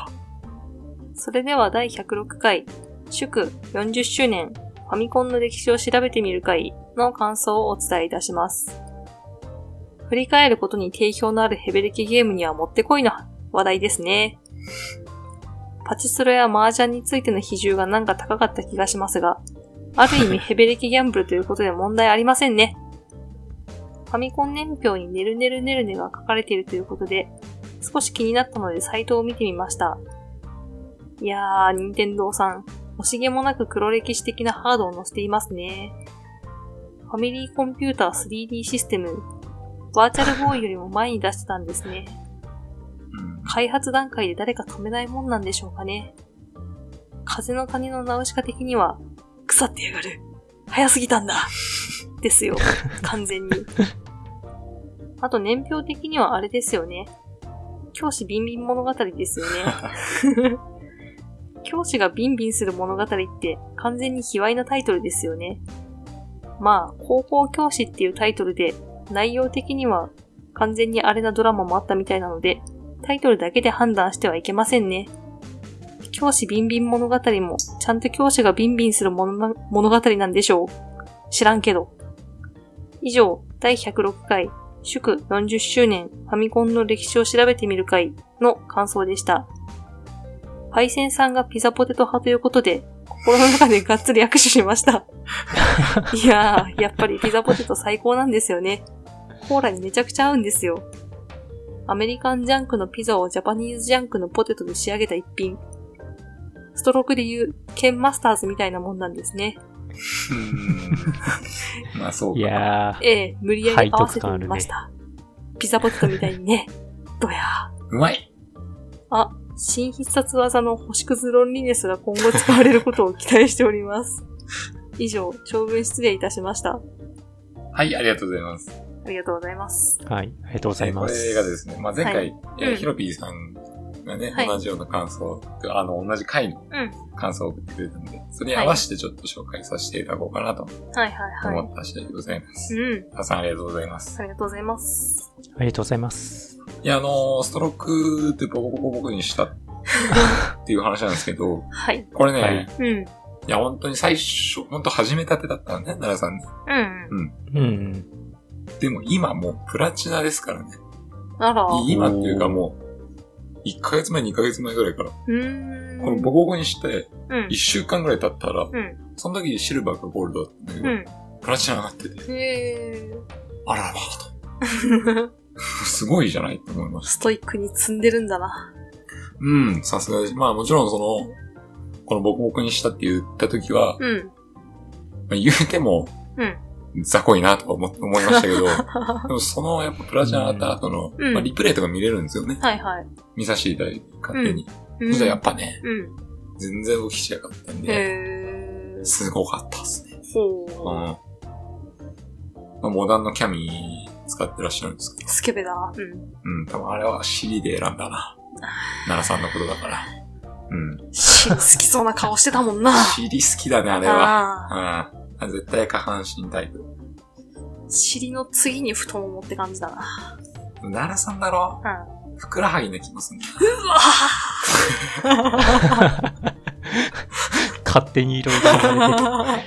S2: それでは第106回、祝40周年、ファミコンの歴史を調べてみる会の感想をお伝えいたします。振り返ることに定評のあるヘベレキゲームにはもってこいの話題ですね。パチスロや麻雀についての比重がなんか高かった気がしますが、ある意味ヘベレキギャンブルということで問題ありませんね。ファミコン年表にねるねるねるねが書かれているということで、少し気になったのでサイトを見てみました。いやー、任天堂さん、惜しげもなく黒歴史的なハードを載せていますね。ファミリーコンピューター 3D システム、バーチャルボーイよりも前に出してたんですね。
S1: うん。
S2: 開発段階で誰か止めないもんなんでしょうかね。風の谷のナウシカ的には、腐ってやがる。早すぎたんだ。ですよ。完全に。あと年表的にはあれですよね。教師ビンビン物語ですよね。教師がビンビンする物語って完全に卑猥なタイトルですよね。まあ、高校教師っていうタイトルで、内容的には完全にあれなドラマもあったみたいなので、タイトルだけで判断してはいけませんね。教師ビンビン物語も、ちゃんと教師がビンビンする物な物語なんでしょう。知らんけど。以上、第106回、祝40周年ファミコンの歴史を調べてみる会の感想でした。パイセンさんがピザポテト派ということで、心の中でがっつり握手しました。いやー、やっぱりピザポテト最高なんですよね。コーラにめちゃくちゃ合うんですよ。アメリカンジャンクのピザをジャパニーズジャンクのポテトで仕上げた一品。ストロークで言う、ケンマスターズみたいなもんなんですね。
S1: うんまあそうか。
S3: いや
S2: ええ、無理やり合わせてみました。ピザポテトみたいにね。 どや。
S1: うまい
S2: 新必殺技の星屑ロンリネスが今後使われることを期待しております。以上、長文失礼いたしました。
S1: はい、ありがとうございます。
S2: ありがとうございます。
S3: ー、はい、ありがとうござい
S1: こ
S3: ま。
S1: れがですすね、まあ、前回、
S2: は
S1: えー
S2: うん
S1: ヒロピーさんがね、
S2: はい
S1: 同じような感想、あの、同じ回の感想を送ってくれたので、それに合わせてちょっと紹介させていただこうかなと
S2: はいはいはい。
S1: 思った次第でございます。
S2: うん。
S1: 皆さんありがとうございます。
S2: ありがとうございます。
S3: ありがとうございます。
S1: いや、あのーストロークってボコボコボコにしたっていう話なんですけど、
S2: はい。
S1: これね、
S3: はいい、
S2: うん。うん
S1: や、本当に最初、本当始めたてだったのね、奈良さんね。
S2: うん。
S3: うん。
S1: でも今もうプラチナですからね。
S2: あら。う
S1: 今っていうかもう、1ヶ月前、2ヶ月前ぐらいから、こ
S2: ーん。
S1: のボコボコにして、
S2: うん
S1: 1。週間ぐらい経ったら、
S2: うん。
S1: その時シルバーかゴールドだったんだけど、
S2: うん。
S1: プラチナ上がってて、
S2: へ
S1: あららと、
S2: ー。
S1: すごいじゃないって思いました。
S2: ストイックに積んでるんだな。
S1: うん、さすがです。まあもちろんその、このボコボコにしたって言った時は、
S2: うん。
S1: まあ言うても、
S2: うん。
S1: 雑魚いなとは思思いましたけ ど、でもそのやっぱプラチナ上がった後の、
S2: うん
S1: まあ、リプレイとか見れるんですよね。
S2: はいはい。
S1: 見させていただいて、勝手に。
S2: う
S1: そ
S2: ん。
S1: したらやっぱね、
S2: うん。
S1: 全然動きしなかったんで、
S2: へー。
S1: すごかったっすね。
S2: ほ
S1: うん。
S2: う。
S1: まあ、モダンのキャミー使ってらっしゃるんですけど、
S2: スケベだ。うん。
S1: うん、多分あれは尻で選んだな。奈良さんのことだから。うん。
S2: し好きそうな顔してたもんな。
S1: 尻好きだ ね、あれは。
S2: ああ
S1: うん。あ絶対下半身タイプ。
S2: 尻の次に太ももって感じだな。
S1: 奈良さんだろ
S2: うん。
S1: ふくらはぎな気もすんだ。
S3: 勝手にいろいろ考えて
S1: 大丈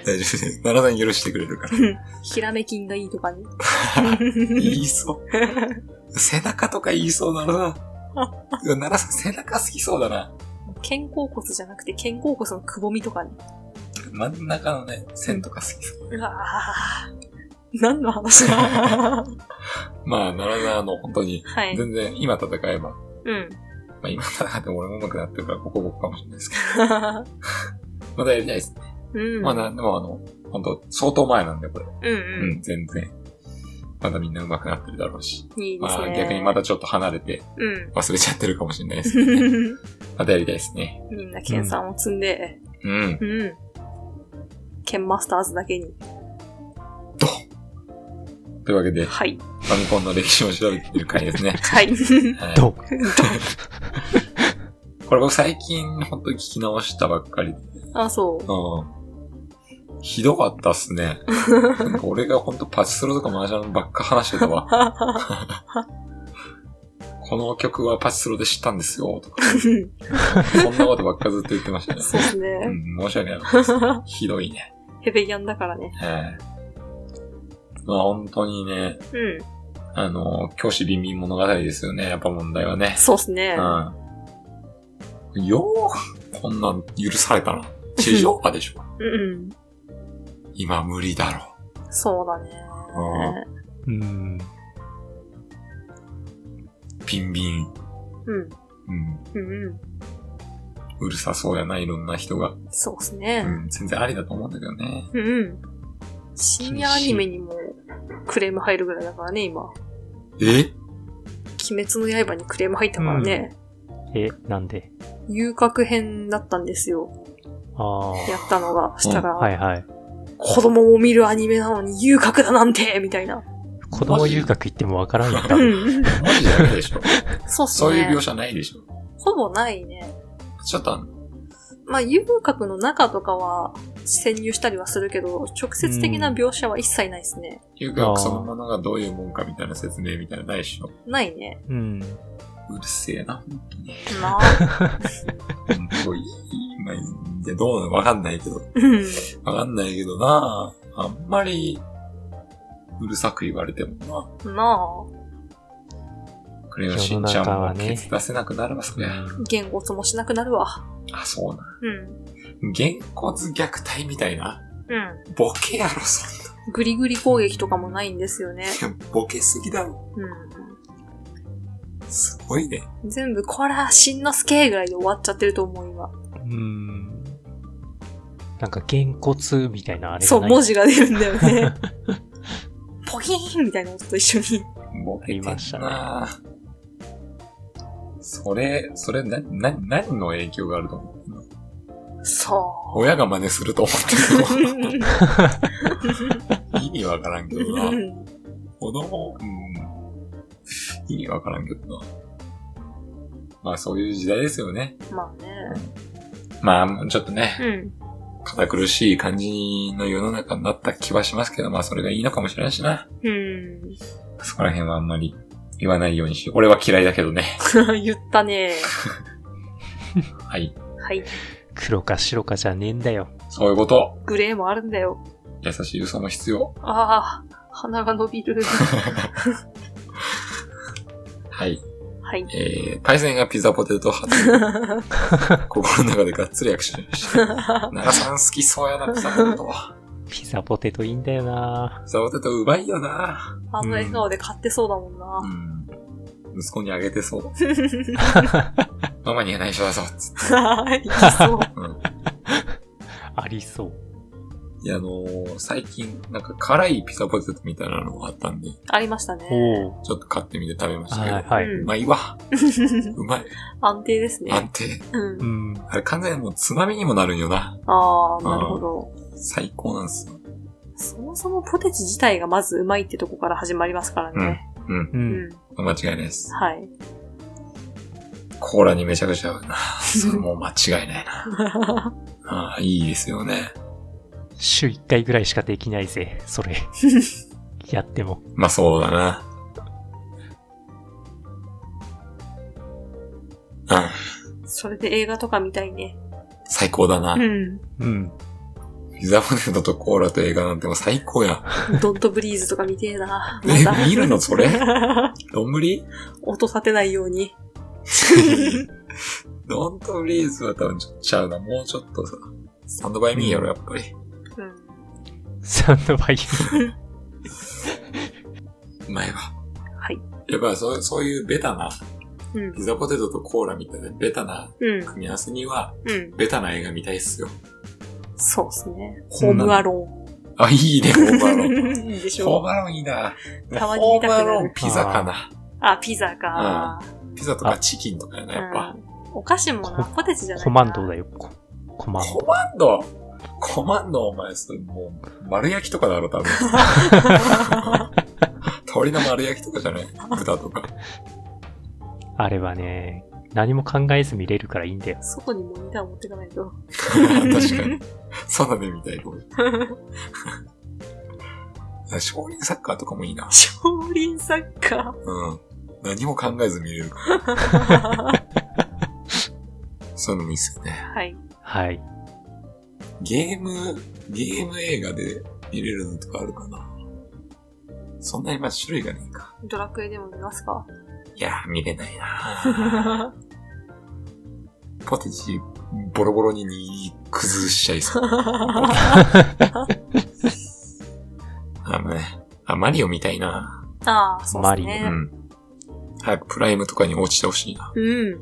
S1: 夫です。奈良さん許してくれるから。
S2: ひらめきんがいい とかね。
S1: 言いそう。背中とか言いそうだな。奈良さん背中好きそうだな。
S2: 肩甲骨じゃなくて肩甲骨のくぼみとかね。
S1: 真ん中のね、線とか好きそう。
S2: うわぁ。何の話だは
S1: まあ、奈良さんあの本当に、
S2: い。
S1: 全然今戦えば、ま
S2: うん。
S1: あ今戦っても俺も上手くなってるからボコボコかもしれないですけど、まだやりたいです。
S2: うん。
S1: まあな、でもあの、本当相当前なんでこれ。
S2: うん
S1: う、
S2: うん
S1: 全然。まだみんな上手くなってるだろうし。
S2: ん。いいで
S1: ますあ
S2: ね。
S1: 逆にまたちょっと離れて
S2: うん。
S1: 忘れちゃってるかもしれないですけどね。またやりたいですね。
S2: みんな剣さんを積んで、
S1: うん。
S2: うん。剣マスターズだけに。
S1: ドンというわけで、フ
S2: はい。
S1: ァミコンの歴史を調べてる回ですね。
S2: はい。
S1: はい
S3: ドン
S1: これ僕最近本当に聞き直したばっかりで。
S2: あ、そう。
S1: うん。ひどかったっすね。なんか俺が本当パチスロとかマージャンばっか話してたわ。 この曲はパチスロで知ったんですよ、とか。そんなことばっかずっと言ってましたね。
S2: そうです
S1: う
S2: ね。
S1: ん、申し訳なかったです。ひどいね。
S2: ヘベギャンだからね。
S1: ええまあ本当にね、
S2: うん。
S1: あの、教師ビンビン物語ですよね、やっぱ問題はね。
S2: そうですね。
S1: うん。よう、こんなん許されたな。地上波でし ょ。
S2: うん。
S1: 今無理だろ
S2: そうだね。
S3: うん。
S1: う。ビンビン。
S2: うん。
S1: うん。
S2: うんうん。
S1: うるさそうやな、いろんな人が。
S2: そうです
S1: う
S2: ね。
S1: ん、全然ありだと思うんだけどね。
S2: うんうん。深夜アニメにもクレーム入るぐらいだからね、今。
S1: え
S2: 鬼滅の刃にクレーム入ったからね。
S3: え、なんで
S2: 遊郭編だったんですよ。
S3: あ
S2: やったのが。した
S3: あ。は
S2: ら、
S3: いはい。
S2: 子供も見るアニメなのに遊郭だなんてみたいな。
S3: 子供遊郭行ってもわからんやった
S2: う。ん。
S1: マジであれ でしょ。
S2: そうっす
S1: そういう
S2: ね
S1: 描。写ないでしょ。
S2: ほぼないね。
S1: ちょっとあの、
S2: まあ、遊郭の中とかは潜入したりはするけど、直接的な描写は一切ないですね。
S1: 遊郭そのものがどういうもんかみたいな説明みたいなのないでしょ。
S2: ないね。
S3: うん。
S1: うるせえな、本当に。
S2: なあ。
S1: うんこういい、まあ、いや、どうなのわかんないけど。
S2: うん
S1: わかんないけどなあんまり、うるさく言われても
S2: なあ。
S1: なクレヨンしんちゃんもケツ出せなくなれますね。
S2: 言語つもしなくなるわ。
S1: あ、そうな。
S2: うん。
S1: げんこつ虐待みたいな。
S2: う
S1: ボケやろ、そ
S2: ん。グリグリ攻撃とかもないんですよね。
S1: んな。ボケすぎだろ。
S2: う
S1: すごいね。
S2: ん。全部、こら、しんのすけぐらいで終わっちゃってると思う、今。
S3: うん。なんか、げんこつみたいなあれ
S2: そ
S3: が
S2: う、
S3: ない。
S2: 文字が出るんだよね。ポキーンみたいな音と一緒に。
S1: ボケてん
S3: ありましたね
S1: なそれ、それ、な、な、何の影響があると思うの
S2: そ
S1: 親が真似すると思ってる
S2: う。
S1: の 意味わからんけどな。 子供、うん。意味わからんけどな。まあそういう時代ですよね。
S2: まあね。
S1: まあ、ちょっとね、
S2: うん。
S1: 堅苦しい感じの世の中になった気はしますけど、まあそれがいいのかもしれないしな。
S2: うん。
S1: そこら辺はあんまり言わないようにしよう。俺は嫌いだけどね。
S2: 言ったね。
S1: はい。
S2: はい。
S3: 黒か白かじゃねえんだよ。
S1: そういうこと。
S2: グレーもあるんだよ。
S1: 優しい嘘も必要。
S2: ああ、鼻が伸び る。
S1: はい。
S2: はい。
S1: えー、パイセンがピザポテト派と、心の中でがっつり握手しました。奈良さん好きそうやな、ピザポテト。
S3: ピザポテトいいんだよな
S1: ピザポテトうまいよな。
S2: あの笑顔で買ってそうだもん
S1: う
S2: な。
S1: ん。息子にあげてそう。 ママには内緒だぞ。つって
S2: はい。そ
S1: う
S2: う。
S1: ん。
S3: ありそう。
S1: いや、あのー最近、なんか辛いピザポテトみたいなのがあったんで、ち
S2: ありましたね。
S3: おお。
S1: ょっと買ってみて食べました
S3: は
S1: け
S3: い
S1: ど。
S3: はい。
S2: う
S1: うんまいわ。うまい。
S2: 安定ですね。
S1: 安定。
S2: うん
S3: う。ん。
S1: あれ完全にもうつまみにもなるんよな。
S2: ああ、なるほど。
S1: 最高なんですよ。
S2: そもそもポテチ自体がまずうまいってとこから始まりますからね。
S1: うん。
S3: う
S2: うん。
S3: ん。
S1: 間違いないです。
S2: はい。
S1: コーラにめちゃくちゃ合うな。それもう間違いないな。 ああ、いいですよね。
S3: 週1回ぐらいしかできないぜ、そ れ。やっても。
S1: まあそうだな。うん、
S2: それで映画とか見たいね。
S1: 最高だな
S2: う。ん。
S3: うん。
S1: ピザポテトとコーラと映画なんてもう最高 や。
S2: ドントブリーズとか見てえな。ま
S1: え
S2: た、。
S1: 見るのそれどんぶり
S2: 音立てないように。
S1: ドントブリーズは多分ちょっとちゃうな。もうちょっとさ。スタンドバイミーやろ、やっぱり。
S2: うん。
S3: サンドバイキ
S1: うまいわ。
S2: はい。
S1: やっぱそうそういうベタな、
S2: うん
S1: ピ。ザポテトとコーラみたいなベタな
S2: うん。
S1: 組み合わせには、
S2: うん。
S1: ベタな映画見たいっすよ。
S2: そうですね。ホ
S1: そ
S2: ー
S1: んなの
S2: ムアロ
S1: あ、いいね、ホームアロ ン。
S2: ーン。いいでし
S1: ホー
S2: ょ
S1: ムアロンいいな。
S2: たまに見たくなる
S1: ホームアロンピザかな。
S2: あ、ピザか。
S1: ピザとかチキンとかやな、やっぱ。
S2: うん。お菓子もな、
S3: コ
S2: ポテチじゃない
S3: コマンドだよ、ココマン
S1: コ
S3: ド。
S1: マンドコマンドお前、それもう、丸焼きとかだろ、多分。鳥の丸焼きとかじゃない豚とか。
S3: あれはね、何も考えず見れるからいいんだよ。
S2: 外にモニター持ってかないと。
S1: 確かに。そうだね、みたいな。少林サッカーとかもいいな。
S2: 少林サッカ
S1: うん。何も考えず見れるから。
S2: ー。
S1: そういうのもいいっすよね。
S2: はい。
S3: はい。
S1: ゲーム、ゲーム映画で見れるのとかあるかな。そんなにまあ種類がないか。
S2: ドラクエでも見ます か
S1: いやー、見れないなポテチ、ボロボロに握り崩しちゃいそう。あのね。あ、マリオみたいな。
S2: ああ、そう
S3: マ
S2: です
S3: リ
S1: う
S2: ね。
S1: ん。早くプライムとかに落ちてほしいな。
S2: うん。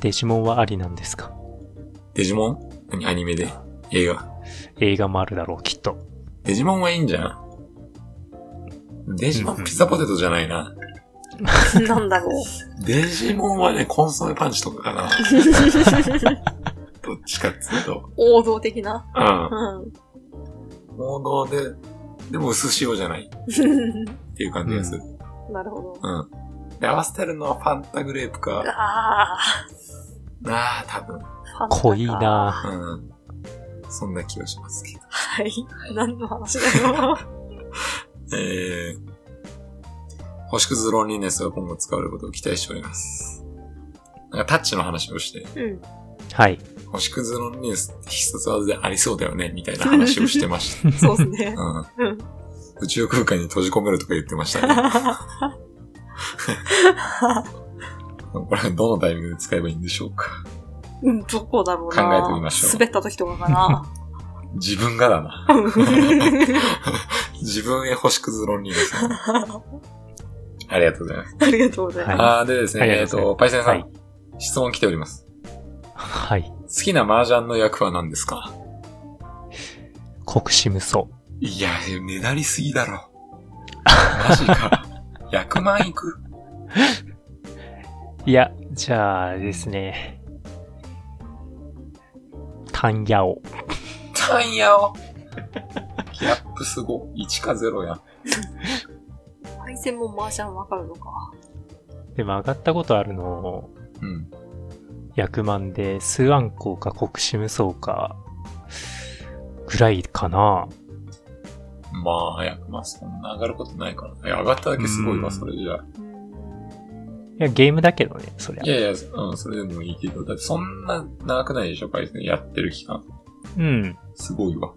S3: デジモンはありなんですか
S1: デジモン何アニメで映画。
S3: 映画もあるだろう、きっと。
S1: デジモンはいいんじゃんデジモ
S3: うんう
S1: ン
S3: ん
S1: ピザポテトじゃないな。
S2: なん だろ
S1: デジモンはね、コンソメパンチとかかな。
S2: う。
S1: どっちかっつうと。
S2: 王道的な。
S1: うん。
S2: うん。
S1: 王道で、でも薄塩じゃないっていう感じがする。
S2: なるほど。
S1: うん。で、合わせてるのはファンタグレープか。
S2: ああ、
S1: なあ、多分。
S2: ファンタか
S3: 濃い。な
S1: うん。そんな気がしますけど。
S2: はい。何の話だよ。
S1: えー、星屑ロンリネスが今後使われることを期待しております。なんかタッチの話をして、
S2: うん。
S3: はい。
S1: 星屑ロンリネスって必殺技でありそうだよね、みたいな話をしてまし
S2: そうですね
S1: た。。うん。
S2: うん。
S1: 宇宙空間に閉じ込めるとか言ってましたね。これはどのタイミングで使えばいいんでしょうか。
S2: うん、どこだろうな。
S1: 考えてみましょう
S2: 滑った時とかか な。
S1: 自分がだな。自分へ星屑ロンリネス。ありがとうございます。
S2: ありがとうござい
S3: はい
S2: ま
S1: あーでですね、
S3: ありが
S1: え
S3: と
S1: っ
S3: うございます
S1: と、パイセンさん、
S3: はい
S1: 質問来ております。
S3: はい。
S1: 好きな麻雀の役は何ですか
S3: 国士無双。
S1: いや、ねだりすぎだろ。マジか。100万いく
S3: いや、じゃあですね。タンヤオ。
S1: タンヤを。ギャップすご。1か0やん。
S2: 配線も麻雀わかるのか。
S3: でも上がったことあるの、
S1: うん。
S3: 役満で、スワン校か国士無双か、ぐらいかな。
S1: まあ、100万そんな上がることないからね。いや上がっただけすごいわ、
S3: うん
S1: それじゃあ。
S2: うーん
S3: いや、ゲームだけどね、そり
S1: い
S3: ゃ。
S1: やいや、うん、それでもいいけど、だってそんな長くないでしょ、回線やってる期間。
S3: うん。
S1: すごいわ。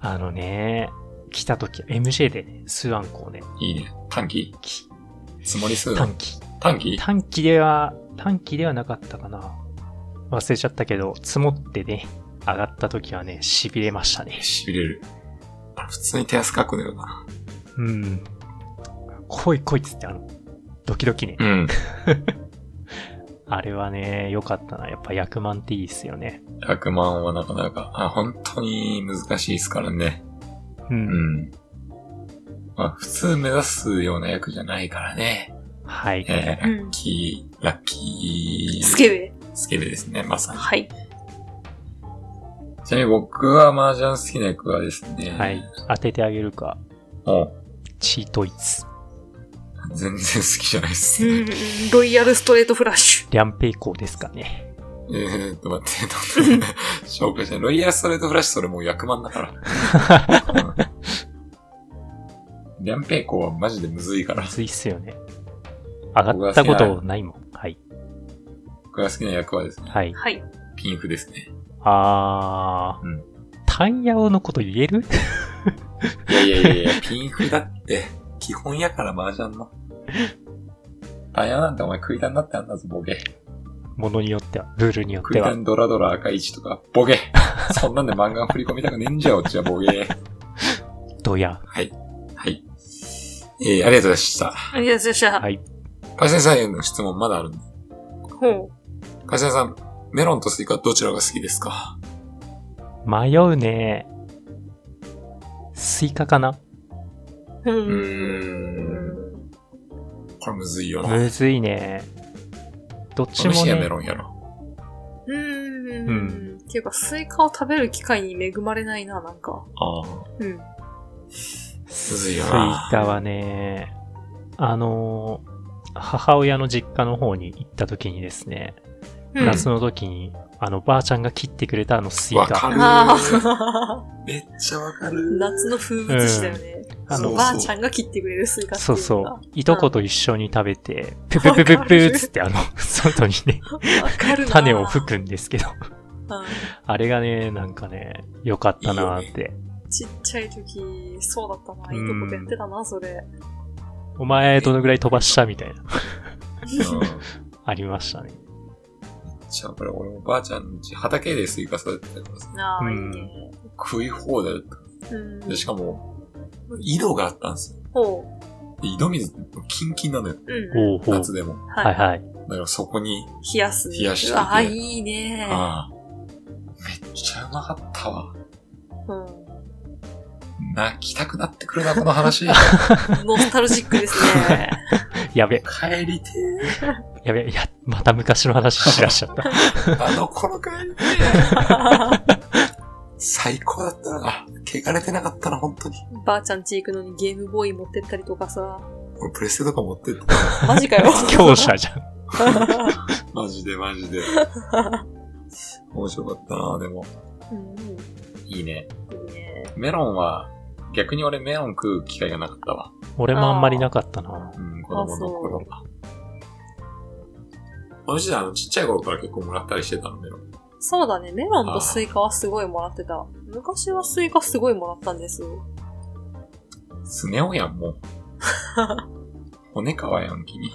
S3: あのね、来た時、MJ でね、スワン校ね、
S1: いいね。短期
S3: き
S1: 積もり数
S3: 短期。
S1: 短期
S3: 短期では、短期ではなかったかな。忘れちゃったけど、積もってね、上がった時はね、痺れましたね。
S1: 痺れる。普通に手汗かくのよな。
S3: うん。来い来いっつって、あの、ドキドキね。
S1: うん。
S3: あれはね、良かったな。やっぱ役満っていいっすよね。
S1: 100万はなかなか、あ本当に難しいですからね。
S3: う。
S1: うんん。まあ、普通目指すような役じゃないからね。
S3: はい。
S1: えー、
S2: う
S1: ラ
S2: ん
S1: ッキー、ラッキー、
S2: スケベ。
S1: スケベですね、まさに。
S2: はい。
S1: ちなみに僕は麻雀好きな役はですね、
S3: はい。当ててあげるか。
S1: も
S3: チートイツ。
S1: う、全然好きじゃないですね。
S2: うんロイヤルストレートフラッシュ。
S3: リャンペイコーですかね。
S1: えーっと、待って、どんな 紹介してロイヤルストレートフラッシュ、それもう役満だ から。 うん、リャンペイコはマジでむずいから
S3: む。ずいっすよね。上がったことないもん。はい。
S1: 僕が好きな役はですね、
S3: はい。
S2: はい。
S1: ピンフですね。
S3: あー。
S1: うん
S3: タンヤオのこと言える
S1: いやいやいやいや、ピンフだって、基本やから麻雀の。あやなんてお前食いたになってあんだぞ、ボケ。
S3: ものによっては、ルールによっ
S1: 食
S3: て
S1: いた
S3: は。
S1: んドラドラ赤い1とか、ボ ケ。そんなんで漫画振り込みたくねえんじゃおっちはボケ。
S3: ドヤ。
S1: はい。えー、ありがとうございました。
S2: ありがとうございま
S3: はい。
S1: パイセンさんへの質問まだあるんで。
S2: した。ほ
S1: パイセンさん、メロンとスイカどちらが好きですか
S3: 迷うね。スイカかな
S1: う
S2: う。うーん。
S1: ん。これむずいよな。
S3: むずいね。どっち
S1: 試
S3: も
S1: しやメ
S3: ね。
S1: ロンやろ。
S2: うーん。
S3: う
S2: っていうか、スイカを食べる機会に恵まれないな、なんか。
S1: ああ。
S2: うん。
S3: ス
S1: ずい
S3: イ
S1: よな
S3: カはね、あのー、母親の実家の方に行った時にですね、
S2: うん。
S3: 夏の時に、あの、ばあちゃんが切ってくれたあのスイ
S1: わか
S3: カ。
S1: る。
S2: ああ。
S1: めっちゃわかる。
S2: 夏の風物詩だよね。
S3: あ
S1: そう
S2: お
S3: の、
S2: ばあちゃんが切ってくれるスイカってい
S3: そうう
S2: か
S3: そう。いとこと一緒に食べて、ぷぷぷぷぷーっつって、あの、 外にね、
S2: わかるな。
S3: 種を吹くんですけど、
S2: うん
S3: あれがね、なんかね、良かったなーって。
S2: ちっちゃい時、そうだったな。いいとことやってたな、それ。
S3: お前どのぐらい飛ばしたみたい
S1: うん
S3: な、
S1: めっ
S3: ありましたね。
S1: ちゃこれ俺もばあちゃんち畑でスイカ育ててたからさ、
S2: なあ、いい
S3: うん
S2: ね。
S1: 食い放題だった。
S2: うん
S1: で、しかも、井戸があったんですよ。
S2: ほ
S1: で井戸水、キンキンなのよ。
S2: う。うん。
S3: おうほう。
S1: 夏でも。
S3: はい
S2: い。
S3: はい。
S1: だからそこに、
S2: 冷やす。
S1: 冷やしてて
S2: ああ、いいね。
S1: ああ、めっちゃうまかったわ。
S2: うん。
S1: 泣きたくなってくるな、この 話。
S2: ノスタルジックですね。
S3: やべ、
S1: 帰りて
S3: やべ、いや、また昔の話しだしちゃった。
S1: え。あの頃帰りてえ。最高だったな。汚れてなかったな、本当に。
S2: ばあちゃんち行くのにゲームボーイ持ってったりとかさ。
S1: 俺プレステとか持ってった。
S2: マジかよ。
S3: 強者じゃん。
S1: マジでマジで。面白かったな、でも。
S2: うんい
S1: いいね。
S2: いね。
S1: メロンは、逆に俺メロン食う機会がなかったわ。
S3: 俺もあんまりなかったな。
S1: うん、子供の頃は。あの時代、あの、ちっちゃい頃から結構もらったりしてたの、メロン。
S2: そうだね。メロンとスイカはすごいもらってた。昔はスイカすごいもらったんですよ。
S1: スネ夫やん、もう。骨かわやん、君。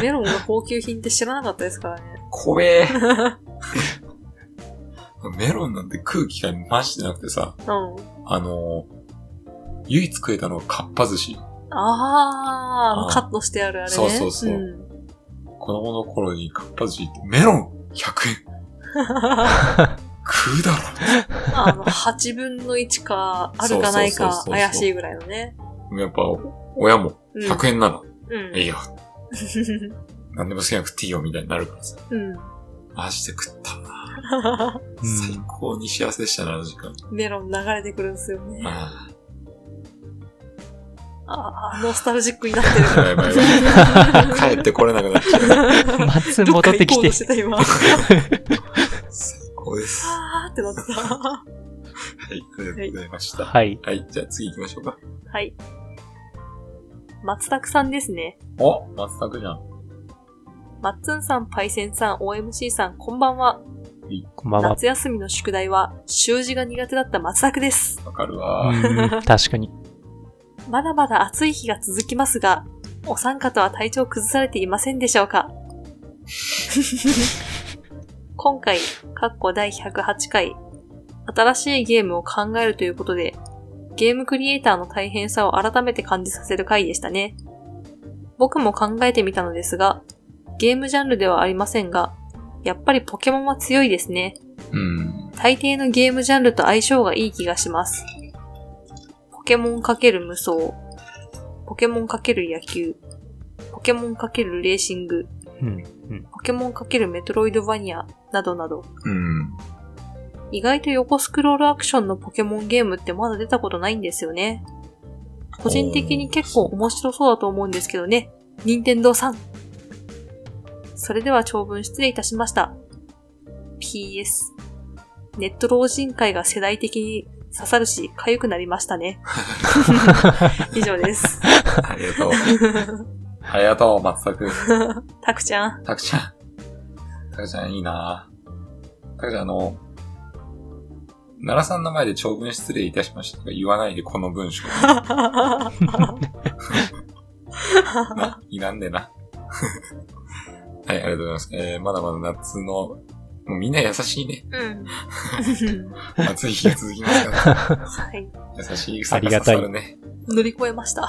S2: メロンが高級品って知らなかったですからね。
S1: 怖え。メロンなんて空気がマジでなくてさ、
S2: うん。
S1: あのー唯一食えたのがかっぱ寿司。
S2: あーあの
S1: あー
S2: カットしてあるあれね。
S1: そうそうそう
S2: うん、
S1: 子供の頃にかっぱ寿司ってメロン !100 円。風だろ。
S2: あの、8分の1か、あるかない
S1: そうそう
S2: か
S1: そうそう
S2: 怪しいぐらいのね。
S1: やっぱ、親も、
S2: うん。
S1: 100円なら、
S2: うん。
S1: いいよ。何でも好きなくていいよ、みたいになるからさ。
S2: うん。
S1: マジで食ったな。
S3: うん
S1: 最高に幸せでしたな、あの時間。
S2: メロン流れてくるんですよね。
S1: あ
S2: ああ、ノスタルジックになってる。
S1: あ、やばいやばい。帰ってこれなくなっちゃう。
S2: ど
S3: 松
S2: っ
S3: 戻
S2: か
S3: って
S2: 行
S3: き
S2: こうと
S3: て
S2: し。てた今。
S1: 最高です。は
S2: あーってなってた。
S1: い、ありがとうございました。は
S3: はい。
S1: い、じゃあ次行きましょうか。
S2: はい。松拓さんですね。
S1: お松茸じゃん。
S2: マッツンさん、パイセンさん、OMC さん、こんばんは。
S3: こんばんは。
S2: 夏休みの宿題は、習字が苦手だった松拓です。
S1: わかる
S3: う
S1: わ。
S3: ん、確かに。
S2: まだまだ暑い日が続きますが、お三方は体調崩されていませんでしょうか今回、かっこ第108回、新しいゲームを考えるということで、ゲームクリエイターの大変さを改めて感じさせる回でしたね。僕も考えてみたのですが、ゲームジャンルではありませんが、やっぱりポケモンは強いですね。
S1: うん。
S2: 大抵のゲームジャンルと相性がいい気がします。ポケモン×無双、ポケモン×野球、ポケモン×レーシング、
S3: うん。うん。
S2: ポケモン×メトロイドバニアなどなど、
S1: うん。
S2: 意外と横スクロールアクションのポケモンゲームってまだ出たことないんですよね。個人的に結構面白そうだと思うんですけどね。任天堂さん。それでは長文失礼いたしました。PS。ネット老人会が世代的に刺さるし、痒くなりましたね。以上です。
S1: ありがとう。ありがとう、松 茸。
S2: たくちゃ ん。
S1: たくちゃん。たくちゃんいいなたくちゃんあの、奈良さんの前で長文失礼いたしましたとか言わないでこの文章。ないらんでな。 はい、ありがとうございます。えー、まだまだ夏の、もうみんな優しいね。
S2: うん。
S1: 暑い日が続きますから。
S2: はい。
S1: 優しい草が
S3: あり
S1: 刺
S3: がた
S1: さ
S3: い
S1: るね。
S2: 乗り越えました。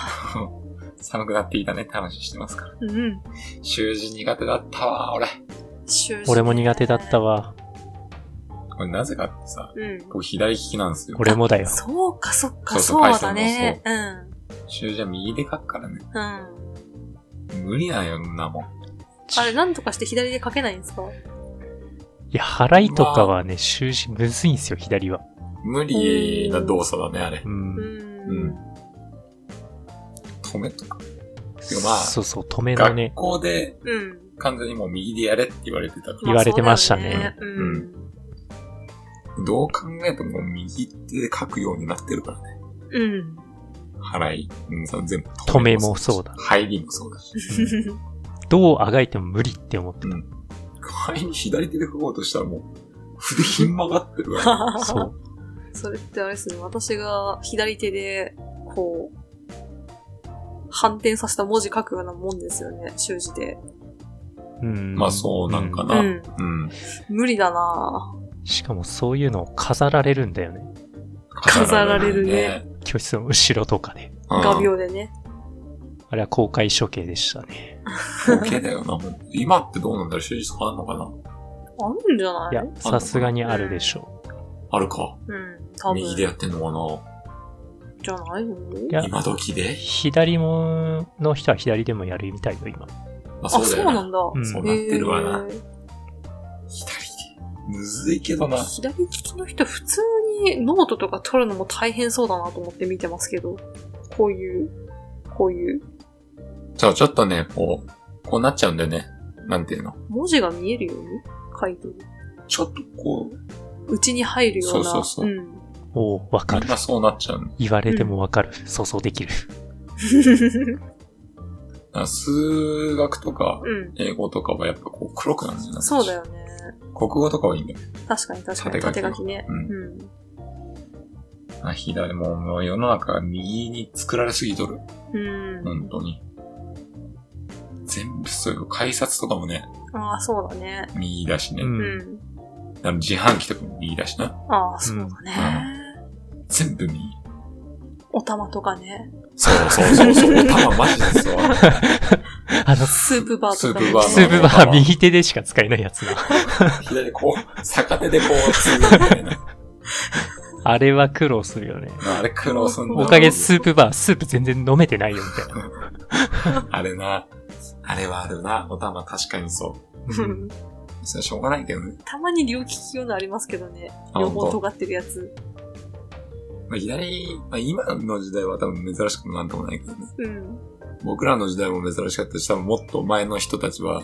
S1: 寒くなっていたねって話してますから。
S2: うん。
S1: 習字苦手だったわ、俺。
S2: 終始
S3: 俺も苦手だった。わ。
S1: これなぜかってさ、
S2: うん。
S1: 僕左利きなんですよ。
S3: 俺もだよ。
S2: そうか、そっか、
S1: そうそう
S2: そうだね。うん。
S1: 習字は右で書くからね。
S2: うん。
S1: 無理なんよ、んなもん。
S2: あれ、なんとかして左で書けないんですか
S3: いや、払いとかはね、終始むずいんすよ、左は。
S1: 無理な動作だね、あれ
S3: う。。
S2: うんん。
S1: 止めとか。てかまあ
S3: そうそう、止めの
S1: 学
S3: ね。
S1: 校で
S2: うん。
S1: 完全にもう右でやれって言われてたか
S3: 言われてましたね
S2: まあそうだようん。
S1: ら、どう考えても右手で書くようになってるからね。
S2: うん。
S1: 払い、うん、その全部
S3: 止めもそうだ。
S1: 入りもそうだし。
S3: どうあがいても無理って思って
S1: 入り左手で書こうとしたらもう、筆ひん曲がってるか ら、
S3: た。そう。
S2: それってあれですね、私が左手で、こう、反転させた文字書くようなもんですよね、習字で。
S3: うん。
S1: まあそうなんか
S2: う
S1: な。うん。
S2: ん。無理だなぁ
S3: しかもそういうのを飾られるんだよね。
S2: 飾られるね。
S3: 教室の後ろとかで。
S1: うん
S2: 画鋲でね。
S3: あれは公開処刑でしたね。
S1: ボケだよな、もう今ってどうなんだろう習字とかあんのかな
S2: あるんじゃない
S3: いや、
S1: か
S3: さすがにあるでしょ
S1: あるか。
S2: うん。多分。
S1: 右でやってんのか
S2: じゃないの
S3: いや
S1: な今時
S3: う。
S1: で
S3: 左も、の人は左でもやるみたいよ、今。
S1: まあ
S2: あ、
S1: そうだ
S2: そう
S1: よ
S2: な
S1: な。
S2: んだ。
S3: うん
S1: そう
S2: へ
S1: なっ
S2: え
S1: てるわな。左手。むずいけどな。
S2: 左利きの人、普通にノートとか取るのも大変そうだなと思って見てますけど、こういう、こういう、
S1: じゃあちょっとね、こう、こうなっちゃうんだよね。なんていうの。
S2: 文字が見えるように書いてる。
S1: ちょっとこう、
S2: うちに入るような。。
S1: そうそうそうん
S3: おお、わか
S1: みん
S3: る
S1: な。そうなっちゃうの。だ
S3: 言われてもわかる。想像できる。
S1: から数学とか、
S2: うん。
S1: 英語とかはやっぱこう黒くなるんじゃない
S2: そうだ。よね。
S1: 国語とかはいいんだよ。
S2: 確かに確かに。
S1: 縦
S2: 縦
S1: 書
S2: 書
S1: き
S2: きね。
S1: う
S2: うんん。
S1: あ左ももう世の中は右に作られすぎとる。
S2: うん。
S1: 本当に。全部そういう、改札とかもね、
S2: ああ、そうだね。
S1: 右だしね。
S3: うん
S2: うん。
S1: あの自販機とかも右だしな。
S2: ああ、そうだね。
S1: 全部右。
S2: お玉とかね。
S1: そうそうそうそう。お玉マジですわ。
S3: あの、
S2: スープバーとか。
S1: スープバー
S3: スープバ
S1: まあまあまあ
S3: ー右手でしか使えないやつな。
S1: 左でこう、逆手でこう、つむみたいな。
S3: あれは苦労するよね。
S1: あれ苦労すんだ
S2: うん
S1: な
S3: おかげスープバー、スープ全然飲めてないよみたいな。
S1: あれな。あれはあるな。おたま確かにそう。
S2: うん
S1: それはしょうがないけどね。
S2: たまに両利き用のありますけどね。
S1: あ
S2: 両方
S1: 本当
S2: 尖ってるやつ。
S1: まあ、左、まあ、今の時代は多分珍しくもなんともないけどね。
S2: うん。
S1: 僕らの時代も珍しかったし、多分もっと前の人たちは
S2: う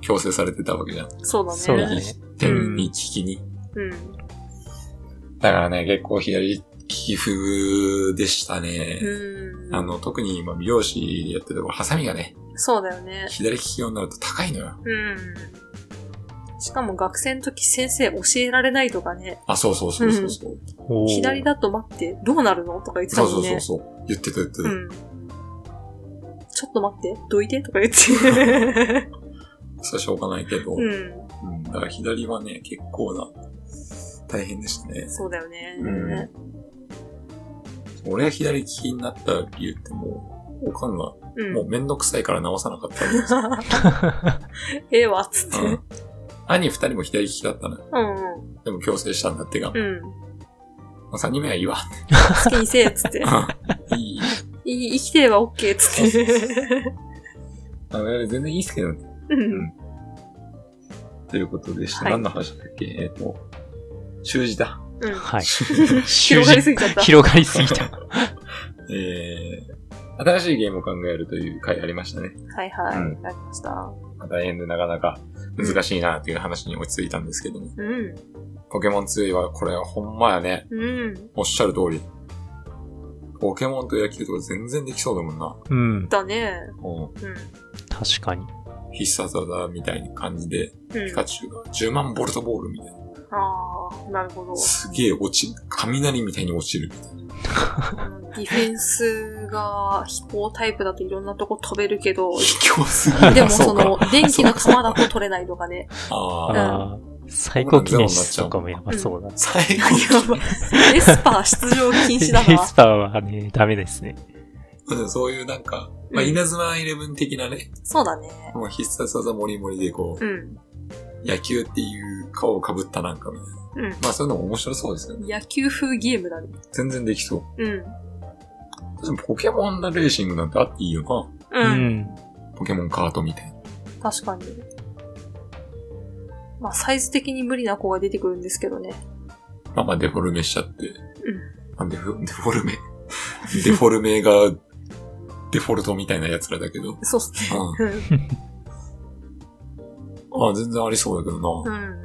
S1: 強制されてたわけじゃん。
S2: ん。そうだね。
S3: そうだね。
S1: 天に利きに。
S2: うん。
S1: だからね、結構左利き風でしたね。
S2: うん。
S1: あの、特に今美容師やってるところ、ハサミがね、
S2: そうだよね。
S1: 左利き用になると高いのよ。
S2: うん。しかも学生の時先生教えられないとかね、
S1: あ、そうそうそうそうそう。
S3: おー
S2: 左だと待って、どうなるのとか言ってた
S1: そう
S2: も
S1: そ
S2: ん
S1: うそ
S2: ね
S1: う。そう。言ってた言ってた。
S2: うん。ちょっと待って、どいてとか言って。
S1: それはしょうがないけど。
S2: うん。
S1: うん、だから左はね、結構な、大変でしたね。
S2: そうだよね。
S1: うん俺が左利きになった理由ってもう、おかんが、
S2: うん
S1: もうめんどくさいから直さなかったんです。
S2: ええわ、つって。
S1: うん。兄二人も左利きだったの。
S2: うんうん。
S1: でも強制したんだってが。
S2: うん。
S1: まあ、三人目はいいわ。
S2: 好きにせえ、つって。
S1: いい。
S2: いい生きてれば OK、つって。
S1: あれ全然いいっすけどね。
S2: うん。
S1: ということでした。
S2: はい
S1: 何の話だっけえっ、と、習字だ。
S2: うん。
S3: はい。
S2: 広がりすぎちゃった。
S3: 広がりすぎた。
S1: えー、新しいゲームを考えるという回ありましたね。
S2: はいはい。
S1: う
S2: あ
S1: ん
S2: りました。
S1: まあ大変でなかなか難しいなという話に落ち着いたんですけども。
S2: うん。
S1: ポケモン2はこれはほんまやね。
S2: うん。
S1: おっしゃる通り。ポケモンと野球とか全然できそうだもんな。
S3: うん。
S2: だね。
S1: う
S2: うん。
S3: 確かに。
S1: ん。必殺技みたいな感じで、
S2: う
S1: ピ
S2: ん。
S1: カチュウが10万ボルトボールみたいな。
S2: ああ、なる ほど。
S1: すげえ落ち、雷みたいに落ちる。
S2: あのディフェンスが飛行タイプだといろんなとこ飛べる けど、
S1: 卑怯すぎるな。
S2: でもそう
S1: か
S2: の、電気の釜だと取れないと かね。
S1: ああ。
S3: ああ、最高記念室とかもやばそうだ。
S1: 最後
S2: やばい。エスパー出場禁止だ
S3: エ
S2: な
S3: ス。パーはね、ダメですね。
S1: うんそういうなんか、まあ、
S2: うん
S1: 稲妻イレブン的なね、
S2: そうだね。
S1: もう必殺技もりもりでこう、
S2: うん。
S1: 野球っていう顔をかぶったなんかみたいな。
S2: うん。
S1: まあそういうのも面白そうですよね。
S2: 野球風ゲームだね。
S1: 全然できそう。
S2: うん。
S1: でもポケモンのレーシングなんてあっていいよな。
S3: う
S2: うん。
S3: ん。
S1: ポケモンカートみたいな。
S2: 確かに。まあ、サイズ的に無理な子が出てくるんですけどね。
S1: まあまあデフォルメしちゃって。
S2: ん
S1: まあデフデフォルメ デフォルメが、デフォルトみたいな奴らだけど。
S2: そうっす ね。
S1: ああ、全然ありそうだけど
S2: う
S1: な。
S2: ん。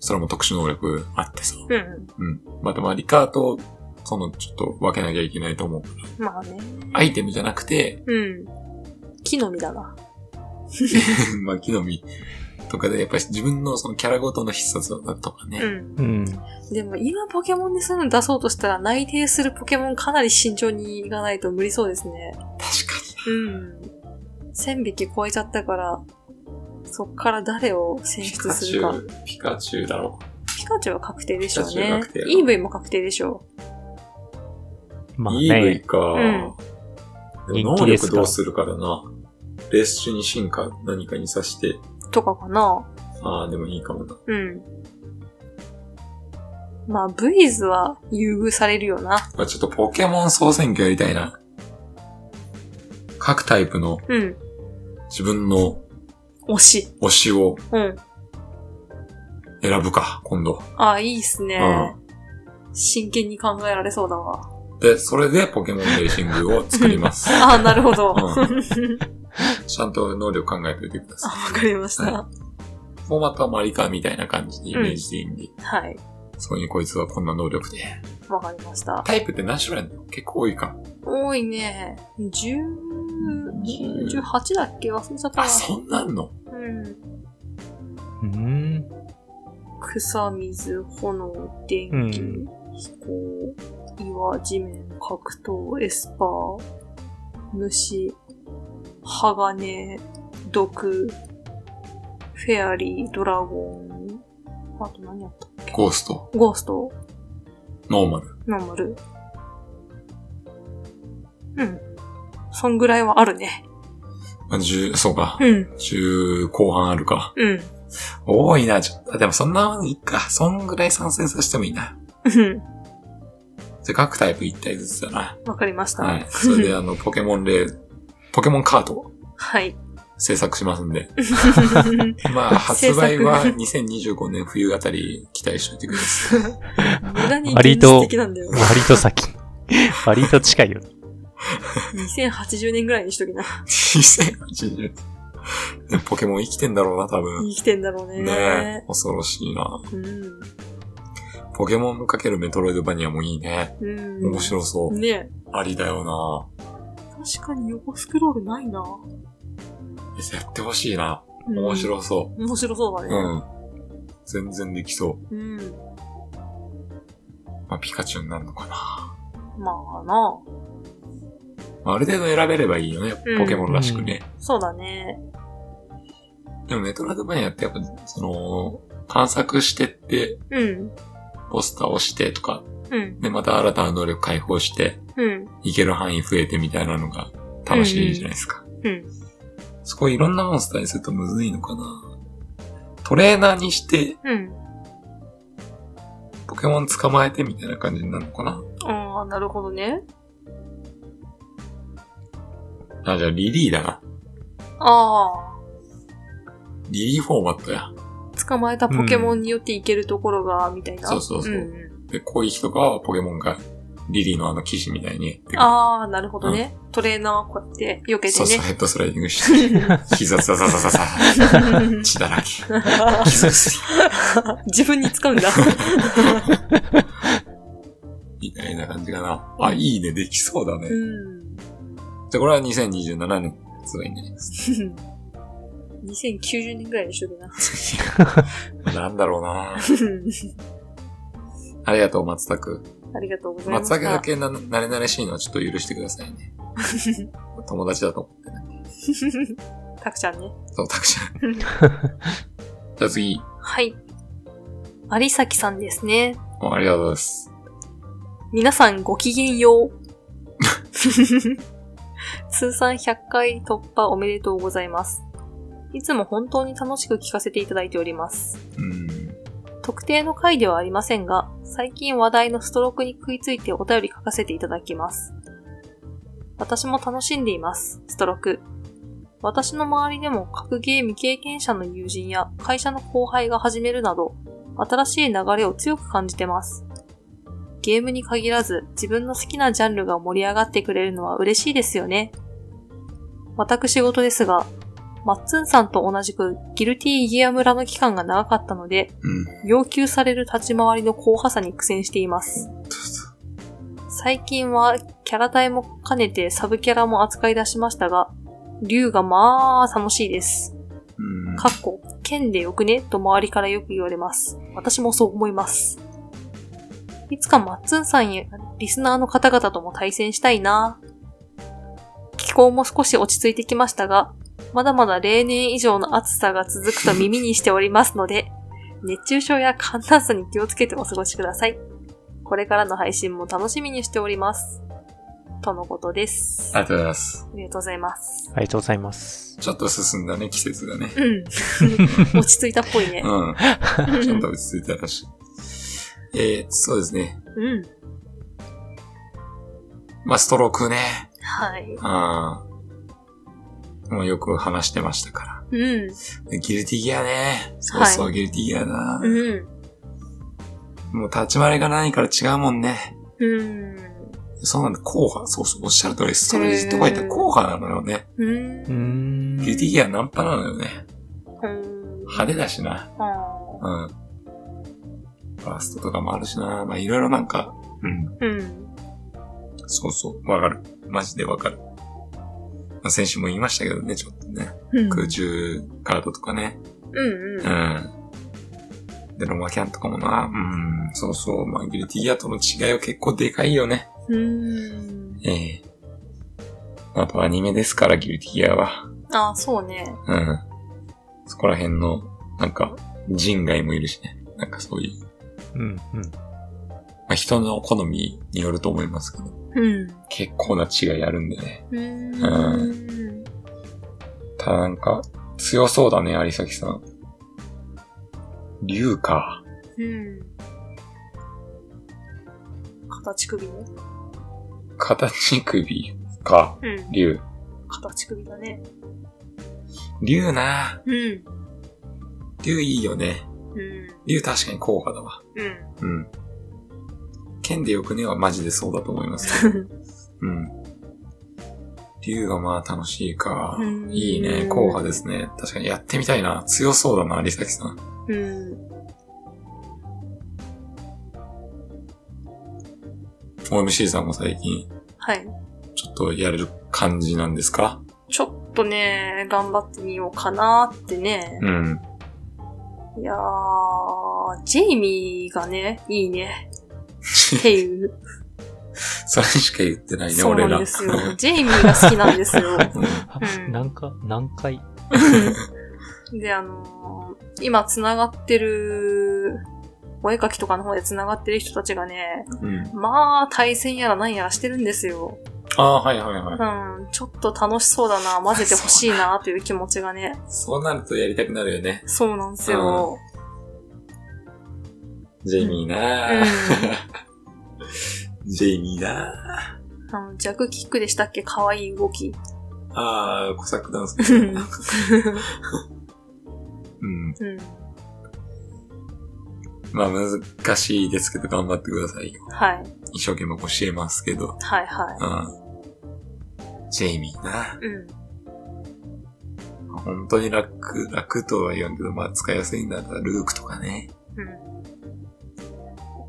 S1: それも特殊能力あってさ。
S2: うん。
S1: うん。まあでもリカーと、その、ちょっと分けなきゃいけないと思う。
S2: まあね。
S1: アイテムじゃなくて、
S2: うん。木の実だな。
S1: まあ、木の実とかで、やっぱり自分のそのキャラごとの必殺技とかね、
S2: うん。
S3: うん。
S2: でも今ポケモンでそういうの出そうとしたら内定するポケモンかなり慎重にいかないと無理そうですね。
S1: 確か
S2: うん。1000匹超えちゃったから、そっから誰を選
S1: に。ピ
S2: 出
S1: カ
S2: す
S1: チ
S2: るか。
S1: ュウ、ピカチュウだろ
S2: ピカチュウは確定でしょう
S1: ピカチュウ
S2: ね
S1: は確定。だ
S2: EV も確定でしょ
S3: まあ
S1: う。イーブ
S3: ね
S1: イ、か。
S3: うん
S1: でも
S3: 人
S1: 能
S3: 気です
S1: 力
S3: か
S1: どうするかだな。レース中に進化何かにさして、
S2: う。とかかな。
S1: ああ、でもいいかもな。
S2: うん。まあ、ブイズは優遇されるよな。
S1: まあ、ちょっとポケモン総選挙やりたいな。各タイプの
S2: うん。
S1: 自分の
S2: 推し。
S1: 推しを
S2: うん。
S1: 選ぶか、今度。
S2: ああ、いいっすね。真剣に考えられそうだわ。
S1: で、それでポケモンレーシングを作り ます。
S2: ああ、なるほど。
S1: うん
S2: あ
S1: ちゃんと能力考えておいてください。
S2: わかりました。
S1: フォーマットはマリカみたいな感じでイメージでいいんで、
S2: はい。
S1: そこにこいつはこんな能力で。
S2: わかりました。
S1: タイプって何種類あるの結構多いか。
S2: 多いね。10、18だっけ忘れちゃった
S1: あ、
S2: な。
S1: そんなんの
S2: うん。
S3: うん。
S2: 草、水、炎、電気、
S3: うん
S2: 飛行、岩、地面、格闘、エスパー、虫、鋼、毒、フェアリー、ドラゴン、あと何やった
S1: ゴースト、
S2: ゴースト、
S1: ノーマル。
S2: ノーマル。うん。そんぐらいはあるね。
S1: あ、十、そうか。
S2: うん。
S1: 十後半あるか。
S2: うん。
S1: 多いな、ちょっと。あでもそんな、いいか。そんぐらい参戦させてもいいな。
S2: うん。
S1: じゃあ各タイプ1体ずつだな。
S2: わかりました。
S1: はい。それで、あの、ポケモンレー、ポケモンカードを
S2: はい。
S1: 制作しますんで。まあ、発売は2025年冬あたり期待しておいてください。
S2: 無駄に現
S3: 割
S2: 実
S3: と
S2: 的なんだよ。
S3: 割と先。割と近いよね。
S2: 2080年ぐらいにしときな。
S1: 2080年。ポケモン生きてんだろうな、多分。
S2: 生きてんだろうね。
S1: ねえ。恐ろしいな。
S2: うん。
S1: ポケモンかけるメトロイドバニアもいいね。
S2: うん。
S1: 面白そう。
S2: ねえ。
S1: ありだよな。
S2: 確かに横スクロールないな。
S1: やってほしいな。
S2: うん
S1: 面白そ
S2: 面白そう
S1: う。
S2: だ
S1: う
S2: ね。
S1: ん。全然できそう。
S2: うん。
S1: まあ、ピカチュウになるのかな。
S2: まあな。
S1: まあある程度選べればいいよね。ポケモンらしくね。
S2: そうだね。
S1: でもメトロイドバニアってやっぱ、その、探索してって、
S2: うん。
S1: ポスターを押してとか、
S2: うん。
S1: で、また新たな能力解放して、
S2: うん。
S1: いける範囲増えてみたいなのが楽しいじゃないですか。
S2: うん。
S1: そこいろんなモンスターにするとむずいのかな。トレーナーにして、
S2: うん。
S1: ポケモン捕まえてみたいな感じになるのかな。
S2: ああ、なるほどね。
S1: あ、じゃあリリーだな。
S2: あ
S1: リリーフォーマットや。
S2: あ。捕まえたポケモンによって行けるところが、みたいな。
S1: そうそうそう
S2: うん
S1: で、攻撃とかはポケモンがリリーのあの記事みたいに。
S2: ああ、なるほどね。トレーナーはこうやって避けて
S1: そうそう、
S2: ね。
S1: ヘッドスライディングして、膝ザザザザザ、 血だらけ。傷薬。
S2: 自分に使う んだ。
S1: みたいな感じかな。あ、いいね、できそうだね。
S2: うん。
S1: じゃあこれは2027年発売になります。
S2: 2090年ぐらいにしとくな。
S1: なんだろうなありがとう、松田くん。
S2: ありがとうございま
S1: 松田
S2: す。
S1: くんだけな、慣れ慣れしいのはちょっと許してくださいね。友達だと思ってね。
S2: たくちゃんね。
S1: そう、たくちゃん。 じゃあ次。
S2: はい。有崎さんですね。
S1: おありがとうございます。
S2: 皆さんごきげんよう。 通算100回突破おめでとうございます。いつも本当に楽しく聞かせていただいております。
S1: うん。
S2: 特定の回ではありませんが、最近話題のストロークに食いついてお便り書かせていただきます。私も楽しんでいます、ストローク。私の周りでも格ゲー未経験者の友人や会社の後輩が始めるなど、新しい流れを強く感じてます。ゲームに限らず自分の好きなジャンルが盛り上がってくれるのは嬉しいですよね。私事ですが、マッツンさんと同じくギルティギア村の期間が長かったので、
S1: うん。
S2: 要求される立ち回りの硬派さに苦戦しています。最近はキャラ体も兼ねてサブキャラも扱い出しましたが、竜がまあ楽しいです。
S1: うん。
S2: かっこ、剣でよくねと周りからよく言われます。私もそう思います。いつかマッツンさんやリスナーの方々とも対戦したいな。気候も少し落ち着いてきましたが、まだまだ例年以上の暑さが続くと耳にしておりますので、熱中症や寒暖差に気をつけてお過ごしください。これからの配信も楽しみにしております。とのことです。
S1: あ
S2: あ
S1: りがとうございます。
S2: りがとうございます。
S3: ありがとうございます。
S1: ちょっと進んだね、季節がね。
S2: うん。 落ち着いたっ ぽいね。
S1: うん。ちょっと落ち着いたらしい。えー、そうですね。
S2: うん。
S1: まあ、ストロークね。
S2: はい。
S1: ああ。もうよく話してましたから。
S2: うん。
S1: でギルティギアね。そうそう、
S2: は
S1: ギルティギアな。
S2: うん。
S1: もう立ち回りが何から違うもんね。
S2: うん。
S1: そうなんだ、硬派。そうそう、おっしゃる通り、ストレージとか言ったら硬派なのよね。
S2: うん。
S3: うーん。
S1: ギルティギアナンパなのよね。
S2: うん。
S1: 派手だしな。
S2: あ
S1: うん。ファーストとかもあるしな。まあ、いろいろなんか、うん。
S2: ーうん。
S1: そうそう、わかる。マジでわかる。まあ、先週も言いましたけどね、ちょっとね。
S2: うん。
S1: 空中カードとかね。うん
S2: うん。う。
S1: ん。で、ロマキャンとかもな。うん、そうそう。まあ、ギルティギアとの違いは結構でかいよね。
S2: うん。
S1: ええあとアニメですから、ギルティギアは。
S2: あー、そうね。
S1: うん。そこら辺の、なんか、人外もいるしね。なんかそういう。
S3: うん、うん。
S1: まあ、人の好みによると思いますけど、
S2: うん。
S1: 結構な違いあるんでね。
S2: うん。
S1: ただなんか、強そうだね、有崎さん。竜か。
S2: うん。形首ね。
S1: 形首か。
S2: うん。
S1: 竜。
S2: 形首だね。
S1: 竜な
S2: うん。
S1: 竜いいよね。
S2: うん。
S1: 竜確かに硬派だわ。
S2: うん。
S1: うん。剣でよくねはマジでそうだと思いますけど。うん。竜がまあ楽しいか
S2: うん。
S1: いいね。硬派ですね。確かにやってみたいな。強そうだな、有崎さん。
S2: うん。
S1: OMC さんも最近、
S2: はい。
S1: ちょっとやれる感じなんですか
S2: ちょっとね、頑張ってみようかなってね。
S1: うん。
S2: いやー、ジェイミーがね、いいね。っていう。
S1: それしか言ってない ね、
S2: そう
S1: 俺
S2: なん
S1: ら。
S2: ですよ。ジェイミーが好きなんですよ。
S3: あ
S2: うん
S3: 何回、何回
S2: で、あのー今繋がってる、お絵描きとかの方で繋がってる人たちがね、
S1: うん。
S2: まあ、対戦やら何やらしてるんですよ。
S1: ああ、はいはいは
S2: う
S1: い。
S2: ん、ちょっと楽しそうだな、混ぜてほしいな、という気持ちがね。
S1: そうなるとやりたくなるよね。
S2: そうなんですよ。
S1: ジェイミーなー、ジェイミーな
S2: うん。あの、ジャグキックでしたっけ可愛い動き。
S1: ーああ、コサックダンス。
S2: うん。
S1: うん。
S2: うん
S1: まあ難しいですけど頑張ってくださいよ。
S2: はい。
S1: 一生懸命教えますけど。
S2: はいは。
S1: うん。ジェイミーない
S2: うん。
S1: 本当に楽、楽とは言わんけど、まあ使いやすいんだったらルークとかね。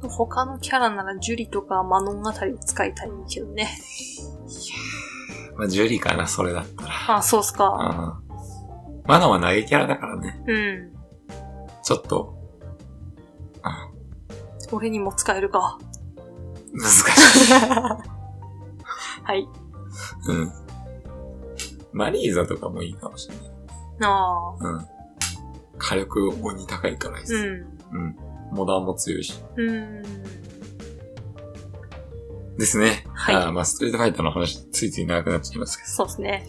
S2: うん。他のキャラならジュリとかマノンあたり使いたいけどね。
S1: まあジュリーかな、それだったら。
S2: あ、そうっす
S1: う
S2: か。
S1: ん。マナは投げキャラだからね。
S2: うん。
S1: ちょっと、
S2: 俺にも使えるか。
S1: 難しい。
S2: はい。
S1: うん。マリーザとかもいいかもしれない。
S2: ああ。
S1: うん。火力鬼高いからです。
S2: うん。
S1: うん。モダンも強いし。
S2: うん。
S1: ですね。
S2: はい
S1: あーまあ、ストリートファイターの話、ついつい長くなっちゃいますけ
S2: そうですね。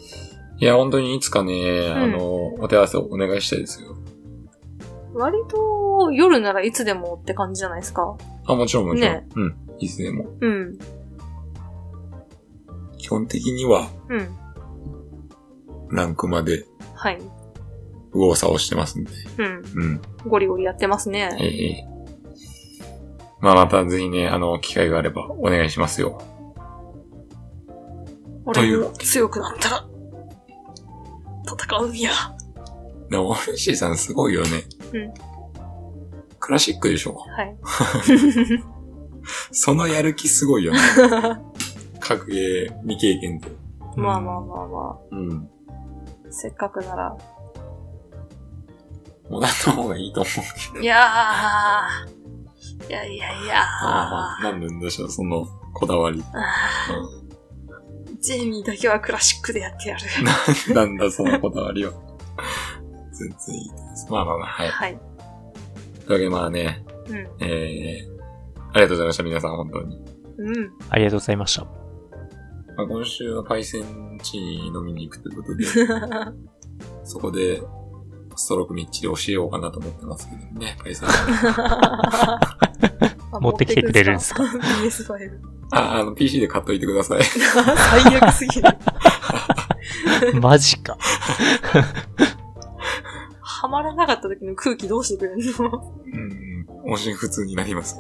S1: ど。いや、本当にいつかね、あの、お手合わせをお願いしたいですよ。
S2: 割と夜ならいつでもって感じじゃないですか。
S1: あ、もちろんもちろん。
S2: ね
S1: うん。いつでも。
S2: うん。
S1: 基本的には、
S2: うん。
S1: ランクまで、
S2: はい。
S1: 右往左往してますんで。
S2: うん。
S1: うん。
S2: ゴリゴリやってますね。
S1: ええまあ、またぜひね、あの、機会があれば、お願いしますよ。とい
S2: 俺
S1: う
S2: も強くなったら、戦うんや。
S1: でも、オルシーさんすごいよね。
S2: うん
S1: クラシックでしょ
S2: はい。
S1: そのやる気すご いよね。格ゲー未経験で。
S2: まあまあまあま
S1: うん。
S2: あ。せっかくなら。
S1: モダンの方がいいと思うけど。
S2: いやー。いやいやいやー。
S1: ああ、なんなんでしょう、その、こだ わり。
S2: あージェイミーだけはクラシックでやってやる。
S1: なんだ、そのこだわりは。全然いいです。まあまあまあ、はい。
S2: はい。
S1: というわけで、まあね、
S2: うん。
S1: えー、ありがとうございました、皆さん、本当に。
S2: うん。
S3: ありがとうございました。
S1: まあ、今週はパイセン地に飲みに行くということで、
S2: は
S1: そこで、ストロークみっちり教えようかなと思ってますけどね、パイセン。
S3: 持ってきてくれるんです
S2: か ?PS5。
S1: あ、あの、PC で買っといてください。
S2: 最悪すぎる。
S3: マジか。
S2: はまらなかった時の空気どうしてくれんの
S1: うん、音信不通になります。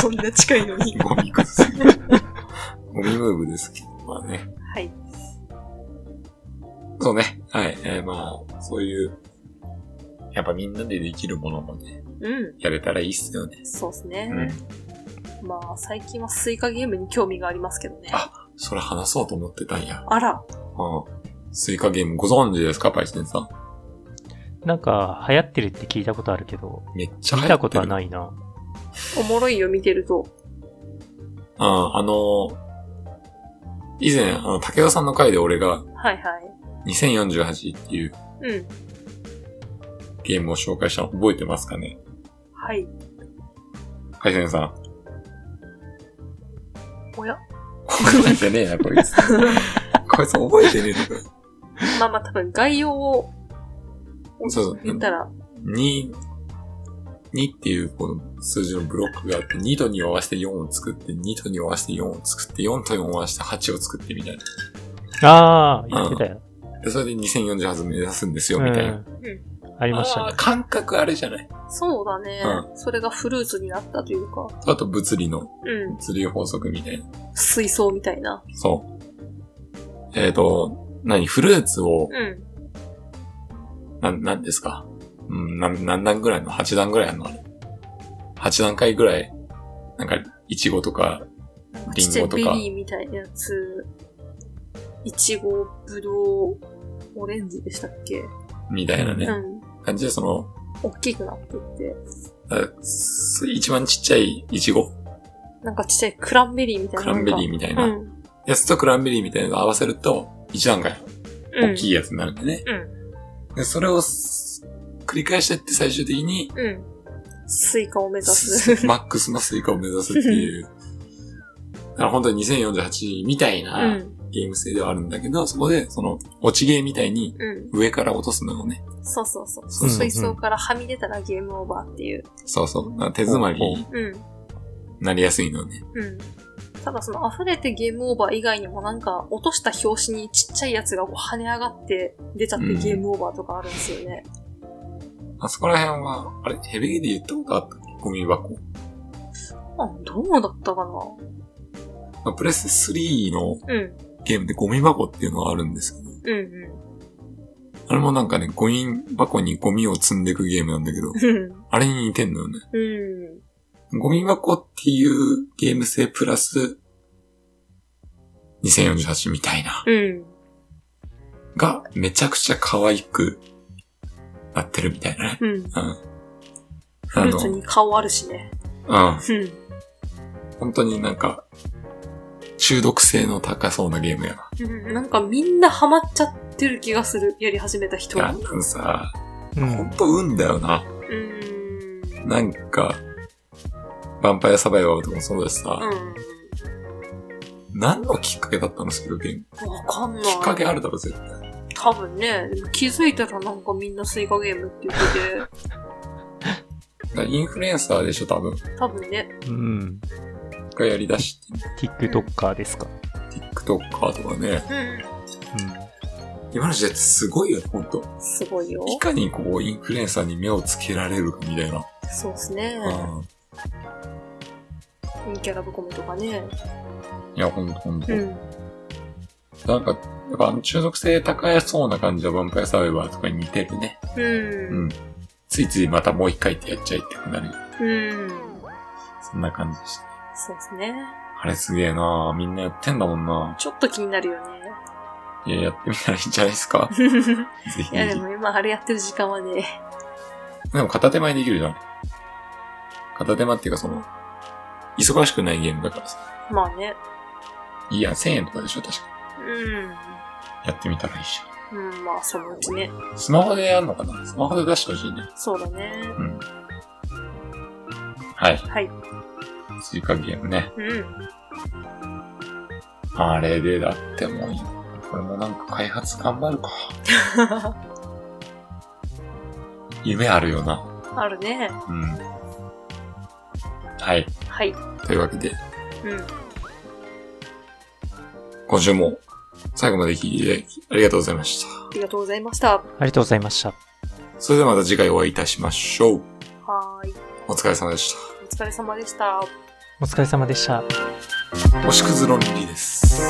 S2: こんな近いのに。
S1: ゴミくず。ゴミムーブですけど、まあね。
S2: はい。
S1: そうね。はい。えーまあ、そういう、やっぱみんなでできるものもね、
S2: う
S1: やれたらいいっすよね。
S2: ん。そうですね
S1: う。ん。
S2: まあ、最近はスイカゲームに興味がありますけどね。
S1: あそれ話そうと思ってたんや。
S2: あら。
S1: うん。スイカゲームご存知ですかパイセンさん。
S3: なんか、流行ってるって聞いたことあるけど、
S1: めっちゃ
S3: 見
S1: 流行ってる。。
S3: たことはいないな。
S2: おもろいよ、見てる
S1: う
S2: と。
S1: ん、あのー以前、あの、竹田さんの回で俺が
S2: はいは
S1: 2048っていう
S2: い。うん。
S1: ゲームを紹介したの覚えてますかね
S2: はい。
S1: パイセンさん。
S2: おや。
S1: 覚えてねえな、こいつ。こいつ覚えてねえとか。
S2: まあまあ多分概要を
S1: そう
S2: 言ったら、
S1: 2、2っていうこの数字のブロックがあって、2と2を合わせて4を作って、2と2を合わせて4を作って、4と4を合わせて8を作ってみたいな。
S3: ああ、言ってたよ。
S1: でそれで2048目指すんですよ、みたいな。
S3: うんありました
S1: あ
S3: ね
S1: ー。感覚あれじゃない
S2: そうだね、それがフルーツになったというか、
S1: あと物理の、
S2: うん、
S1: 物理法則みたいな。
S2: 水槽みたいな。
S1: そう。えっ、と、何フルーツを、
S2: うん。
S1: な、なんですかうん、な、何段ぐらいの ?8 段ぐらいあるのあれ ?8 段階ぐらい、なんか、いちごとか、リ
S2: ち
S1: ン
S2: っちゃい
S1: ゴと
S2: ベ
S1: か、
S2: リーみたいなやつ、いちご、ぶどう、オレンジでしたっけ
S1: みたいなね
S2: う。ん。
S1: 感じで、その、
S2: 大きくなってって、
S1: あす一番ちっちゃいイチゴ
S2: なんかちっちゃいクランベリーみたい
S1: ク
S2: な
S1: ラ
S2: な
S1: ン
S2: ん
S1: ベ
S2: か。
S1: リーみたいな。
S2: うん。
S1: やつとクランベリーみたいなのを合わせると、一段階
S2: うん
S1: 大きいやつになるんでね。でそれをす繰り返してって最終的に、
S2: うん。うん。スイカを目指す。。
S1: マックスのスイカを目指すっていう。だから本当に2048みたいうなんゲーム性ではあるんだけど、そこでその落ちゲーみたいに
S2: う
S1: 上から落とすのをね、
S2: ん。そうそうそう。
S1: そう
S3: そう
S2: 水槽からはみ出たらゲームオーバーっていう。
S1: そうそう、だから手詰まりに
S2: うん。
S1: なりやすいのね。
S2: うん。ただその溢れてゲームオーバー以外にもなんか落とした拍子にちっちゃいやつがこう跳ね上がって出ちゃって
S1: うん
S2: ゲームオーバーとかあるんですよね。
S1: あそこら辺は、あれ、ヘビーで言ったことあったっけゴミ箱。
S2: あ、どうだったか
S1: まあプレス3の
S2: なうん。
S1: ゲームでゴミ箱っていうのがあるんですけど、
S2: うん
S1: あれもなんかね、ゴミ箱にゴミを積んでいくゲームなんだけど、
S2: うん。
S1: あれに似てんのよね。
S2: うん。
S1: ゴミ箱っていうゲーム性プラス、2048みたいな、
S2: うん。
S1: がめちゃくちゃ可愛くなってるみたいなね。
S2: うん。
S1: うん。
S2: フ
S1: あ
S2: ルーツ
S1: の、
S2: に顔あるしね。
S1: うん。
S2: うん。
S1: 本当になんか、中毒性の高そうなゲームやな。
S2: うんなんかみんなハマっちゃってる気がする。やり始めた人
S1: あ
S2: は。
S1: のさ、
S3: う
S1: ほん
S3: ん。
S1: と運だよな。
S2: うん。
S1: なんか、ヴァンパイアサバイバーとかもそうだしさ、
S2: う
S1: 何のきっかけだったのスピードゲーム。
S2: ん。わかんない。
S1: きっかけあるだろ、絶対。
S2: 多分ね、気づいたらなんかみんなスイカゲームって言って
S1: だからインフルエンサーでしょ、多分。
S2: て、多分ね。
S3: うん。
S1: がやり出して、
S3: TikToker ですか。
S1: TikToker とかね。
S2: う
S1: 今の時代ってすごいよね、ほんと。
S2: ん。すごいよ。
S1: いかにこう、インフルエンサーに目をつけられるかみたいな。
S2: そうですね。
S1: うん。
S2: キャラブコムとかね。
S1: いや、ほんとほんと。
S2: うん。
S1: なんか、やっぱあの中毒性高いそうな感じはヴァンパイアサバイバーとかに似てるね。
S2: う。
S1: うんん。ついついまたもう一回ってやっちゃいたくなるよ。
S2: うん。
S1: そんな感じでした。
S2: そうですね。
S1: あれすげえなみんなやってんだもんな
S2: ちょっと気になるよ ね。
S1: いや、やってみたらいいんじゃないです かぜひ。
S2: いや、で
S1: で
S2: も今あれやってる時間はね。
S1: も片手間にできるじゃん。片手間っていうかその、忙しくないゲームだからさ。
S2: まあね。
S1: いや、1000円とかでしょ確か。やってみたらいいし。
S2: うん。うん、まあそのうちね。
S1: スマホでやんのかなスマホで出してほしいね。
S2: そうだね。
S1: うん。はい。
S2: はい。
S1: 追加ゲームね。
S2: うん。
S1: あれでだってもういい、これもなんか開発頑張る か。夢あるよな。
S2: あるね。
S1: うん。はい。
S2: はい。
S1: というわけで、
S2: うん。
S1: 今週も最後まで聞いてありがとうございました。
S2: ありがとうございました。は
S3: ありがとうございました。
S1: それではまた次回お会いいたしましょう。
S2: ーい。
S1: お疲れ様でし
S2: お疲れ様でした。
S3: お疲れ様でした。
S1: た。星屑のリリーです。